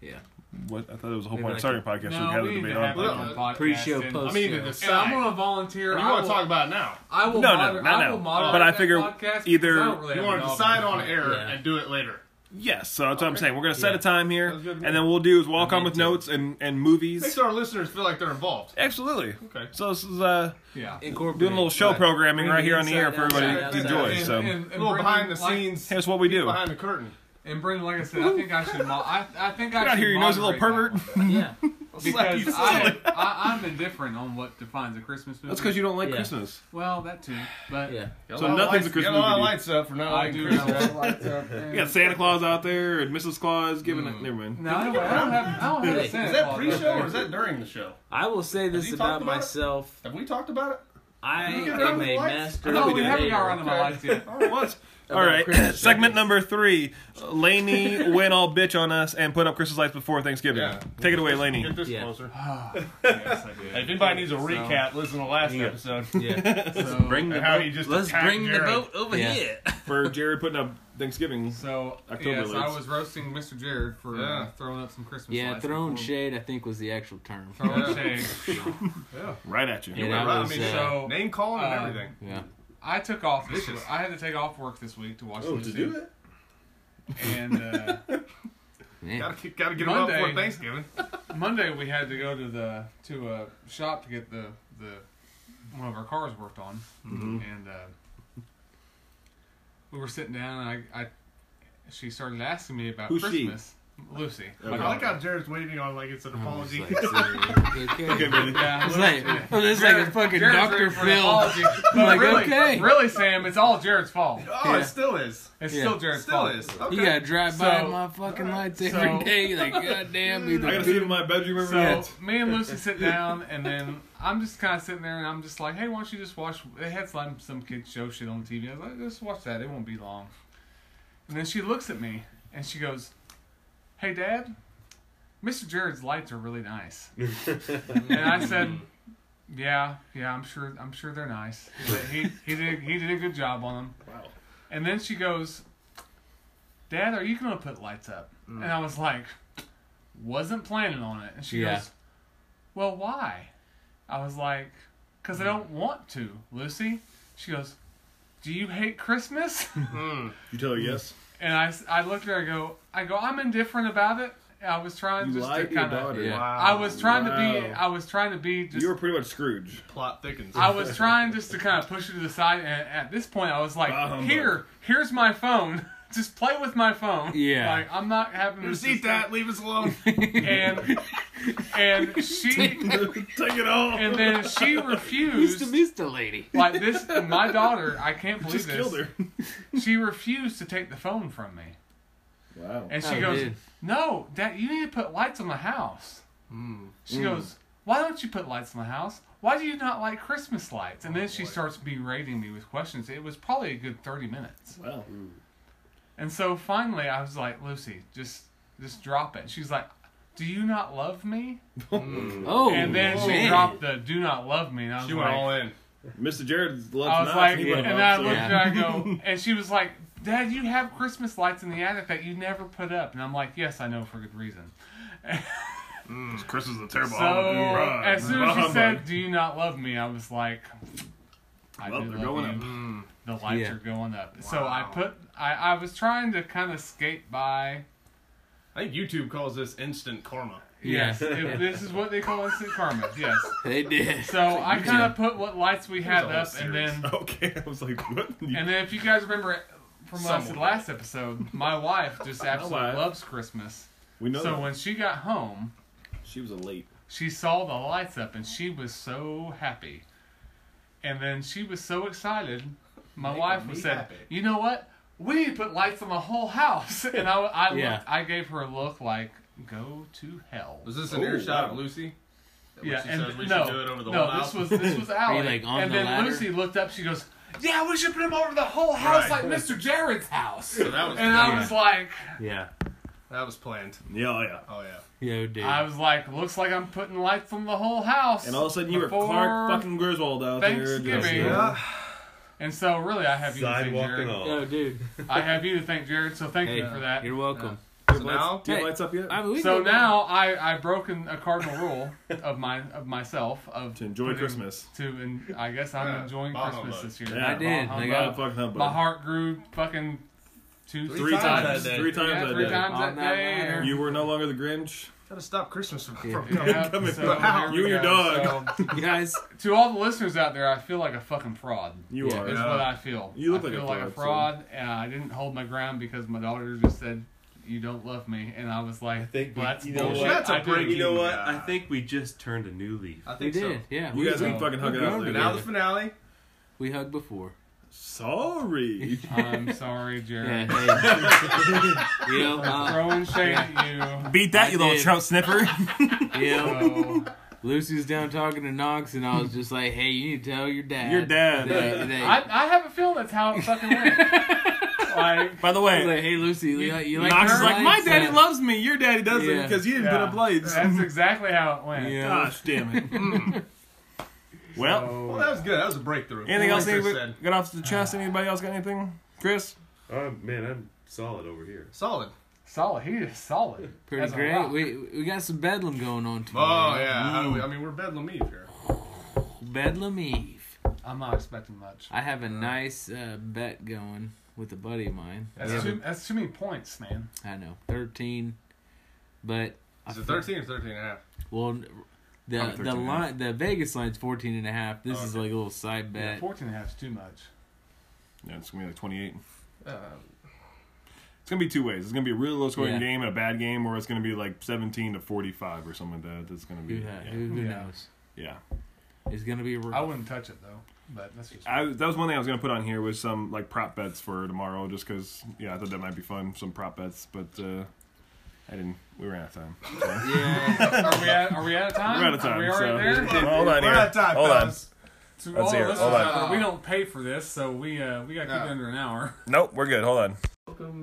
Speaker 3: yeah.
Speaker 1: What I thought it was the whole
Speaker 3: Maybe
Speaker 1: point of
Speaker 3: like
Speaker 1: starting a podcast. we
Speaker 2: No,
Speaker 1: had a
Speaker 2: we need
Speaker 1: debate
Speaker 2: to have
Speaker 1: on.
Speaker 2: it
Speaker 1: it.
Speaker 2: on podcast.
Speaker 3: Pre-show,
Speaker 2: and-
Speaker 3: post.
Speaker 5: I mean,
Speaker 3: Yeah.
Speaker 5: to
Speaker 2: And I'm
Speaker 5: decide.
Speaker 2: gonna volunteer.
Speaker 5: Or you
Speaker 2: I
Speaker 5: want
Speaker 2: will-
Speaker 5: to talk about it now?
Speaker 2: I will.
Speaker 1: No, no,
Speaker 2: moderate,
Speaker 1: no,
Speaker 2: I
Speaker 1: no.
Speaker 2: will moderate
Speaker 1: But I
Speaker 2: that
Speaker 1: figure
Speaker 2: podcast
Speaker 1: either-
Speaker 2: because I don't really
Speaker 5: You
Speaker 2: have
Speaker 5: want
Speaker 2: an
Speaker 5: to
Speaker 2: option.
Speaker 5: decide on air
Speaker 3: Yeah.
Speaker 5: and do it later.
Speaker 1: Yes, so that's what I'm saying. We're gonna set
Speaker 3: Yeah.
Speaker 1: a time here,
Speaker 5: Sounds good to
Speaker 1: and
Speaker 5: me.
Speaker 1: then we'll do is walk
Speaker 3: I
Speaker 1: on
Speaker 3: mean,
Speaker 1: with
Speaker 3: too.
Speaker 1: notes and and
Speaker 5: Makes
Speaker 1: movies.
Speaker 5: our listeners feel like they're involved.
Speaker 1: Absolutely.
Speaker 5: Okay.
Speaker 1: So this is uh
Speaker 2: Yeah.
Speaker 3: Incorporate.
Speaker 1: doing a little show
Speaker 3: Right.
Speaker 1: programming
Speaker 3: Bring
Speaker 1: right
Speaker 3: the
Speaker 1: here on the
Speaker 3: inside
Speaker 1: air for
Speaker 3: outside,
Speaker 1: everybody to
Speaker 3: outside,
Speaker 1: enjoy.
Speaker 2: And-
Speaker 1: So
Speaker 2: and- and
Speaker 5: A little
Speaker 2: Brendan,
Speaker 5: behind the
Speaker 2: like-
Speaker 5: scenes,
Speaker 1: here's what we do.
Speaker 5: behind the curtain.
Speaker 2: And Brendan, like I said, I think I should. Mo- I, I think I
Speaker 1: Get out
Speaker 2: should.
Speaker 1: here, you nosy little
Speaker 2: moderate that
Speaker 1: pervert.
Speaker 2: one.
Speaker 3: Yeah.
Speaker 2: because I, I, I'm indifferent on what defines a Christmas movie.
Speaker 1: That's because you don't like
Speaker 3: Yeah.
Speaker 1: Christmas.
Speaker 2: Well, that too. But
Speaker 3: Yeah.
Speaker 1: So nothing's a Christmas movie.
Speaker 5: lights up for not
Speaker 2: I do
Speaker 5: liking Christmas.
Speaker 2: have lights up. and-
Speaker 1: You got Santa Claus out there and Mrs. Claus giving. it Never mind.
Speaker 2: No, I don't, I don't have. I don't have a
Speaker 3: Is
Speaker 2: Santa
Speaker 5: Is that
Speaker 2: Claus
Speaker 5: pre-show
Speaker 2: up
Speaker 5: or is
Speaker 2: there.
Speaker 5: that during the show?
Speaker 3: I will say this
Speaker 5: he
Speaker 3: about
Speaker 5: talked about it?
Speaker 3: myself.
Speaker 5: Have we talked about it?
Speaker 3: I
Speaker 5: You get
Speaker 3: am
Speaker 5: around with
Speaker 3: a
Speaker 5: lights?
Speaker 3: master.
Speaker 2: No, we haven't got
Speaker 3: debater.
Speaker 2: around to my lights yet.
Speaker 1: What? All right.
Speaker 3: Christmas
Speaker 1: Segment
Speaker 3: movies.
Speaker 1: number three. Laney went all bitch on us and put up Christmas lights before Thanksgiving.
Speaker 5: Yeah.
Speaker 1: Take it away, Laney.
Speaker 5: this
Speaker 3: Yeah.
Speaker 5: closer.
Speaker 2: Ah. yes, I did.
Speaker 5: If anybody needs a recap, listen to the last episode.
Speaker 3: Yeah.
Speaker 2: So,
Speaker 4: Bring
Speaker 5: and
Speaker 4: the
Speaker 5: how he just
Speaker 6: Let's
Speaker 5: attacked
Speaker 6: bring the
Speaker 5: Jared.
Speaker 6: boat over
Speaker 3: Yeah.
Speaker 6: here.
Speaker 1: For Jared putting up Thanksgiving.
Speaker 2: so
Speaker 1: October
Speaker 2: yes, I
Speaker 1: lights.
Speaker 2: was roasting Mr. Jared for uh,
Speaker 5: Yeah.
Speaker 2: throwing up some Christmas
Speaker 3: Yeah,
Speaker 2: lights.
Speaker 3: throne
Speaker 2: before-
Speaker 3: shade, I think, was the actual term.
Speaker 2: Throwing shade.
Speaker 1: Right at you.
Speaker 3: And I
Speaker 5: Right, I
Speaker 3: was,
Speaker 5: mean,
Speaker 3: uh,
Speaker 2: So
Speaker 5: Name calling and
Speaker 2: Uh,
Speaker 5: everything.
Speaker 3: yeah.
Speaker 2: I took off this.
Speaker 5: Vicious.
Speaker 2: Week. I had to take off work this week to watch
Speaker 4: Oh,
Speaker 2: the
Speaker 4: to
Speaker 2: zoo.
Speaker 4: do it?
Speaker 2: And uh,
Speaker 3: Man.
Speaker 5: Gotta, gotta get him up
Speaker 2: Monday.
Speaker 5: before Thanksgiving.
Speaker 2: Monday we had to go to the to a shop to get the the one of our cars worked on, and uh, we were sitting down and I, I she started asking me about
Speaker 1: Who's she?
Speaker 2: Christmas. Lucy.
Speaker 5: I
Speaker 2: My
Speaker 5: like
Speaker 2: daughter.
Speaker 5: how Jared's waiting on like it's an apology.
Speaker 3: It's like, seriously. okay.
Speaker 2: Yeah,
Speaker 3: It's
Speaker 2: Lucy.
Speaker 3: like, it's like a fucking
Speaker 2: Jared's
Speaker 3: Dr.
Speaker 2: ready for an
Speaker 3: Phil.
Speaker 2: apology. But
Speaker 3: like,
Speaker 2: really,
Speaker 3: okay.
Speaker 2: really, Sam, it's all Jared's fault.
Speaker 5: Oh,
Speaker 3: Yeah.
Speaker 5: it still is.
Speaker 2: It's
Speaker 3: Yeah.
Speaker 2: still Jared's
Speaker 5: Still
Speaker 2: fault.
Speaker 5: is.
Speaker 3: You gotta drive by
Speaker 2: So-
Speaker 3: my fucking lights
Speaker 2: so-
Speaker 3: every day. Like, goddamn, either
Speaker 1: I gotta sleep in my bedroom every
Speaker 2: So
Speaker 1: night.
Speaker 2: me and Lucy sit down, and then I'm just kind of sitting there, and I'm just like, "Hey, why don't you just watch?" They had some some kid show shit on TV. I was like, "Just watch that. It won't be long." And then she looks at me, and she goes, "Hey, Dad, Mr. Jared's lights are really nice." and I said, "Yeah, yeah, I'm sure, I'm sure they're nice. He he did he did a good job on them." Wow. And then she goes, "Dad, are you gonna put lights up?"
Speaker 1: Mm.
Speaker 2: And I was like wasn't planning on it. And she
Speaker 3: Yeah.
Speaker 2: goes, Well, why? I was like, Because
Speaker 1: Mm.
Speaker 2: I don't want to, Lucy. She goes, Do you hate Christmas?
Speaker 1: You tell her yes.
Speaker 2: and I, s- I looked at her, I go, I go, I'm indifferent about it. I was trying
Speaker 1: You
Speaker 2: just to
Speaker 1: lied to your
Speaker 2: kind of.
Speaker 1: daughter. Oh,
Speaker 3: Yeah.
Speaker 2: I was trying to be.
Speaker 1: Wow.
Speaker 2: I was trying to be just.
Speaker 1: You were pretty much Scrooge.
Speaker 5: Plot thickens.
Speaker 2: I was trying just to kind of push it to the side, and at this point, I was like,
Speaker 1: Bah humbug.
Speaker 2: "Here, here's my phone. Just play with my phone.
Speaker 3: Yeah.
Speaker 2: like I'm not having
Speaker 5: Just
Speaker 2: this
Speaker 5: eat that. Leave us alone.
Speaker 2: and and she
Speaker 1: Take it all.
Speaker 2: and then she
Speaker 3: Mr.
Speaker 2: refused.
Speaker 3: Mr. Lady.
Speaker 2: Like this, my daughter, I can't believe
Speaker 1: Just
Speaker 2: this.
Speaker 1: killed her.
Speaker 2: She refused to take the phone from me,
Speaker 1: Wow.
Speaker 2: and she
Speaker 3: Oh,
Speaker 2: goes,
Speaker 3: dude.
Speaker 2: "No, Dad, you need to put lights on the house." She goes, "Why don't you put lights on the house? Why do you not like Christmas lights?" And then she starts berating me with questions. It was probably a good thirty minutes,
Speaker 1: Wow.
Speaker 2: and so finally, I was like, "Lucy, just just drop it." She's like. Do you not love me?
Speaker 3: Oh,
Speaker 2: And then she
Speaker 3: man.
Speaker 2: dropped the "Do not love me," and I was
Speaker 5: She
Speaker 2: like,
Speaker 5: went all in.
Speaker 1: Mr. Jared loves
Speaker 2: I was
Speaker 1: nuts,
Speaker 2: like,
Speaker 1: he went
Speaker 2: and I
Speaker 1: nuts, so-
Speaker 2: looked at her, I go, and she was like, Dad, you have Christmas lights in the attic that you never put up. And I'm like, yes, I know for good reason.
Speaker 1: Chris is a terrible
Speaker 2: So
Speaker 1: holiday. Bruh.
Speaker 2: as soon as she
Speaker 1: Humbug.
Speaker 2: said, do you not love me? I was like, I
Speaker 1: Well,
Speaker 2: do
Speaker 1: they're
Speaker 2: love
Speaker 1: going
Speaker 2: you. The lights
Speaker 3: Mm. Yeah.
Speaker 2: are going up. So I put, I, I was trying to kind of skate by.
Speaker 5: I think YouTube calls this instant karma.
Speaker 3: Yeah.
Speaker 2: Yes, it- this is what they call instant karma. Yes.
Speaker 3: They did.
Speaker 2: So I kind of put what lights we had
Speaker 5: a whole
Speaker 2: up, and
Speaker 5: series.
Speaker 2: then
Speaker 1: Okay, I was like, what? You-
Speaker 2: And then if you guys remember it from what I said
Speaker 5: Somewhat.
Speaker 2: last episode, my wife just absolutely
Speaker 1: wife.
Speaker 2: loves Christmas.
Speaker 1: we know
Speaker 2: so
Speaker 1: that.
Speaker 2: when she got home,
Speaker 1: she was a late.
Speaker 2: she saw the lights up and she was so happy. And then she was so excited. My wife
Speaker 5: me
Speaker 2: was said,
Speaker 5: happy.
Speaker 2: "You know what? We need to put lights on the whole house." And I, I,
Speaker 3: Yeah.
Speaker 2: looked, I gave her a look like, "Go to hell."
Speaker 5: Was this an
Speaker 1: Oh,
Speaker 5: earshot
Speaker 1: wow.
Speaker 5: of Lucy?
Speaker 2: yeah,
Speaker 5: she
Speaker 2: and
Speaker 5: says we
Speaker 2: no,
Speaker 5: should do it over the
Speaker 2: no,
Speaker 5: whole
Speaker 2: this
Speaker 5: house?
Speaker 2: was this was Allie.
Speaker 3: like, on
Speaker 2: and
Speaker 3: the
Speaker 2: then
Speaker 3: ladder?
Speaker 2: Lucy looked up. She goes, "Yeah, we should put them over the whole house
Speaker 5: Right.
Speaker 2: like Mr. Jared's house."
Speaker 5: So that was
Speaker 2: And I was like,
Speaker 3: Yeah.
Speaker 5: that was planned.
Speaker 1: Yeah, oh, yeah.
Speaker 5: Oh yeah.
Speaker 3: Yo, dude.
Speaker 2: I was like, looks like I'm putting lights on the whole house.
Speaker 1: And all of a sudden, you were
Speaker 2: before
Speaker 1: Clark fucking Griswold out there. just-
Speaker 2: Thanksgiving.
Speaker 1: Yeah.
Speaker 2: And so, really, I have you to thank
Speaker 4: sidewalk
Speaker 2: Jared.
Speaker 4: and all.
Speaker 3: Yo, dude.
Speaker 2: I have you to thank Jared. So thank
Speaker 3: Hey,
Speaker 2: you for that.
Speaker 3: You're welcome.
Speaker 1: Do you
Speaker 5: So
Speaker 1: have lights-
Speaker 5: now-
Speaker 1: do you have
Speaker 3: Hey.
Speaker 1: lights up yet?
Speaker 3: I mean, we
Speaker 2: So
Speaker 3: can go
Speaker 2: now I I've broken a cardinal rule of my of myself of
Speaker 1: to enjoy
Speaker 2: putting-
Speaker 1: Christmas.
Speaker 2: To and I guess I'm
Speaker 5: Yeah,
Speaker 2: enjoying
Speaker 5: bah
Speaker 2: Christmas
Speaker 5: humbug.
Speaker 2: this year.
Speaker 1: Yeah,
Speaker 3: I did.
Speaker 2: bah
Speaker 3: I
Speaker 2: humbug.
Speaker 1: Yeah,
Speaker 3: got
Speaker 1: fuck humbug.
Speaker 2: my heart grew fucking two
Speaker 5: Three
Speaker 1: Three
Speaker 5: times
Speaker 1: times.
Speaker 5: that day.
Speaker 1: Three times
Speaker 2: yeah,
Speaker 1: that
Speaker 2: three
Speaker 1: day.
Speaker 2: times
Speaker 3: On
Speaker 2: that
Speaker 3: that
Speaker 2: day.
Speaker 3: ladder.
Speaker 2: or-
Speaker 1: You were no longer the Grinch.
Speaker 5: Gotta stop Christmas from,
Speaker 3: Yeah.
Speaker 5: from coming.
Speaker 2: Yeah,
Speaker 1: coming
Speaker 2: so
Speaker 5: through.
Speaker 2: here
Speaker 1: You
Speaker 2: we
Speaker 1: and your
Speaker 2: go.
Speaker 1: dog.
Speaker 2: So,
Speaker 3: You guys.
Speaker 2: to all the listeners out there, I feel like a fucking fraud.
Speaker 1: You
Speaker 3: Yeah.
Speaker 1: are.
Speaker 2: Is
Speaker 5: Yeah.
Speaker 2: what I feel.
Speaker 1: You look
Speaker 2: I
Speaker 1: like a
Speaker 2: feel
Speaker 1: fraud,
Speaker 2: like a fraud. and I didn't hold my ground because my daughter just said, you don't love me," and I was like,
Speaker 4: I think we-
Speaker 2: well, that's
Speaker 4: you know
Speaker 2: bullshit.
Speaker 4: what?
Speaker 7: That's a
Speaker 2: I didn't-
Speaker 7: breaking-
Speaker 4: You know what?
Speaker 7: Yeah.
Speaker 4: I think we just turned a new leaf.
Speaker 7: I
Speaker 3: We
Speaker 7: think
Speaker 3: did,
Speaker 7: so.
Speaker 3: yeah.
Speaker 7: You guys
Speaker 2: we
Speaker 7: can fucking hug it
Speaker 3: We
Speaker 7: out
Speaker 3: grounded
Speaker 7: later.
Speaker 3: it.
Speaker 7: Now the finale.
Speaker 3: We hugged before.
Speaker 7: Sorry.
Speaker 2: I'm sorry,
Speaker 3: Yeah,
Speaker 2: Jared.
Speaker 3: hey. you know, uh,
Speaker 2: Throwing shade at you.
Speaker 4: Beat
Speaker 3: I did.
Speaker 4: sniffer.
Speaker 3: you know,
Speaker 2: So,
Speaker 3: Lucy's down talking to Knox, and I was just like, "Hey, you need to tell your dad."
Speaker 4: Your dad.
Speaker 3: that- that-
Speaker 2: I, I have a feeling that's how it fucking went. like,
Speaker 4: By the
Speaker 3: I was like, "Hey, Lucy, you, like- you like?"
Speaker 4: Knox
Speaker 3: her
Speaker 4: is like, my
Speaker 3: lights?"
Speaker 4: daddy
Speaker 3: Uh,
Speaker 4: loves me. Your daddy doesn't
Speaker 3: Yeah.
Speaker 4: because you didn't put
Speaker 2: Yeah.
Speaker 4: up lights.
Speaker 2: That's exactly how it went.
Speaker 3: Yeah.
Speaker 4: Gosh damn it. Mm. well,
Speaker 2: So-
Speaker 7: Well, that was good. That was a breakthrough.
Speaker 4: anything else?
Speaker 7: Like Chris
Speaker 4: Anybody
Speaker 7: said.
Speaker 4: got off the chest? Anybody else got anything? Chris?
Speaker 12: Oh man, I'm solid over here.
Speaker 7: Solid.
Speaker 2: Solid. He is solid.
Speaker 3: Pretty
Speaker 2: As a
Speaker 3: great.
Speaker 2: rock.
Speaker 3: We we got some bedlam going on tomorrow.
Speaker 7: Oh yeah. How do we, I mean, we're bedlam eve here.
Speaker 3: Bedlam Eve.
Speaker 2: I'm not expecting much.
Speaker 3: I have a nice uh, bet going with a buddy of mine.
Speaker 2: That's,
Speaker 3: Yeah.
Speaker 2: too, that's too many points, man.
Speaker 3: I know thirteen, but I
Speaker 7: Is it
Speaker 3: feel-
Speaker 7: 13 or 13 and a half?
Speaker 3: Well, the
Speaker 4: I'm
Speaker 3: the
Speaker 4: 13.
Speaker 3: line the Vegas line's 14 and a half. This is like a little side
Speaker 2: Yeah,
Speaker 3: bet.
Speaker 2: 14 and a half is too much.
Speaker 1: Yeah, it's gonna be like 28.
Speaker 7: Uh,
Speaker 1: It's gonna be two ways. It's gonna be a really low scoring
Speaker 3: Yeah.
Speaker 1: game and a bad game, or it's gonna be like 17 to 45 or something like that. That's gonna
Speaker 3: Who,
Speaker 1: be
Speaker 3: ha-
Speaker 1: yeah.
Speaker 3: who, who
Speaker 2: Yeah.
Speaker 3: knows?
Speaker 1: yeah.
Speaker 3: It's gonna be.
Speaker 2: I
Speaker 3: Rough.
Speaker 2: wouldn't touch it though. But that's just.
Speaker 1: I, that was one thing I was gonna put on here was some like prop bets for tomorrow, just because yeah, I thought that might be fun. Some prop bets, but uh, I didn't. We ran out of time.
Speaker 2: are, we at, are we out of time?
Speaker 1: We're out of time,
Speaker 2: Are we already
Speaker 1: so-
Speaker 2: there?
Speaker 5: Hold on
Speaker 7: we're out
Speaker 5: here.
Speaker 7: of time,
Speaker 5: Hold on.
Speaker 7: fellas.
Speaker 2: To
Speaker 5: Let's
Speaker 2: all
Speaker 5: hear
Speaker 2: of
Speaker 5: it.
Speaker 2: us,
Speaker 5: Hold
Speaker 7: on.
Speaker 2: uh, we don't pay for this, so we uh, we got to keep it
Speaker 7: No.
Speaker 2: under an hour.
Speaker 5: Nope, we're good. Hold on.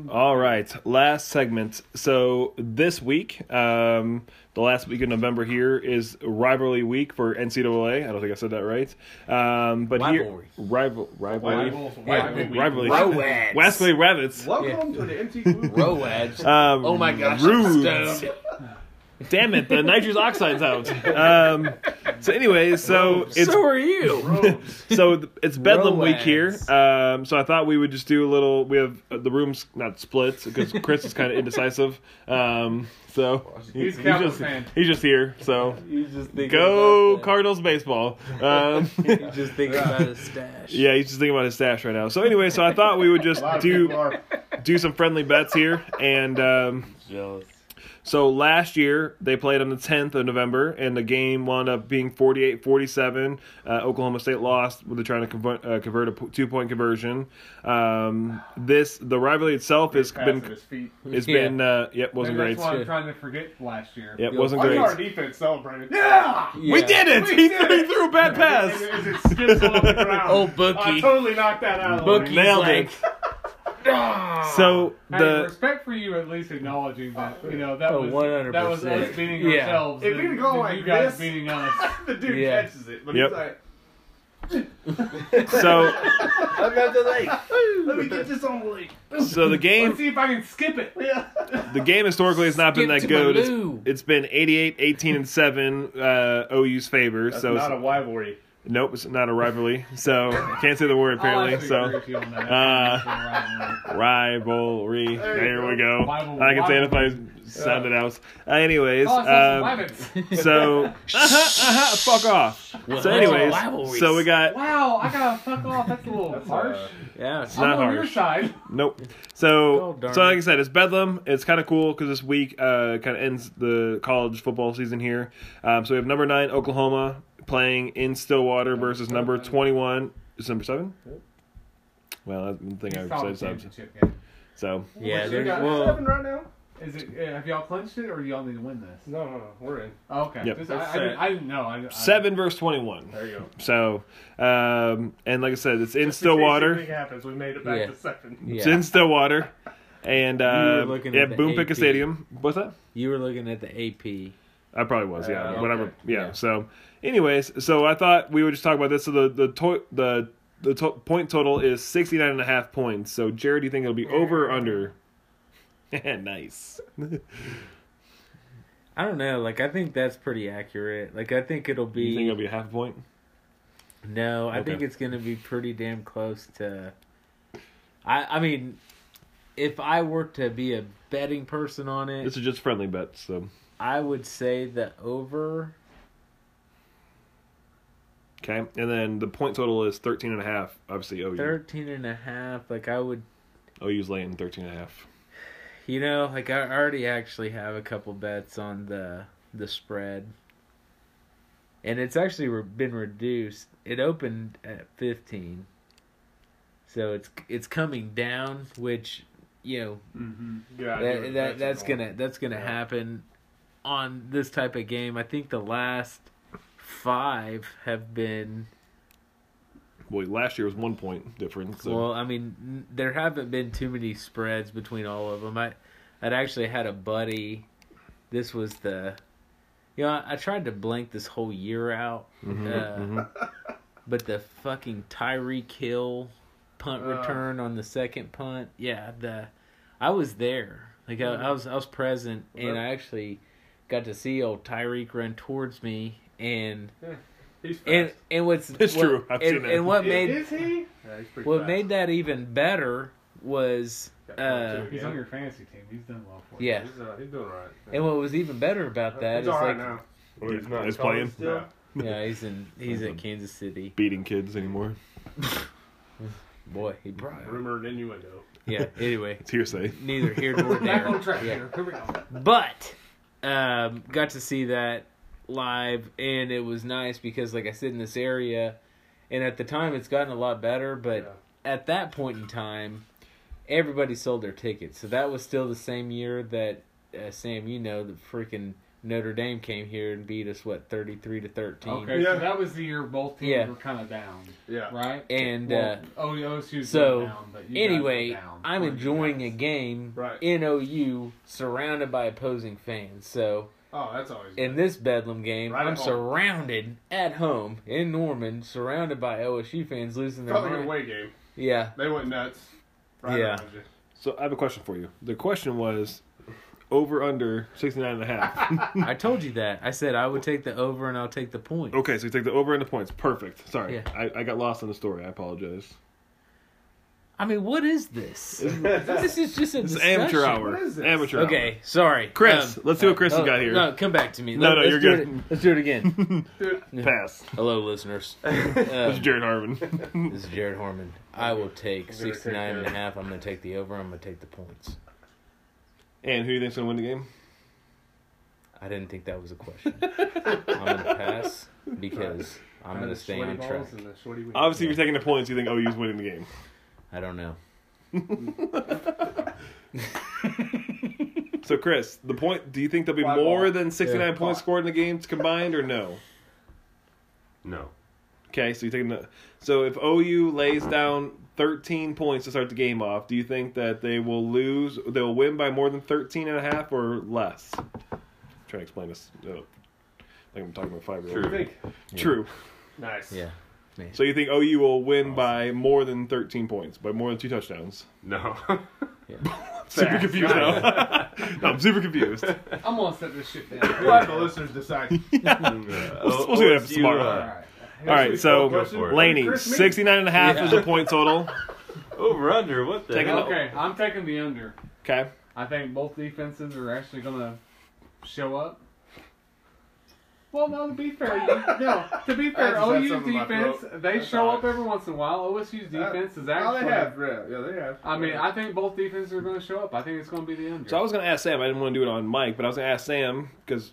Speaker 1: All right, last segment. So this week, um, the last week of November here is rivalry week for NCAA. I don't think I said that right. Um, but
Speaker 3: Rivalry.
Speaker 1: here, rival, rivalry,
Speaker 7: Wolf,
Speaker 3: Yeah.
Speaker 7: Wolf.
Speaker 1: rivalry,
Speaker 3: Rowads.
Speaker 1: Wesley Rabbits.
Speaker 12: Welcome to the MT Crew.
Speaker 3: Rowads.
Speaker 1: Um,
Speaker 3: Oh my gosh, I'm
Speaker 1: Rudes. Damn it, the nitrous oxide's out. Um, so anyway, so it's
Speaker 3: so are you?
Speaker 1: so th- it's Bedlam week
Speaker 3: Roads.
Speaker 1: here. Um, so I thought we would just do a little. We have uh, the rooms not split because Chris is kind of indecisive. Um, so
Speaker 2: He's a Cowboys
Speaker 1: just
Speaker 2: fan.
Speaker 1: he's just here. So
Speaker 3: you just think
Speaker 1: go Cardinals baseball. Um,
Speaker 3: You just think about a stash.
Speaker 1: yeah, he's just thinking about his stash right now. So anyway, so I thought we would just do do some friendly bets here and. Um,
Speaker 4: Jealous.
Speaker 1: so last year they played on the 10th of November, and the game wound up being 48-47. Uh, Oklahoma State lost. They're trying to convert, uh, convert a p- two-point conversion. Um, this the rivalry itself has
Speaker 2: Pass at
Speaker 1: been
Speaker 2: his feet.
Speaker 1: it's
Speaker 3: Yeah.
Speaker 1: been uh, yep
Speaker 2: Maybe
Speaker 1: wasn't
Speaker 2: that's
Speaker 1: great.
Speaker 2: why I'm
Speaker 3: Good.
Speaker 2: trying to forget last year.
Speaker 1: Yep,
Speaker 3: Yo,
Speaker 1: wasn't
Speaker 2: Why is
Speaker 1: great.
Speaker 2: our defense celebrating? Yeah!
Speaker 1: We
Speaker 3: Yeah.
Speaker 1: did it.
Speaker 2: We
Speaker 1: he,
Speaker 2: did
Speaker 1: he
Speaker 2: it!
Speaker 1: threw a bad pass.
Speaker 2: It, it skips on the ground.
Speaker 3: Oh, bookie.
Speaker 2: I totally knocked that out of the
Speaker 3: Bookie's
Speaker 2: way.
Speaker 1: Nailed
Speaker 3: like,
Speaker 1: So
Speaker 2: Hey,
Speaker 1: the
Speaker 2: respect for you at least acknowledging that you know that
Speaker 3: Oh,
Speaker 2: was
Speaker 3: 100%.
Speaker 2: that was us beating
Speaker 3: Yeah.
Speaker 2: ourselves.
Speaker 12: If
Speaker 2: and-
Speaker 12: you'd go
Speaker 2: and
Speaker 12: like
Speaker 2: you guys
Speaker 12: this-
Speaker 2: beating us.
Speaker 12: the dude
Speaker 3: Yeah.
Speaker 12: catches it, but
Speaker 1: Yep.
Speaker 12: he's like,
Speaker 1: so
Speaker 12: I'm at the lake. Let me get this on the lake.
Speaker 1: so the game
Speaker 2: Let's see if I can skip it.
Speaker 1: the game historically has not been
Speaker 3: Skip
Speaker 1: that
Speaker 3: to my
Speaker 1: good. It's-
Speaker 3: loo.
Speaker 1: it's been 88, 18, and seven uh, OU's favor. so
Speaker 12: Not a rivalry.
Speaker 1: Nope, it's not a rivalry. So can't say the
Speaker 2: Oh,
Speaker 1: word apparently.
Speaker 2: I'll actually
Speaker 1: So
Speaker 2: agree with you on that.
Speaker 1: uh,
Speaker 2: Rivalry.
Speaker 1: rivalry. There, we go.
Speaker 2: Bible-
Speaker 1: I can say it if
Speaker 2: Bible.
Speaker 1: I sound it out. Uh, anyways,
Speaker 2: Oh, it's not
Speaker 1: um,
Speaker 2: surviving.
Speaker 1: so uh-huh, uh-huh, fuck off. So anyways,
Speaker 3: rivalries.
Speaker 1: so we got
Speaker 2: wow, I gotta fuck off. That's a little
Speaker 7: Uh,
Speaker 5: uh,
Speaker 2: harsh.
Speaker 3: Yeah, it's
Speaker 1: not
Speaker 2: I'm on your
Speaker 1: harsh.
Speaker 2: side.
Speaker 1: Nope. So,
Speaker 3: Oh, darn
Speaker 1: so like
Speaker 3: it.
Speaker 1: I said, it's Bedlam. It's kind of cool because this week uh, kind of ends the college football season here. Um, so we have number nine Oklahoma playing in Stillwater versus number twenty-one. Is it number seven? Well, I don't think
Speaker 2: He's
Speaker 1: I
Speaker 2: solid
Speaker 1: said seven.
Speaker 2: championship game.
Speaker 1: So
Speaker 3: yeah.
Speaker 12: You
Speaker 3: They're,
Speaker 12: got
Speaker 3: well,
Speaker 12: seven right now?
Speaker 2: Is it? uh, Have y'all clinched it, or do y'all need to win this?
Speaker 12: No, no, no. We're in.
Speaker 2: Oh, okay.
Speaker 1: Yep.
Speaker 2: Just- I, I, didn't, I didn't know. I, I,
Speaker 1: seven verse twenty-one.
Speaker 12: There you go.
Speaker 1: So, um, and like I said, it's in
Speaker 12: Just in case
Speaker 1: Stillwater.
Speaker 12: anything happens, we made it back
Speaker 3: Yeah.
Speaker 12: to seven.
Speaker 1: It's
Speaker 3: yeah.
Speaker 1: in Stillwater, and uh,
Speaker 3: looking
Speaker 1: yeah,
Speaker 3: at the
Speaker 1: Boom Pickett
Speaker 3: AP.
Speaker 1: Stadium. What's that?
Speaker 3: You were looking at the AP.
Speaker 1: I probably was, yeah.
Speaker 12: Uh,
Speaker 1: Whatever,
Speaker 12: okay.
Speaker 1: yeah.
Speaker 3: Yeah.
Speaker 1: So, anyways, so I thought we would just talk about this. So the the to- the the to- point total is 69 and a half points. So, Jared, do you think it'll be over or under? nice.
Speaker 3: I don't know. Like, I think that's pretty accurate. Like, I think it'll
Speaker 1: Do
Speaker 3: be.
Speaker 1: you think it'll be a half a point?
Speaker 3: No, I
Speaker 1: Okay.
Speaker 3: think it's going to be pretty damn close to. I I mean, if I were to be a betting person on it,
Speaker 1: This is just friendly bets, so
Speaker 3: I would say the over.
Speaker 1: okay. And then the point total is 13 and a Oh, half. Obviously, OU.
Speaker 3: thirteen and a half. like i would
Speaker 1: OU's laying 13 and a half.
Speaker 3: You know, like I already actually have a couple bets on the the spread, and it's actually re- been reduced. It opened at fifteen, so it's it's coming down, which you know
Speaker 2: Mm-hmm.
Speaker 13: Yeah,
Speaker 3: that, that that's, gonna that's gonna happen on this type of game. I think the last five have been
Speaker 1: Well, last year was one point difference. So.
Speaker 3: Well, I mean, n- there haven't been too many spreads between all of them. I, I'd actually had a buddy. This was the, you know, I, I tried to blank this whole year out,
Speaker 1: Mm-hmm,
Speaker 3: uh, but the fucking Tyree kill punt return on the second punt. Yeah, the, I was there. Like I, I was, I was present, and I actually got to see old Tyreek run towards me, and
Speaker 5: He's fast.
Speaker 3: and and what's
Speaker 1: It's
Speaker 3: what-
Speaker 1: true. I've
Speaker 3: and,
Speaker 1: seen that.
Speaker 3: and what made
Speaker 5: is he?
Speaker 2: Yeah, he's pretty
Speaker 3: what made that even better was, uh,
Speaker 5: He's on
Speaker 2: your fantasy team. He's done well for
Speaker 3: yeah,
Speaker 5: He's, uh, he's doing alright.
Speaker 3: and what was even better about that is
Speaker 5: he's alright
Speaker 3: like,
Speaker 5: now.
Speaker 4: Or he's not.
Speaker 1: He's playing,
Speaker 5: Still,
Speaker 3: yeah, he's in he's in Kansas City,
Speaker 1: beating kids anymore.
Speaker 3: boy. He probably
Speaker 5: rumor and innuendo.
Speaker 3: yeah. Anyway,
Speaker 1: It's hearsay.
Speaker 3: neither here nor
Speaker 5: Back on
Speaker 3: there.
Speaker 5: track
Speaker 3: Yeah.
Speaker 5: here. Here we go.
Speaker 3: But um, got to see that live, and it was nice because, like I said, in this area, and at the time, it's gotten a lot better. But at that point in time, everybody sold their tickets. So that was still the same year that uh, Sam, you know, the freaking Notre Dame came here and beat us what thirty three to thirteen.
Speaker 2: Okay,
Speaker 5: Yeah.
Speaker 2: so that was the year both teams
Speaker 3: Yeah.
Speaker 2: were kind of down,
Speaker 5: Yeah.
Speaker 2: right?
Speaker 3: And,
Speaker 2: well,
Speaker 3: uh,
Speaker 2: oh, OSU was
Speaker 3: so,
Speaker 2: down, but you guys were
Speaker 3: Anyway,
Speaker 2: down.
Speaker 3: I'm
Speaker 2: Weren't you
Speaker 3: enjoying a
Speaker 2: guys?
Speaker 3: game
Speaker 5: Right.
Speaker 3: in OU surrounded by opposing fans. So.
Speaker 5: Oh, that's always
Speaker 3: in this Bedlam game,
Speaker 5: Right at
Speaker 3: I'm
Speaker 5: home.
Speaker 3: surrounded at home in Norman, surrounded by OSU fans losing their
Speaker 5: probably an
Speaker 3: mind.
Speaker 5: away game.
Speaker 3: Yeah,
Speaker 5: They went nuts.
Speaker 3: Yeah.
Speaker 5: around you.
Speaker 1: So I have a question for you. The question was over under 69 and a half.
Speaker 3: I told you that. I said I would take the over and I'll take the point.
Speaker 1: okay, so you take the over and the points. Perfect. Sorry.
Speaker 3: Yeah.
Speaker 1: I, I got lost in the story. I apologize.
Speaker 3: I mean, what is this? this is just a
Speaker 1: This is
Speaker 3: discussion.
Speaker 1: amateur hour.
Speaker 5: What is this?
Speaker 1: Amateur hour.
Speaker 3: Okay, sorry,
Speaker 1: Chris,
Speaker 3: Um,
Speaker 1: let's see what Chris
Speaker 3: oh,
Speaker 1: has got here.
Speaker 3: No, come back to me.
Speaker 1: No, no,
Speaker 3: let's
Speaker 1: you're
Speaker 3: do
Speaker 1: good.
Speaker 3: it- let's do it again.
Speaker 1: Pass.
Speaker 3: Hello, listeners.
Speaker 1: This
Speaker 3: Uh,
Speaker 1: is Jared Harmon.
Speaker 3: this is Jared Horman. I will take
Speaker 5: take
Speaker 3: 69 and a
Speaker 5: that.
Speaker 3: half. I'm going to take the over. I'm going to take the points.
Speaker 1: and who do you think's gonna win the game?
Speaker 3: I didn't think that was a question. I'm going to pass because I'm going to
Speaker 2: The
Speaker 3: stay
Speaker 2: sweaty
Speaker 3: on track.
Speaker 2: balls and the sweaty wings.
Speaker 1: Obviously, if you're taking the points, you think OU's winning the game.
Speaker 3: I don't know.
Speaker 1: So Chris, the point. Do you think there'll be
Speaker 5: Five
Speaker 1: more
Speaker 5: ball.
Speaker 1: than 69 points scored in the games combined, or no?
Speaker 4: No.
Speaker 1: Okay, so you taking the so if OU lays down 13 points to start the game off, do you think that they will lose? They'll win by more than 13 and a half or less? I'm trying to explain this. Uh, like I'm talking about five year
Speaker 4: True.
Speaker 1: old.
Speaker 5: Think.
Speaker 1: True.
Speaker 5: Nice.
Speaker 3: Yeah.
Speaker 1: So you think OU will win by more than 13 points, by more than two touchdowns?
Speaker 4: No.
Speaker 1: Super confused now. no, I'm super confused.
Speaker 2: I'm gonna set this shit down.
Speaker 5: We'll let the listeners decide.
Speaker 4: Oh,
Speaker 1: We'll, we'll see what happens tomorrow.
Speaker 4: uh,
Speaker 2: All right.
Speaker 1: All right, so
Speaker 5: Go for it.
Speaker 1: Laney,
Speaker 5: Chris, me?
Speaker 1: 69 and a half is the point total.
Speaker 4: Over under. What the
Speaker 1: Take
Speaker 4: hell?
Speaker 1: it
Speaker 2: Okay, I'm taking the under.
Speaker 1: Okay.
Speaker 2: I think both defenses are actually gonna show up. Well, no, to be fair, you- no. To be fair,
Speaker 5: I just had
Speaker 2: OU's
Speaker 5: something in my
Speaker 2: defense
Speaker 5: throat.
Speaker 2: they
Speaker 5: That's
Speaker 2: show
Speaker 5: all
Speaker 2: up every once in a while. OSU's defense is
Speaker 5: Oh,
Speaker 2: actually.
Speaker 5: they have. Yeah, yeah, they have.
Speaker 2: I mean, I think both defenses are gonna show up. I think it's gonna be the under.
Speaker 1: So I was gonna ask Sam. I didn't want to do it on Mike, but I was gonna ask Sam because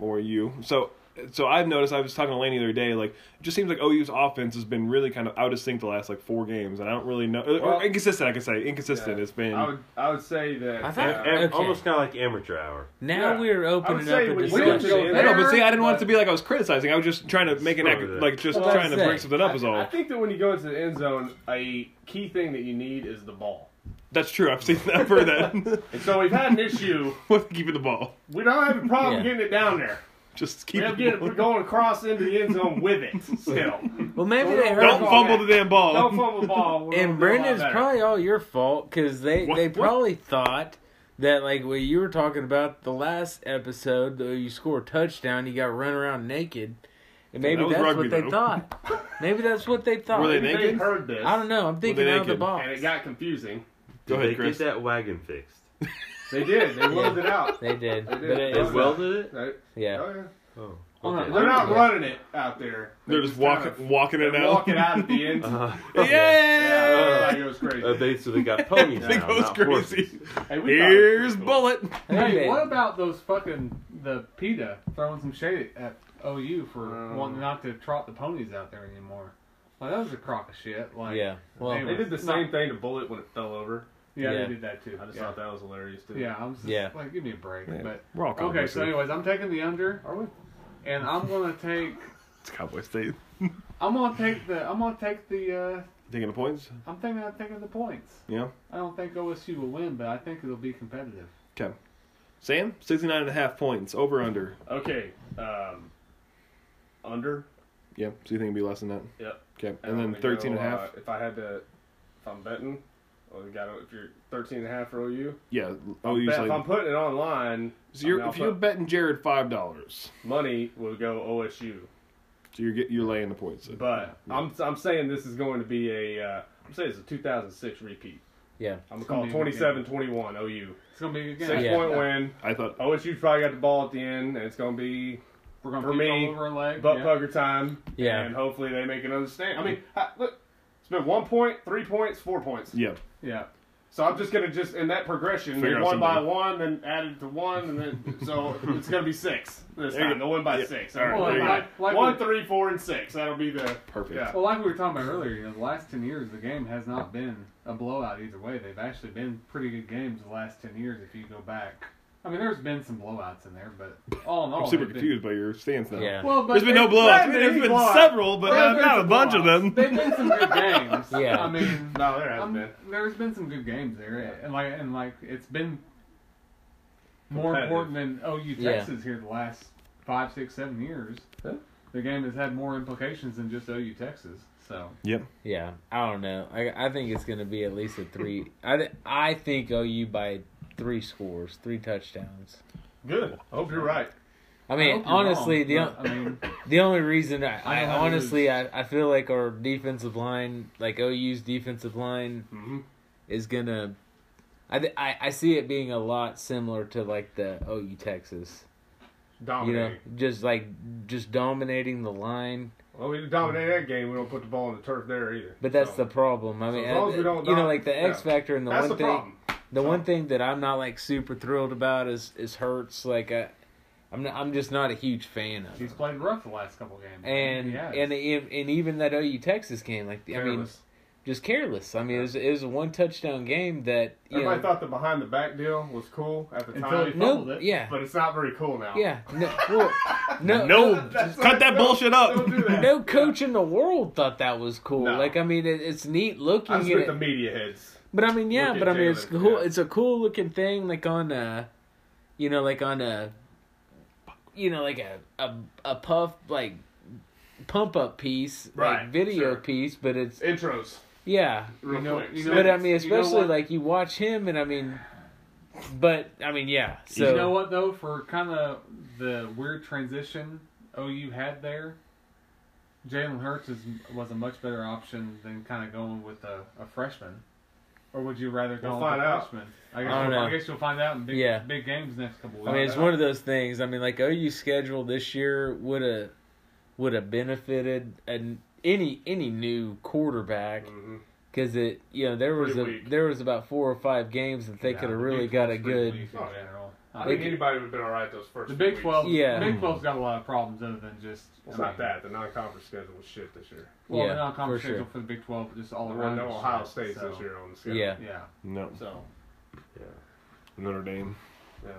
Speaker 1: or you. So so I've noticed. I was talking to Laney the other day. Like it just seems like OU's offense has been really kind of out of sync the last like four games, and I don't really know. or-
Speaker 5: Well-
Speaker 1: or inconsistent, I can say inconsistent.
Speaker 5: Yeah.
Speaker 1: It's been.
Speaker 5: I would, I would say that.
Speaker 3: I thought-
Speaker 5: uh,
Speaker 4: Am-
Speaker 3: Okay.
Speaker 4: Almost kind of like amateur hour.
Speaker 3: Now
Speaker 5: Yeah.
Speaker 3: we're
Speaker 5: I would
Speaker 3: opening up
Speaker 5: say
Speaker 3: a
Speaker 5: we- we
Speaker 1: I
Speaker 5: went
Speaker 3: discussion.
Speaker 5: to go
Speaker 1: don't know, but see, I didn't want it to
Speaker 5: but-
Speaker 1: be like I was criticizing. I was just trying to make an
Speaker 4: Screw
Speaker 1: ac-
Speaker 4: that.
Speaker 1: like just
Speaker 3: Well,
Speaker 1: trying to
Speaker 3: that's
Speaker 1: bring
Speaker 3: it.
Speaker 1: something up is
Speaker 5: I
Speaker 1: all.
Speaker 5: think that when you go into the end zone, a key thing that you need is the ball.
Speaker 1: That's true. I've seen that for that.
Speaker 5: And so we've had an issue.
Speaker 1: With keeping the ball,
Speaker 5: We don't have a problem
Speaker 3: Yeah.
Speaker 5: getting it down there.
Speaker 1: just
Speaker 5: We
Speaker 1: keep.
Speaker 5: have
Speaker 1: the
Speaker 5: getting
Speaker 1: ball.
Speaker 5: we're going across into the end zone with it. Still,
Speaker 3: Well, maybe they heard.
Speaker 1: Don't
Speaker 5: Don't
Speaker 1: fumble
Speaker 5: back.
Speaker 1: the damn
Speaker 5: don't
Speaker 1: ball.
Speaker 5: fumble the ball.
Speaker 3: And
Speaker 5: We're gonna do a lot
Speaker 3: Brendan's
Speaker 5: better.
Speaker 3: probably all your fault because they
Speaker 1: What-
Speaker 3: they
Speaker 1: what?
Speaker 3: probably thought that like what you were talking about the last episode, though you score a touchdown, you got to run around naked, and maybe
Speaker 1: that was
Speaker 3: that's
Speaker 1: rugby,
Speaker 3: what they
Speaker 1: though.
Speaker 3: thought. maybe that's what they thought.
Speaker 1: Were they
Speaker 5: They
Speaker 1: naked?
Speaker 5: heard this.
Speaker 3: I don't know. I'm thinking out of the
Speaker 1: naked?
Speaker 3: box.
Speaker 5: And it got confusing.
Speaker 1: Go
Speaker 4: Did
Speaker 1: ahead,
Speaker 4: they
Speaker 1: Chris.
Speaker 4: get that wagon fixed?
Speaker 5: They did. They rolled it out.
Speaker 3: They did.
Speaker 5: They did.
Speaker 3: But it-
Speaker 4: They
Speaker 5: Well,
Speaker 4: welded it?
Speaker 5: Right?
Speaker 3: yeah.
Speaker 5: Oh yeah.
Speaker 4: Oh.
Speaker 14: Oh, no,
Speaker 4: okay.
Speaker 14: they're
Speaker 5: They're not running it out there.
Speaker 1: They're just walking,
Speaker 5: kind of-
Speaker 1: walking it
Speaker 5: they're
Speaker 1: out. Uh-huh.
Speaker 5: walking out at the end.
Speaker 4: Uh,
Speaker 5: Yeah, like it was crazy.
Speaker 4: uh, they so they got ponies.
Speaker 5: They
Speaker 4: now,
Speaker 1: goes
Speaker 4: not
Speaker 1: crazy.
Speaker 4: horses.
Speaker 5: hey, we thought it was
Speaker 2: Here's
Speaker 5: pretty cool.
Speaker 2: bullet.
Speaker 3: Okay.
Speaker 2: Hey, what about those fucking the PETA throwing some shade at OU for
Speaker 5: Um.
Speaker 2: wanting not to trot the ponies out there anymore? Like that was a crock of shit. Like
Speaker 3: yeah. Well,
Speaker 2: They
Speaker 5: They did the same thing to Bullet when it fell over.
Speaker 2: yeah,
Speaker 3: Yeah.
Speaker 2: they did that too.
Speaker 5: I just
Speaker 2: yeah.
Speaker 5: thought that was hilarious too.
Speaker 2: Yeah, I'm just
Speaker 3: Yeah.
Speaker 2: like give me a break.
Speaker 1: Yeah.
Speaker 2: But
Speaker 1: We're all
Speaker 2: okay, so anyways, I'm taking the under. Are we? And I'm gonna take
Speaker 1: it's Cowboy State.
Speaker 2: I'm gonna take the I'm gonna take the uh
Speaker 1: Taking the points?
Speaker 2: I'm thinking I'm taking the points.
Speaker 1: Yeah.
Speaker 2: I don't think OSU will win, but I think it'll be competitive.
Speaker 1: Okay. Sam, 69 and a half points. Over, under.
Speaker 5: Okay. Um, under.
Speaker 1: Yeah, so you think it'd be less than that?
Speaker 5: Yep.
Speaker 1: Okay, and then
Speaker 5: I'm gonna
Speaker 1: 13 and a
Speaker 5: go,
Speaker 1: half.
Speaker 5: Uh, if I had to, if I'm betting, well, you got to if you're 13 and a half for OU.
Speaker 1: yeah,
Speaker 5: Oh,
Speaker 1: I'll use
Speaker 5: if I'm
Speaker 1: like,
Speaker 5: putting it online,
Speaker 1: so you're,
Speaker 5: I mean, I'll
Speaker 1: if you're
Speaker 5: put-
Speaker 1: betting Jared $5,
Speaker 5: money will go OSU.
Speaker 1: so you're get, you're laying the points. in.
Speaker 5: But I'm I'm saying this is going to be a uh, I'm saying it's a 2006 repeat.
Speaker 3: yeah.
Speaker 5: I'm
Speaker 2: gonna
Speaker 5: gonna call
Speaker 2: be a
Speaker 5: 27-21 OU.
Speaker 2: It's gonna be a good
Speaker 5: Six
Speaker 2: game.
Speaker 3: Yeah.
Speaker 5: point win.
Speaker 1: I thought,
Speaker 5: OSU probably got the ball at the end, and it's gonna be
Speaker 2: We're gonna
Speaker 5: For
Speaker 2: keep it
Speaker 5: me,
Speaker 2: all over our leg.
Speaker 5: butt
Speaker 2: yeah.
Speaker 5: pugger time.
Speaker 3: Yeah.
Speaker 5: And hopefully they make another stand. I mean, I, look, it's been one point, three points, four points.
Speaker 1: yeah,
Speaker 2: yeah.
Speaker 5: So I'm just gonna just in that progression,
Speaker 1: Figure
Speaker 5: they
Speaker 1: out
Speaker 5: one by
Speaker 1: something.
Speaker 5: one, then added to one, and then so it's gonna be six this
Speaker 1: There you
Speaker 5: time.
Speaker 1: go.
Speaker 5: They'll win by
Speaker 1: Yeah.
Speaker 5: six.
Speaker 1: All right,
Speaker 5: All
Speaker 2: Well,
Speaker 5: right,
Speaker 1: there you
Speaker 2: like, like
Speaker 5: one,
Speaker 2: we,
Speaker 5: three, four, and six. That'll be the
Speaker 1: perfect.
Speaker 5: Yeah.
Speaker 2: well, like we were talking about earlier, you know, the last ten years the game has not been a blowout either way. They've actually been pretty good games the last ten years if you go back. I mean, there's been some blowouts in there, but all in all,
Speaker 1: I'm super
Speaker 2: they've
Speaker 1: confused by your stance now.
Speaker 3: Yeah.
Speaker 2: Been, well, Oh, but
Speaker 1: There's been no
Speaker 2: they've-
Speaker 1: blowouts. I mean,
Speaker 5: been
Speaker 1: there's
Speaker 5: any
Speaker 1: been
Speaker 5: blowouts.
Speaker 1: several, but
Speaker 5: There's
Speaker 1: not,
Speaker 5: been
Speaker 1: not a
Speaker 5: some
Speaker 1: bunch of
Speaker 5: blowouts.
Speaker 1: them.
Speaker 2: They've been some good games.
Speaker 3: Yeah.
Speaker 2: I mean,
Speaker 5: no, there hasn't
Speaker 2: Um,
Speaker 5: been.
Speaker 2: there's been some good games there, and like and like it's been more important
Speaker 5: Competitive.
Speaker 2: than OU
Speaker 3: Yeah.
Speaker 2: Texas here the last five, six, seven years. The game has had more implications than just OU Texas. So
Speaker 3: Yeah, I don't know. I I think it's gonna be at least a three. I th- I think OU by three scores, three touchdowns.
Speaker 5: Good. I hope you're right.
Speaker 3: I mean,
Speaker 2: hope you're
Speaker 3: honestly,
Speaker 2: wrong,
Speaker 3: the
Speaker 2: but,
Speaker 3: on-
Speaker 2: I mean,
Speaker 3: the only reason I, I,
Speaker 2: I know how to
Speaker 3: honestly
Speaker 2: lose.
Speaker 3: I, I feel like our defensive line, like OU's defensive line,
Speaker 5: Mhm.
Speaker 3: is gonna. I, th- I I see it being a lot similar to like the OU Texas. You know,
Speaker 5: Dominating.
Speaker 3: just like just dominating the line.
Speaker 5: Well, we dominate that game. We don't put the ball on the turf there either.
Speaker 3: But that's
Speaker 5: So,
Speaker 3: the problem. I mean, uh,
Speaker 5: as long as we don't
Speaker 3: you know,
Speaker 5: dom-
Speaker 3: like the X
Speaker 5: yeah.
Speaker 3: factor and the
Speaker 5: that's
Speaker 3: one
Speaker 5: the
Speaker 3: thing.
Speaker 5: problem.
Speaker 3: The one thing that I'm not like super thrilled about is is Hurts. Like I, I'm not, I'm just not a huge fan of.
Speaker 2: he's
Speaker 3: Him.
Speaker 2: played rough the last couple games.
Speaker 3: And
Speaker 2: yeah,
Speaker 3: and and and even that OU Texas game, like I mean,
Speaker 5: Careless.
Speaker 3: just careless. I mean, it was, it was a one touchdown game that you
Speaker 5: everybody
Speaker 3: know,
Speaker 5: thought the behind the back deal was cool at the
Speaker 2: Until
Speaker 5: time,
Speaker 2: he fumbled
Speaker 3: no,
Speaker 2: it.
Speaker 3: yeah,
Speaker 5: but it's not very cool now.
Speaker 3: yeah, no, well, no,
Speaker 1: No, just cut that bullshit up.
Speaker 5: Don't do that.
Speaker 3: no coach in the world thought that was cool.
Speaker 5: No.
Speaker 3: Like I mean, it, it's neat looking.
Speaker 5: I'm
Speaker 3: and
Speaker 5: with
Speaker 3: it-
Speaker 5: the media heads.
Speaker 3: But I mean, yeah.
Speaker 5: Look
Speaker 3: But I
Speaker 5: at
Speaker 3: mean, it's
Speaker 5: Jalen,
Speaker 3: cool.
Speaker 5: yeah.
Speaker 3: It's a cool looking thing, like on a, you know, like on a, you know, like a a a puff like pump up piece,
Speaker 5: Right,
Speaker 3: like video
Speaker 5: sure.
Speaker 3: piece. But it's
Speaker 5: Intros,
Speaker 3: yeah.
Speaker 5: real
Speaker 2: You know-
Speaker 5: quick.
Speaker 2: you know-
Speaker 3: But I mean,
Speaker 2: You know
Speaker 3: especially
Speaker 2: what?
Speaker 3: like you watch him, and I mean, but I mean, yeah. So
Speaker 2: you know what though, for kind of the weird transition OU had there, Jalen Hurts is, was a much better option than kind of going with a, a freshman. Or would you rather go
Speaker 5: We'll
Speaker 2: with
Speaker 5: find
Speaker 2: a
Speaker 5: out.
Speaker 2: freshman? I guess,
Speaker 3: I don't
Speaker 2: we'll, I
Speaker 3: know.
Speaker 2: guess you'll find out in big,
Speaker 3: Yeah.
Speaker 2: big games next couple weeks.
Speaker 3: I mean, it's one of those things. I mean, like OU schedule this year would have would have benefited an, any any new quarterback because it you know there was
Speaker 5: Pretty
Speaker 3: a
Speaker 5: weak.
Speaker 3: there was about four or five games that they
Speaker 2: Yeah,
Speaker 3: could have
Speaker 2: the
Speaker 3: really
Speaker 2: Big
Speaker 3: got a
Speaker 2: 12's pretty
Speaker 3: good
Speaker 2: weak in
Speaker 5: Oh, yeah.
Speaker 2: general.
Speaker 5: I
Speaker 3: They
Speaker 5: think
Speaker 3: did-
Speaker 5: anybody would have been all right those first.
Speaker 2: The
Speaker 5: few
Speaker 2: Big
Speaker 5: weeks.
Speaker 2: Twelve,
Speaker 3: Yeah.
Speaker 2: Big Twelve's got a lot of problems other than just.
Speaker 5: It's
Speaker 2: I
Speaker 5: not
Speaker 2: mean,
Speaker 5: that. The non-conference schedule was shit this year.
Speaker 2: Well, the
Speaker 3: Yeah,
Speaker 2: non-conference
Speaker 3: for sure.
Speaker 2: schedule for the Big Twelve is just all
Speaker 5: There were
Speaker 2: around.
Speaker 5: no
Speaker 2: is
Speaker 5: Ohio
Speaker 2: shit,
Speaker 5: States
Speaker 2: so-
Speaker 5: this year on the schedule.
Speaker 3: yeah
Speaker 2: Yeah.
Speaker 1: No,
Speaker 5: So
Speaker 1: Notre Dame.
Speaker 5: Yeah.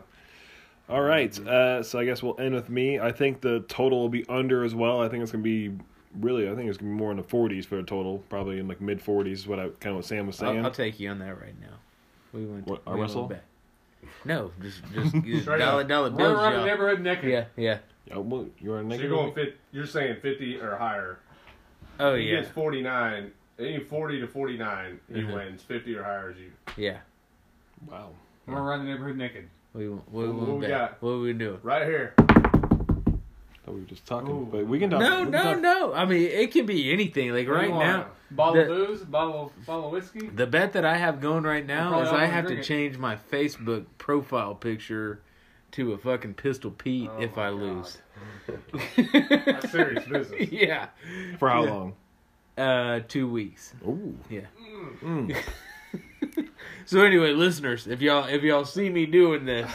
Speaker 1: All right, uh, so I guess we'll end with me. I think the total will be under as well. I think it's gonna be really. I think it's gonna be more in the 40s for the total, probably in like mid 40s. Is what I kind of what Sam was saying.
Speaker 3: I'll, I'll take you on that right now. We went
Speaker 1: What,
Speaker 3: we
Speaker 1: arm
Speaker 3: went
Speaker 1: wrestle?
Speaker 3: back. No, just just, just
Speaker 5: Straight
Speaker 3: dollar
Speaker 5: up.
Speaker 3: dollar
Speaker 2: We're
Speaker 3: bills,
Speaker 2: around the
Speaker 3: y'all.
Speaker 2: neighborhood naked.
Speaker 3: Yeah, yeah.
Speaker 1: Yeah, Oh, well, you are
Speaker 5: So
Speaker 1: negative.
Speaker 5: you're going fit. You're saying 50 or higher.
Speaker 3: Oh
Speaker 5: he
Speaker 3: yeah,
Speaker 5: gets 49. Any 40 to 49, he
Speaker 3: Mhm.
Speaker 5: wins. 50 or higher is you.
Speaker 3: yeah.
Speaker 1: wow.
Speaker 2: We're around the neighborhood naked.
Speaker 3: We won't- we
Speaker 5: What
Speaker 3: won't
Speaker 5: we
Speaker 3: bet.
Speaker 5: got?
Speaker 3: What we doing?
Speaker 5: Right here.
Speaker 1: Thought we were just talking,
Speaker 2: Ooh.
Speaker 1: but we can talk.
Speaker 3: No,
Speaker 1: we can
Speaker 3: no,
Speaker 1: talk-
Speaker 3: no. I mean, it can be anything. Like
Speaker 5: What do
Speaker 3: right
Speaker 5: you
Speaker 3: now,
Speaker 5: want?
Speaker 2: Bottle of
Speaker 3: The-
Speaker 2: booze, bottle of, bottle of whiskey.
Speaker 3: The bet that I have going right now
Speaker 2: Probably
Speaker 3: is
Speaker 2: all
Speaker 3: I
Speaker 2: gonna
Speaker 3: have to
Speaker 2: drink it.
Speaker 3: change my Facebook profile picture to a fucking Pistol Pete if I lose.
Speaker 5: Oh That's serious business.
Speaker 3: yeah.
Speaker 1: For how
Speaker 3: Yeah.
Speaker 1: long?
Speaker 3: Uh, two weeks.
Speaker 1: Ooh. Mm.
Speaker 3: Yeah. so anyway, listeners, if y'all if y'all see me doing this,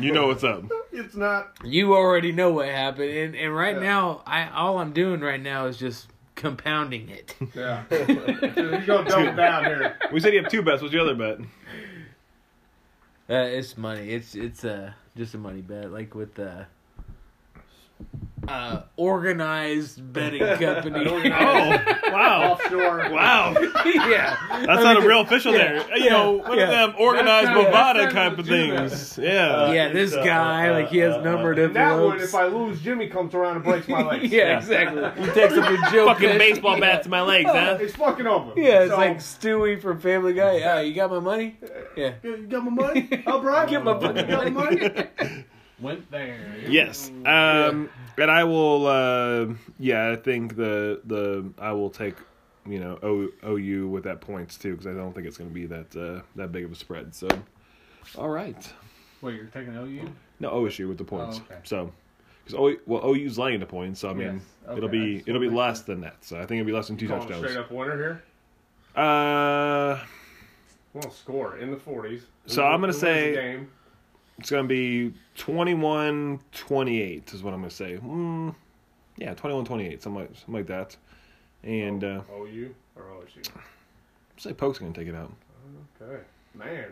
Speaker 1: You know what's up.
Speaker 5: It's not.
Speaker 3: you already know what happened. And and right now, I all I'm doing right now is just compounding it.
Speaker 5: Yeah. You're gonna double down here.
Speaker 1: We said you have two bets. What's your other bet?
Speaker 3: Uh, it's money. It's it's uh just a money bet, like with the uh organized betting company.
Speaker 1: Oh, wow.
Speaker 5: Offshore.
Speaker 1: Wow.
Speaker 3: yeah,
Speaker 1: That's not a real official there. You know, one
Speaker 3: yeah.
Speaker 1: of them organized
Speaker 2: That's
Speaker 1: Bovada
Speaker 2: not- that's not
Speaker 1: type of
Speaker 2: legitimate.
Speaker 1: things. Yeah.
Speaker 3: yeah, this guy like he has numbered
Speaker 5: And that one,
Speaker 3: envelopes.
Speaker 5: if I lose, Jimmy comes around and breaks my legs.
Speaker 3: yeah, exactly. He takes up your joke.
Speaker 15: Fucking
Speaker 3: bet.
Speaker 15: baseball
Speaker 3: Yeah.
Speaker 15: bat to my legs, huh?
Speaker 5: It's fucking over.
Speaker 3: Yeah, it's
Speaker 5: So,
Speaker 3: like Stewie from Family Guy. Yeah, you got my money? Yeah.
Speaker 5: You got my money? I'll bribe
Speaker 3: Get my fucking
Speaker 5: You got
Speaker 3: money.
Speaker 5: my money?
Speaker 16: Went there.
Speaker 1: Yes. Um, And I will. Uh, yeah, I think the the I will take you know o, OU with that points too because I don't think it's going to be that uh, that big of a spread. So, all right.
Speaker 16: Wait, you're taking OU?
Speaker 1: No OSU with the points.
Speaker 16: Oh, okay.
Speaker 1: So, because well OU's laying the points, so I mean
Speaker 16: Yes. Okay,
Speaker 1: it'll
Speaker 16: I
Speaker 1: be
Speaker 16: just
Speaker 1: it'll be
Speaker 16: wanna make
Speaker 1: less than that. So I think it'll be less than two
Speaker 5: Call him straight
Speaker 1: touchdowns.
Speaker 5: up winner here.
Speaker 1: Uh,
Speaker 5: We'll score in the 40s.
Speaker 1: So
Speaker 5: Who-
Speaker 1: I'm gonna
Speaker 5: who wins
Speaker 1: say-
Speaker 5: the game?
Speaker 1: it's going to be 21-28 is what I'm going to say. Mm, yeah, 21-28, something like, something like that. And uh,
Speaker 5: OU or OSU.
Speaker 1: say Poke's going to take it out.
Speaker 5: Okay, man.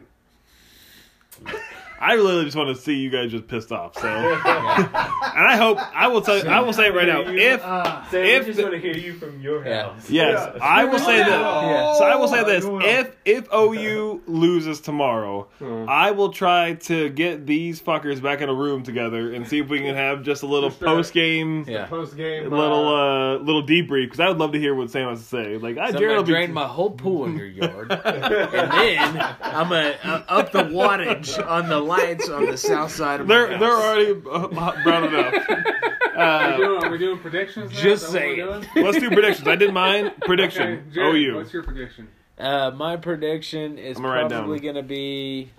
Speaker 1: I literally just want to see you guys just pissed off. So, and I hope I will tell. I will say it right now. If
Speaker 4: Sam,
Speaker 1: If
Speaker 4: we just
Speaker 1: the-
Speaker 4: want to hear you from your
Speaker 3: Yeah.
Speaker 4: house.
Speaker 1: yes, I will say that.
Speaker 3: Yeah.
Speaker 1: So I will say this: if if OU loses tomorrow, I will try to get these fuckers back in a room together and see if we can have just a little
Speaker 5: Just, uh,
Speaker 1: post game,
Speaker 3: Yeah.
Speaker 5: Post game.
Speaker 1: little uh, little debrief because I would love to hear what Sam has to say. Like, I
Speaker 3: Somebody
Speaker 1: Jared will be.
Speaker 3: drained my whole pool in your yard, and then I'm gonna uh, up the wattage on the lights on the south side of my
Speaker 1: they're
Speaker 3: house.
Speaker 1: they're already uh, brown enough.
Speaker 2: Are
Speaker 1: Uh,
Speaker 2: we doing, are we doing predictions? Now?
Speaker 3: Just
Speaker 2: Is that what we're
Speaker 3: saying.
Speaker 2: doing?
Speaker 1: let's do predictions. I did mine. Prediction. Oh,
Speaker 2: Okay, Jared,
Speaker 1: OU.
Speaker 2: What's your prediction?
Speaker 3: Uh, my prediction is
Speaker 1: I'm gonna write it
Speaker 3: probably
Speaker 1: down.
Speaker 3: gonna be.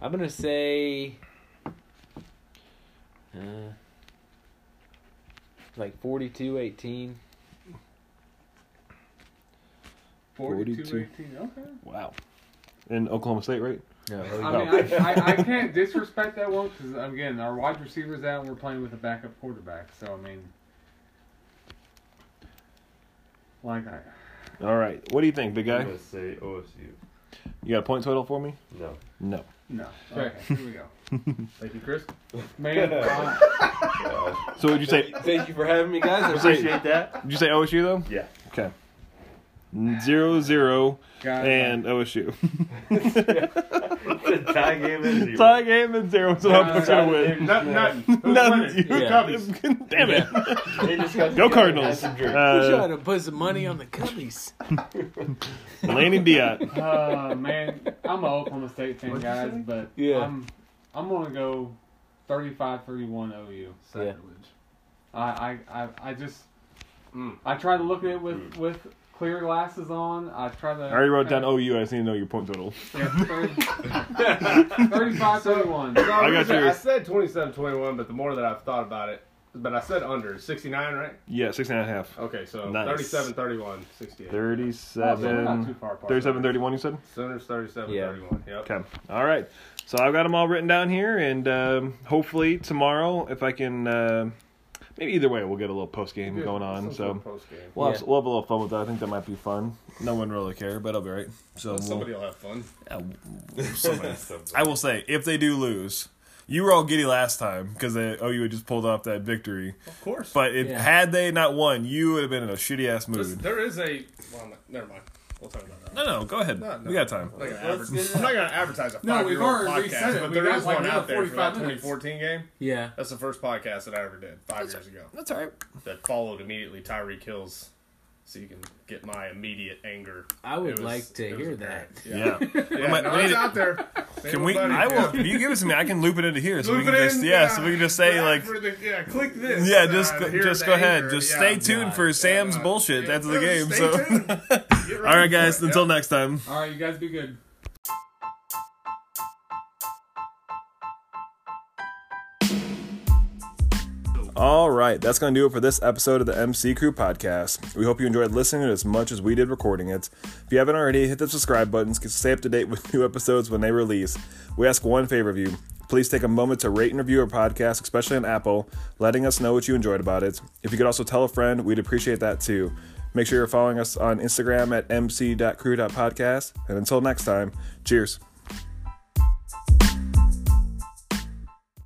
Speaker 3: I'm gonna say. Uh, like 42 18.
Speaker 1: 42.
Speaker 2: 18. Okay.
Speaker 1: Wow. In Oklahoma State, right?
Speaker 3: No, oh,
Speaker 2: I mean, I, I, I can't disrespect that one because again, our wide receiver's out. and We're playing with a backup quarterback, so I mean, like I,
Speaker 1: All right. What do you think, big guy?
Speaker 15: I'm gonna say OSU.
Speaker 1: You got a point total for me?
Speaker 15: No.
Speaker 1: No.
Speaker 2: no. Okay, here we go.
Speaker 5: Thank you, Chris.
Speaker 2: Man, uh,
Speaker 1: So would you say
Speaker 4: Thank you for having me, guys. I appreciate that.
Speaker 1: would you say OSU though?
Speaker 4: Yeah.
Speaker 1: Okay. Zero zero
Speaker 2: God,
Speaker 1: and OSU.
Speaker 4: It's a tie game and zero.
Speaker 1: Tie game and zero, so I'm
Speaker 2: Uh,
Speaker 1: gonna win.
Speaker 5: Nothing. Nothing. Who's
Speaker 1: Nothing.
Speaker 5: winning?
Speaker 1: You-
Speaker 3: Yeah.
Speaker 1: Damn it.
Speaker 4: They just got
Speaker 1: Go
Speaker 4: together and had
Speaker 1: Cardinals.
Speaker 4: some drinks.
Speaker 3: I'm
Speaker 1: Uh,
Speaker 3: trying to put some money on the cubbies.
Speaker 1: Laney Diot.
Speaker 2: uh, man, I'm an Oklahoma State fan, guys, but
Speaker 3: Yeah.
Speaker 2: I'm I'm gonna go 35-31 OU.
Speaker 3: Yeah.
Speaker 2: I I I, I just
Speaker 5: Mm.
Speaker 2: I try to look at it with with clear glasses on. I try to.
Speaker 1: I already wrote down OU. I just need to know your point total.
Speaker 2: Yeah, 30, 35 31.
Speaker 5: No,
Speaker 1: I
Speaker 5: I,
Speaker 1: got
Speaker 5: said,
Speaker 1: yours.
Speaker 5: I said 27 21, but the more that I've thought about it, but I said under 69, right?
Speaker 1: Yeah, six and a half.
Speaker 5: Okay, so
Speaker 1: Nice.
Speaker 5: 37 31, 68.
Speaker 2: Not too
Speaker 1: 37,
Speaker 2: far apart.
Speaker 1: 37, 31, you said?
Speaker 5: Sooners 37
Speaker 3: Yeah.
Speaker 5: 31. Yep.
Speaker 1: Okay. All right. So I've got them all written down here, and um, hopefully tomorrow, if I can, uh, maybe either way, we'll get a little post game
Speaker 5: Good.
Speaker 1: going on.
Speaker 5: Some
Speaker 1: So
Speaker 5: sort of post game.
Speaker 1: we'll, have,
Speaker 3: Yeah.
Speaker 1: we'll have a little fun with that. I think that might be fun. No one really care, but I'll be right. So we'll,
Speaker 5: Somebody will have fun.
Speaker 1: somebody. I will say, if they do lose, you were all giddy last time because OU had just pulled off that victory.
Speaker 5: Of course.
Speaker 1: But if
Speaker 3: Yeah.
Speaker 1: had they not won, you would have been in a shitty ass
Speaker 5: Listen,
Speaker 1: mood.
Speaker 5: there is a. Well, I'm not- never mind. We'll talk about that.
Speaker 1: No, no, go ahead.
Speaker 5: No, no.
Speaker 1: We got time.
Speaker 5: I'm not gonna adver- I'm not going to advertise a
Speaker 2: No,
Speaker 5: five year
Speaker 2: we've
Speaker 5: old
Speaker 2: already said
Speaker 5: podcast,
Speaker 2: it.
Speaker 5: but
Speaker 2: We
Speaker 5: there
Speaker 2: got
Speaker 5: is
Speaker 2: like
Speaker 5: one
Speaker 2: another
Speaker 5: out there for
Speaker 2: 45
Speaker 5: that
Speaker 2: minutes.
Speaker 5: 2014 game.
Speaker 3: Yeah.
Speaker 5: That's the first podcast that I ever did five years ago.
Speaker 1: That's all right.
Speaker 5: That followed immediately Tyreek Hill's. So you can get my immediate anger.
Speaker 3: I would
Speaker 5: It was-
Speaker 3: like to
Speaker 5: it was
Speaker 3: hear that.
Speaker 5: apparent.
Speaker 1: Yeah.
Speaker 5: Yeah,
Speaker 1: Am I-
Speaker 5: no,
Speaker 1: we
Speaker 5: it's
Speaker 1: need-
Speaker 5: out there.
Speaker 1: Can we? I will. If you give it to me, I can loop it into here, so we
Speaker 5: Loop
Speaker 1: can
Speaker 5: it
Speaker 1: just
Speaker 5: in,
Speaker 1: yeah, so we can just say like
Speaker 5: for the- yeah, click this.
Speaker 1: yeah, just
Speaker 5: uh,
Speaker 1: go-
Speaker 5: hear
Speaker 1: just
Speaker 5: the
Speaker 1: go ahead,
Speaker 5: anger,
Speaker 1: just
Speaker 5: yeah.
Speaker 1: stay tuned for Sam's
Speaker 5: uh,
Speaker 1: bullshit
Speaker 5: yeah,
Speaker 1: after the
Speaker 5: no,
Speaker 1: game.
Speaker 5: stay
Speaker 1: So,
Speaker 5: tuned. Get ready
Speaker 1: all right,
Speaker 5: for
Speaker 1: guys,
Speaker 5: it,
Speaker 1: until
Speaker 5: yeah.
Speaker 1: next time.
Speaker 2: All right, you guys be good.
Speaker 1: All right, that's going to do it for this episode of the MC Crew podcast. We hope you enjoyed listening to it as much as we did recording it. If you haven't already, hit the subscribe button to stay up to date with new episodes when they release. We ask one favor of you. Please take a moment to rate and review our podcast, especially on Apple, letting us know what you enjoyed about it. If you could also tell a friend, we'd appreciate that too. Make sure you're following us on Instagram at mc.crew.podcast. And until next time, cheers.